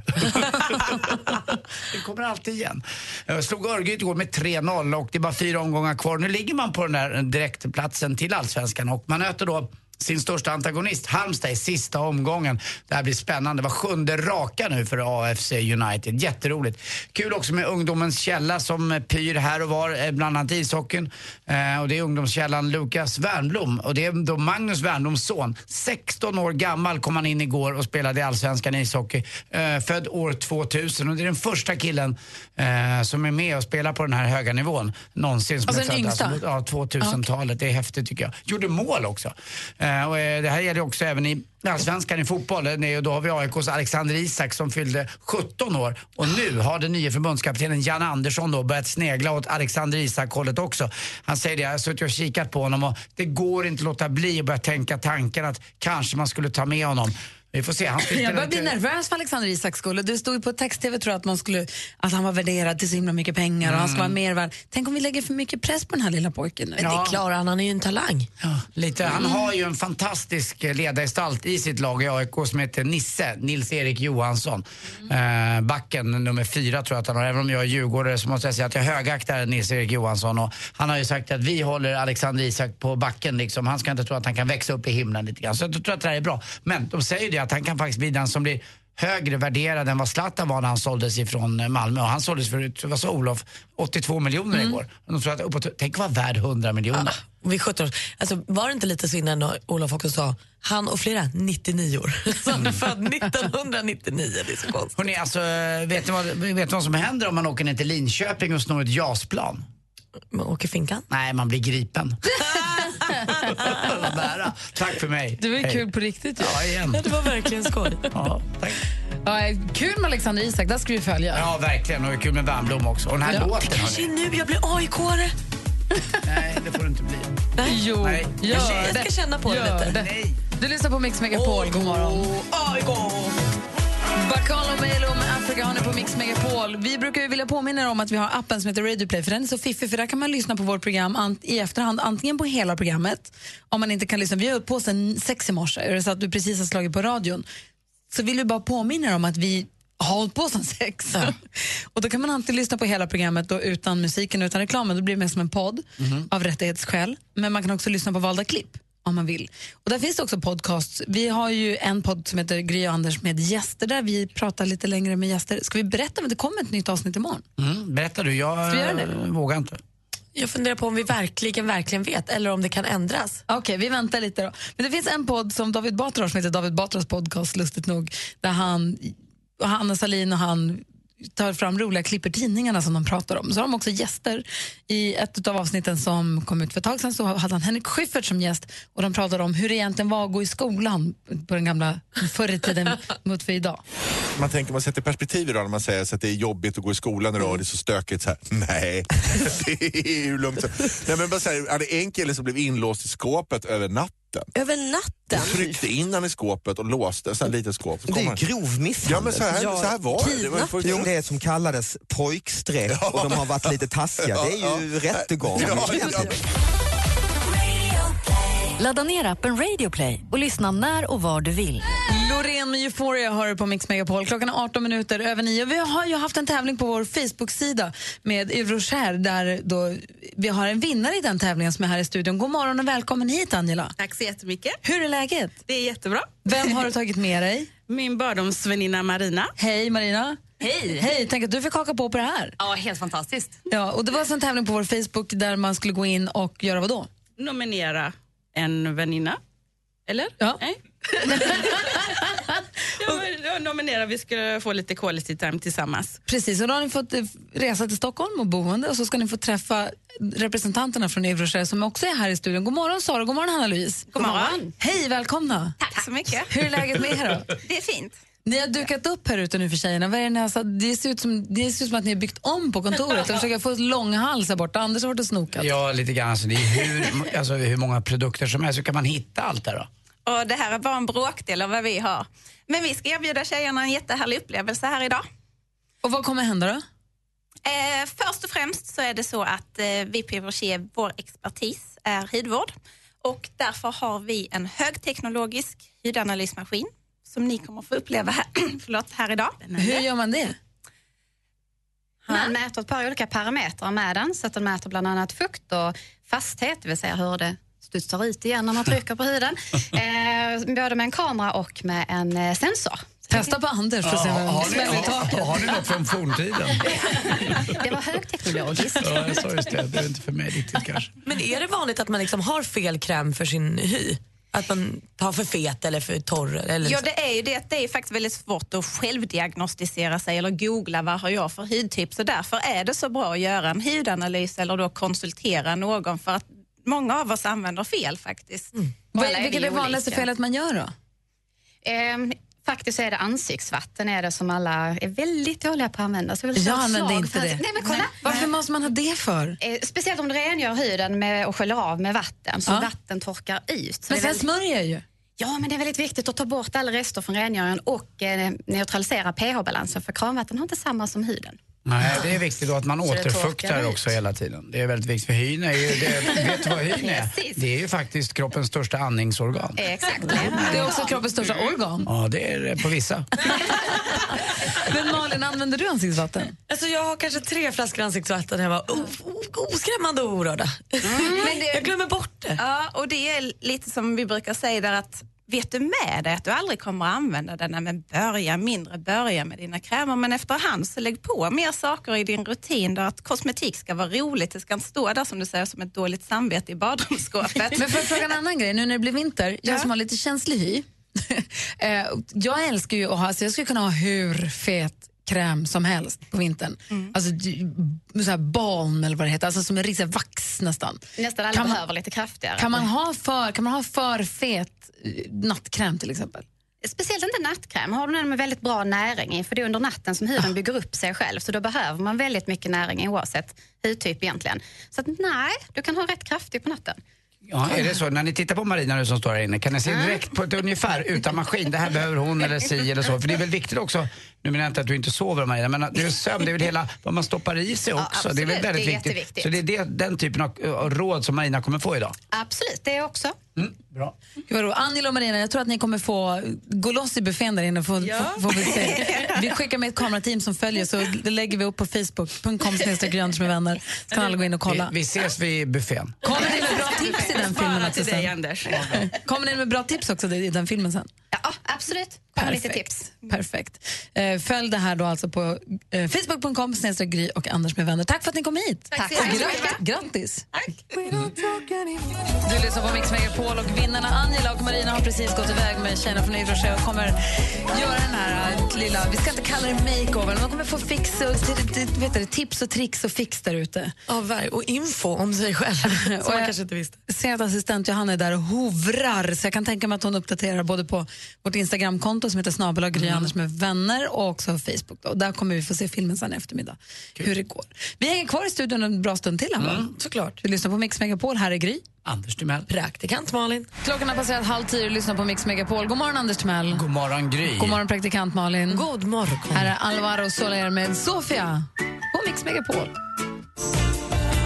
Speaker 3: den kommer alltid igen. Jag slog Örgryte igår med 3-0 och det är bara fyra omgånga kvar. Nu ligger man på den där direktplatsen till allsvenskan och man möter då sin största antagonist Halmstad i sista omgången. Det här blir spännande. Det var sjunde raka nu för AFC United. Jätteroligt. Kul också med Ungdomens källa som pyr här och var, eh, bland annat ishockeyn. Eh, och det är ungdomskällan Lukas Wernbloom och det är då Magnus Wernbloms son. 16 år gammal kom han in igår och spelade i Allsvenskan i ishockey. Eh, född år 2000 och det är den första killen eh, som är med och spelar på den här höga nivån någonsin. Som
Speaker 2: Alltså
Speaker 3: är
Speaker 2: den
Speaker 3: född,
Speaker 2: yngsta?
Speaker 3: Alltså, ja, 2000-talet. Det är häftigt tycker jag. Gjorde mål också. Eh, och, eh, det här gäller ju också även i allsvenskan i fotboll. Den är ju- Då har vi AIKs Alexander Isak som fyllde 17 år och nu har den nya förbundskaptenen Jan Andersson då börjat snegla åt Alexander Isak-hållet också. Han säger det, jag har suttit och kikat på honom och det går inte att låta bli att börja tänka tanken att kanske man skulle ta med honom. Vi får se. Han ska ju
Speaker 2: Jag
Speaker 3: spela
Speaker 2: börjar bli
Speaker 3: lite-
Speaker 2: nervös för Alexander Isaks skull. Det stod ju på text-tv tror jag, att, man skulle, att han var värderad till så himla mycket pengar och han ska vara
Speaker 3: Mm.
Speaker 2: mer värd. Tänk om vi lägger för mycket press på den här lilla pojken nu.
Speaker 3: Men det Ja.
Speaker 2: klarar han, han är ju en talang.
Speaker 3: Lite. Han har ju en fantastisk eh, ledargestalt i sitt lag i AIK som heter Nisse, Nils-Erik Johansson. Eh, backen nummer fyra tror jag att han har. Även om jag är djurgårdare så måste jag säga att jag högaktar Nils-Erik Johansson. Och han har ju sagt att vi håller Alexander Isak på backen liksom. Han ska inte tro att han kan växa upp i himlen lite grann. Så jag tror att det här är bra. Men de säger ju det att han kan faktiskt bli den som blir högre värderad än vad Zlatan var när han såldes ifrån eh, Malmö. Och han såldes för, vad sa Olof, 82 miljoner igår. Och De tror att, uppåt, tänk vad värd 100 miljoner.
Speaker 4: Vi 17 år. Alltså, var det inte lite så innan när Olof också sa han och flera 99 år? Så han är född 1999. Det är så konstigt.
Speaker 3: Hörrni, alltså, vet ni, vad, vet ni vad som händer om man åker ner till Linköping och snor ett JAS-plan?
Speaker 4: Man åker finkan?
Speaker 3: Nej, man blir gripen. Vad nära. Tack för mig.
Speaker 2: Det var ju
Speaker 3: Hej.
Speaker 2: kul på riktigt. ju.
Speaker 3: Ja, igen.
Speaker 4: Det var verkligen skoj.
Speaker 3: Ja,
Speaker 2: Ja, kul med Alexander Isak, där ska vi följa.
Speaker 3: ja, verkligen. Och det är kul med Värmblom också. Och den här
Speaker 2: Ja.
Speaker 3: låten, hörni.
Speaker 4: nu jag blir AIK-are.
Speaker 3: Nej, det får du inte bli.
Speaker 2: Jo,
Speaker 3: Nej.
Speaker 2: gör
Speaker 3: Jag ska- jag
Speaker 2: det.
Speaker 3: ska känna på det
Speaker 2: Gör
Speaker 3: lite.
Speaker 2: Det. Du lyssnar på Mix Megapol. God morgon.
Speaker 4: AIK!
Speaker 2: Bacalo Melo med Africa har ni på Mix Megapol. Vi brukar ju vilja påminna er om att vi har appen som heter Radio Play för den är så fiffig för där kan man lyssna på vårt program ant- i efterhand antingen på hela programmet om man inte kan lyssna. Vi har upp på sen sex i morse, är det så att du precis har slagit på radion så vill vi bara påminna er om att vi har hållit på sen sex. Och då kan man antingen lyssna på hela programmet då, utan musiken och utan reklamen, då blir det mer som en podd
Speaker 9: Mhm.
Speaker 2: av rättighetsskäl. Men man kan också lyssna på valda klipp om man vill. Och där finns det också podcasts. Vi har ju en podd som heter Gry och Anders med gäster där vi pratar lite längre med gäster. Ska vi berätta om att det kommer ett nytt avsnitt imorgon?
Speaker 3: Mm, berätta du, jag
Speaker 2: Ska vi göra det?
Speaker 3: eh, vågar inte.
Speaker 4: Jag funderar på om vi verkligen, verkligen vet eller om det kan ändras.
Speaker 2: Okej, vi väntar lite då. Men det finns en podd som David Batra har som heter David Batras podcast, lustigt nog, där han, och Hanna Salin och han tar fram roliga klipp ur tidningarna som de pratar om. Så har de också gäster. I ett av avsnitten som kom ut för ett tag sedan så hade han Henrik Schyffert som gäst och de pratade om hur det egentligen var att gå i skolan på den gamla förr i tiden mot för idag.
Speaker 11: Man tänker, man sätter perspektiv i det när man säger så att det är jobbigt att gå i skolan idag och det är så stökigt. Så här. Nej, det är hur lugnt som Nej, men bara så här, hade en kille som blev inlåst i skåpet över natten.
Speaker 4: Över natten?
Speaker 11: Vi tryckte in han i skåpet och låste, så här litet skåp. Så
Speaker 8: Det
Speaker 11: kom
Speaker 8: är
Speaker 11: han-
Speaker 8: grov misshandel.
Speaker 11: Ja, men så här, så här var det. det. var
Speaker 8: Kidnappning.
Speaker 11: fullt-
Speaker 8: Det som kallades pojkstreck och de har varit lite taskiga. Det är ju rättegång.
Speaker 11: Ja, ja.
Speaker 1: Ladda ner appen Radio Play och lyssna när och var du vill.
Speaker 2: Loreen med Euphoria hör du på Mix Megapol. Klockan är 18 minuter över 9. Vi har ju haft en tävling på vår Facebook-sida med Euroshare där då vi har en vinnare i den tävlingen som är här i studion. God morgon och välkommen hit Angela.
Speaker 13: Tack så jättemycket.
Speaker 2: Hur är läget?
Speaker 13: Det är jättebra.
Speaker 2: Vem har du tagit med dig?
Speaker 13: Min barndomsväninna Marina.
Speaker 2: Hej Marina.
Speaker 13: Hej.
Speaker 2: Hej, tänk att du fick haka på på det här.
Speaker 13: Ja, helt fantastiskt.
Speaker 2: Ja, och det var alltså en tävling på vår Facebook där man skulle gå in och göra vad då?
Speaker 13: Nominera en väninna. Eller?
Speaker 2: Ja.
Speaker 13: Nej. var nominerade vi skulle få lite quality time tillsammans.
Speaker 2: Precis, och då har ni fått eh, resa till Stockholm och boende och så ska ni få träffa representanterna från Euroshare som också är här i studion. God morgon Sara, god morgon Hanna-Louise.
Speaker 20: God morgon.
Speaker 2: Hej, välkomna.
Speaker 20: Tack så mycket.
Speaker 2: Hur är läget med er då?
Speaker 20: Det är fint.
Speaker 2: Ni har dukat upp här ute nu för tjejerna. Vad är det, ni har, satt- det, ser ut som, det ser ut som att ni har byggt om på kontoret och försöker få ett långhals här borta. Anders har varit och snokat.
Speaker 3: Ja, lite grann. Alltså, det är hur, alltså, hur många produkter som helst. Hur kan man hitta allt det här då?
Speaker 20: Och det här är bara en bråkdel av vad vi har. Men vi ska erbjuda tjejerna en jättehärlig upplevelse här idag.
Speaker 2: Och vad kommer hända då?
Speaker 20: Eh, först och främst så är det så att eh, vi på Evoche, vår expertis är hudvård. Och därför har vi en högteknologisk hydanalysmaskin som ni kommer få uppleva här, förlåt, här idag.
Speaker 2: Hur gör man det?
Speaker 20: Nej.
Speaker 19: Man mäter ett par olika parametrar med den. Så att den mäter bland annat fukt och fasthet, det vill säga hur det studsar ut igen när man trycker på huden. Eh, både med en kamera och med en eh, sensor.
Speaker 2: Testa på Anders för att se
Speaker 3: Ja,
Speaker 2: vad
Speaker 3: har,
Speaker 2: det
Speaker 3: ni,
Speaker 2: smäller i
Speaker 3: har,
Speaker 2: taket.
Speaker 3: har ni något från forntiden?
Speaker 19: Det var högteknologiskt.
Speaker 3: Ja, jag sa just det. Det är inte för mig riktigt kanske.
Speaker 4: Men är det vanligt att man liksom har fel kräm för sin hy? Att man tar för fet eller för torr? Eller liksom-
Speaker 20: Ja, det är ju det. att Det är faktiskt väldigt svårt att självdiagnostisera sig eller googla vad har jag för hudtyp. Så därför är det så bra att göra en hudanalys eller då konsultera någon för att många av oss använder fel faktiskt.
Speaker 2: Mm. Vad- Vilket är det vanligaste felet man gör då?
Speaker 19: Ehm, faktiskt så är det ansiktsvatten är det som alla är väldigt dåliga på att använda. Så jag vill slå
Speaker 2: Jag
Speaker 19: ett
Speaker 2: använder
Speaker 19: slag
Speaker 2: inte
Speaker 19: för-
Speaker 2: det.
Speaker 19: Nej, men kolla.
Speaker 2: Varför måste man ha det för?
Speaker 19: Eh, Speciellt om du rengör huden med och sköljer av med vatten så
Speaker 2: Ja.
Speaker 19: vatten torkar ut. Så
Speaker 2: Men
Speaker 19: det är
Speaker 2: sen
Speaker 19: väldigt-
Speaker 2: smörjer jag ju.
Speaker 19: Ja, men det är väldigt viktigt att ta bort alla rester från rengöringen och eh, neutralisera pH-balansen för kranvatten har inte samma som huden.
Speaker 3: Nej, det är viktigt då att man
Speaker 19: Så det
Speaker 3: återfuktar
Speaker 19: torkar ut.
Speaker 3: också hela tiden. Det är väldigt viktigt för hyn är ju, det, vet du vad hyn är?
Speaker 19: Precis.
Speaker 3: Det är ju faktiskt kroppens största andningsorgan.
Speaker 19: Exakt.
Speaker 2: Det är också kroppens största organ.
Speaker 3: Ja, det är det på vissa.
Speaker 2: Men Malin, använder du ansiktsvatten?
Speaker 4: Alltså jag har kanske tre flaskor ansiktsvatten hemma. Oh, oh, oskrämmande och orörda.
Speaker 2: Mm.
Speaker 20: Men det,
Speaker 4: Jag glömmer bort det.
Speaker 20: Ja, och det är lite som vi brukar säga där att vet du med dig att du aldrig kommer att använda den, nej, men börja mindre, börja med dina krämer, men efterhand så lägg på mer saker i din rutin där att kosmetik ska vara roligt, det ska inte stå där som du säger som ett dåligt samvete i badrumsskåpet.
Speaker 2: Men får jag fråga en annan grej? Nu när det blir vinter, jag som har lite känslig hy. eh, jag älskar ju att ha, så jag skulle kunna ha hur fet kräm som helst på vintern.
Speaker 19: Mm.
Speaker 2: Alltså d- så här balm eller vad det heter, alltså som en risig vax nästan.
Speaker 19: Nästan alla
Speaker 2: Kan man-
Speaker 19: behöver lite kraftigare. Mm.
Speaker 2: Kan man ha för, kan man ha för fet eh, nattkräm till exempel?
Speaker 19: Speciellt inte nattkräm. Har du den med väldigt bra näring i, för det är under natten som huden bygger upp sig själv. Så då behöver man väldigt mycket näring i, oavsett hudtyp egentligen. Så att, nej, du kan ha rätt kraftig på natten.
Speaker 3: Ja, är det så? När ni tittar på Marina nu som står här inne, kan ni se direkt på ett ungefär utan maskin, det här behöver hon eller si eller så? För det är väl viktigt också, nu menar jag inte att du inte sover Marina, men att det är sömn, det är väl hela vad man stoppar i sig
Speaker 19: Ja,
Speaker 3: också. det är väl
Speaker 19: absolut.
Speaker 3: väldigt
Speaker 19: Det är
Speaker 3: viktigt.
Speaker 19: jätteviktigt.
Speaker 3: Så det är det, den typen av av råd som Marina kommer få idag.
Speaker 19: Absolut, det också.
Speaker 3: Mm, Bra.
Speaker 2: Gud, vad roligt. Angela och Marina, jag tror att ni kommer få gå loss i buffén där inne. Får, får, får vi, se. vi skickar med ett kamerateam som följer så det lägger vi upp på facebook.com snedstreck Gry Anders med vänner. Så kan alla gå in och kolla.
Speaker 3: Vi, vi ses vid buffén.
Speaker 2: Kommer ni med bra tips i den filmen
Speaker 13: Bara
Speaker 2: också
Speaker 13: till dig
Speaker 2: sen?
Speaker 13: Anders.
Speaker 2: Kommer ni med bra tips också i den filmen sen?
Speaker 19: Ja, absolut. Kom lite tips.
Speaker 2: Perfekt. Eh, Följ det här då alltså på eh, facebook.com snedstreck Gry och Anders med vänner. Tack för att ni kom hit.
Speaker 19: Tack.
Speaker 2: Och Gratt, grattis. Du lyssnar på Mix Megapol och vinnarna Angela och Marina har precis gått iväg med tjejerna från Ivroche och kommer göra den här eh, lilla, vi ska inte kalla det makeover, men de kommer få fix och, t- t- vet du, tips och tricks och fix där ute.
Speaker 4: Ja, ver- och info om sig själv. Som man kanske inte visste.
Speaker 2: ser att assistent Johanna är där och hovrar så jag kan tänka mig att hon uppdaterar både på vårt Instagramkonto som heter snabel och Gry
Speaker 3: Mm.
Speaker 2: Anders med vänner och också Facebook. Då. Och där kommer vi få se filmen sen i eftermiddag, hur det går. Vi hänger kvar i studion en bra stund till. Här, mm, såklart. Vi lyssnar på Mix Megapol, här är Gry.
Speaker 3: Anders Timell.
Speaker 2: Praktikant Malin. Klockan har passerat halv tio och lyssnar på Mix Megapol. God morgon Anders Timell.
Speaker 3: God morgon Gry.
Speaker 2: God morgon praktikant Malin.
Speaker 4: God morgon.
Speaker 2: Här är Alvaro Soler med Sofia på Mix Megapol.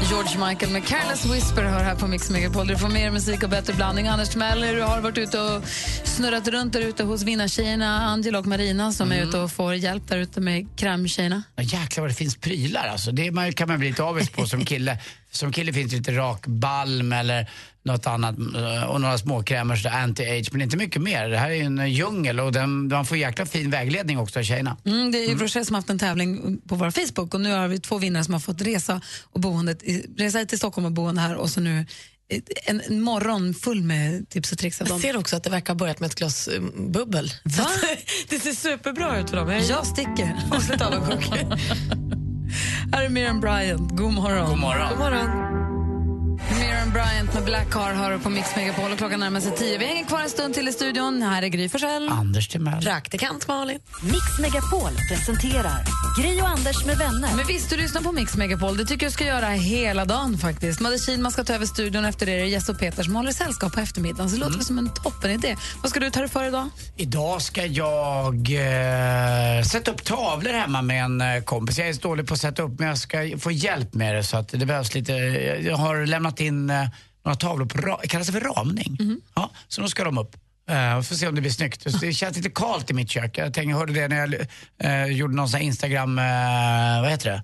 Speaker 2: George Michael med Careless Whisper hör här på Mix Megapol. Du får mer musik och bättre blandning. Anders Timell, du har varit ute och snurrat runt där ute hos vinnartjejerna Angela och Marina som
Speaker 4: Mm.
Speaker 2: är ute och får hjälp där ute med krämtjejerna.
Speaker 3: Ja, jäklar vad det finns prylar alltså. Det är man, kan man bli lite avis på som kille. Som kille finns det lite rak balm eller något annat eh, och några småkrämer sådär anti-age men inte mycket mer. Det här är ju en djungel och den, man får jäkla fin vägledning också av tjejerna.
Speaker 2: Mm, det är ju Rochelle som har haft en tävling på vår Facebook och nu har vi två vinnare som har fått resa, och boendet, i- resa till Stockholm och boende här och så nu en, en morgon full med tips och tricks av dem.
Speaker 4: Jag ser också att det verkar ha börjat med ett glas eh, bubbel. Va? det ser superbra ut för dem. Jag,
Speaker 2: Jag sticker. Här är Miriam Bryant. God morgon.
Speaker 4: God morgon.
Speaker 2: God morgon. Miriam Bryant med Black Car hör på Mix Megapol och klockan närmar sig tio. Vi hänger kvar en stund till i studion. Här är Gry Forssell.
Speaker 4: Ah.
Speaker 3: Anders Timell.
Speaker 2: Praktikant Malin.
Speaker 1: Mix Megapol presenterar Gry och Anders med vänner.
Speaker 2: Men visst, du lyssnar på Mix Megapol. Det tycker jag ska göra hela dagen faktiskt. Madde Kihlman ska ta över studion efter det. är det Jess och Peter som håller sällskap på eftermiddagen. Så det
Speaker 4: Mm.
Speaker 2: låter som en toppen idé. Vad ska du ta dig för idag?
Speaker 3: Idag ska jag eh, sätta upp tavlor hemma med en eh, kompis. Jag är så dålig på att sätta upp men jag ska få hjälp med det så att det behövs lite. Eh, Jag har lämnat in eh, några tavlor på ra- kallas det för ramning?
Speaker 2: Mhm.
Speaker 3: Ja, så nu ska de upp. Uh, får se om det blir snyggt. Så Det känns lite kallt i mitt kök. Jag tänkte, hörde det när jag eh, gjorde någon sån här Instagram, eh, vad heter det?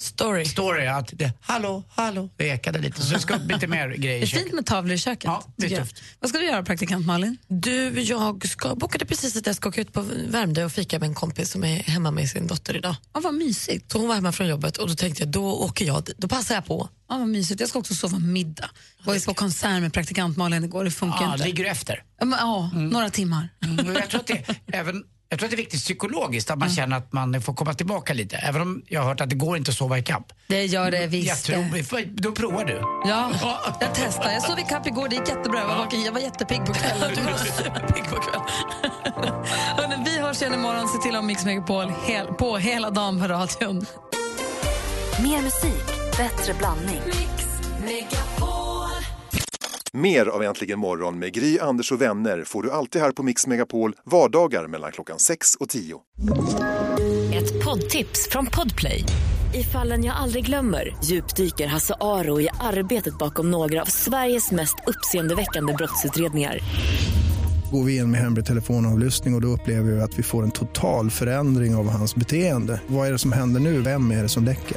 Speaker 4: Story.
Speaker 3: Story, att det, hallå, hallå, det ekade lite. Så det ska upp lite mer grejer
Speaker 2: Det
Speaker 3: i
Speaker 2: är
Speaker 3: köket.
Speaker 2: fint med tavlor i köket. Ja,
Speaker 3: det är tufft.
Speaker 2: Vad ska du göra, praktikant Malin?
Speaker 4: du, jag ska, bokade precis att jag ska åka ut på Värmdö och fika med en kompis som är hemma med sin dotter idag.
Speaker 2: Ja, vad mysigt.
Speaker 4: Så hon var hemma från jobbet och då tänkte jag, då åker jag dit. Då passar jag på.
Speaker 2: Ja, vad mysigt. Jag ska också sova middag. Jag var ju på konsert med praktikant Malin igår. Det funkar
Speaker 3: Ja,
Speaker 2: inte.
Speaker 3: ligger du efter?
Speaker 2: Ja, men, ja några timmar.
Speaker 3: Mm, men jag, tror att det, även, jag tror att det är viktigt psykologiskt att
Speaker 2: Mm.
Speaker 3: man känner att man får komma tillbaka lite. Även om jag har hört att det går inte att sova i kapp.
Speaker 2: Det gör det visst.
Speaker 3: Jag tror, för- då provar du.
Speaker 2: Ja, jag testade. Jag sov i kapp igår, det gick jättebra. Jag var, vaken. jag var jättepigg på kvällen. Du var superpigg på kvällen. Hörrni, vi hörs igen imorgon. Se till att ha Mix Megapol hel, på hela dagen på radion.
Speaker 1: Mer musik, bättre blandning.
Speaker 21: Mer av Äntligen morgon med Gry, Anders och vänner får du alltid här på Mix Megapol vardagar mellan klockan 6 och 10.
Speaker 1: Ett poddtips från Podplay. I fallen jag aldrig glömmer djupdyker Hasse Aro i arbetet bakom några av Sveriges mest uppseendeväckande brottsutredningar.
Speaker 9: Går vi in med hemlig telefonavlyssning och, och då upplever vi att vi får en total förändring av hans beteende. Vad är det som händer nu? Vem är det som läcker?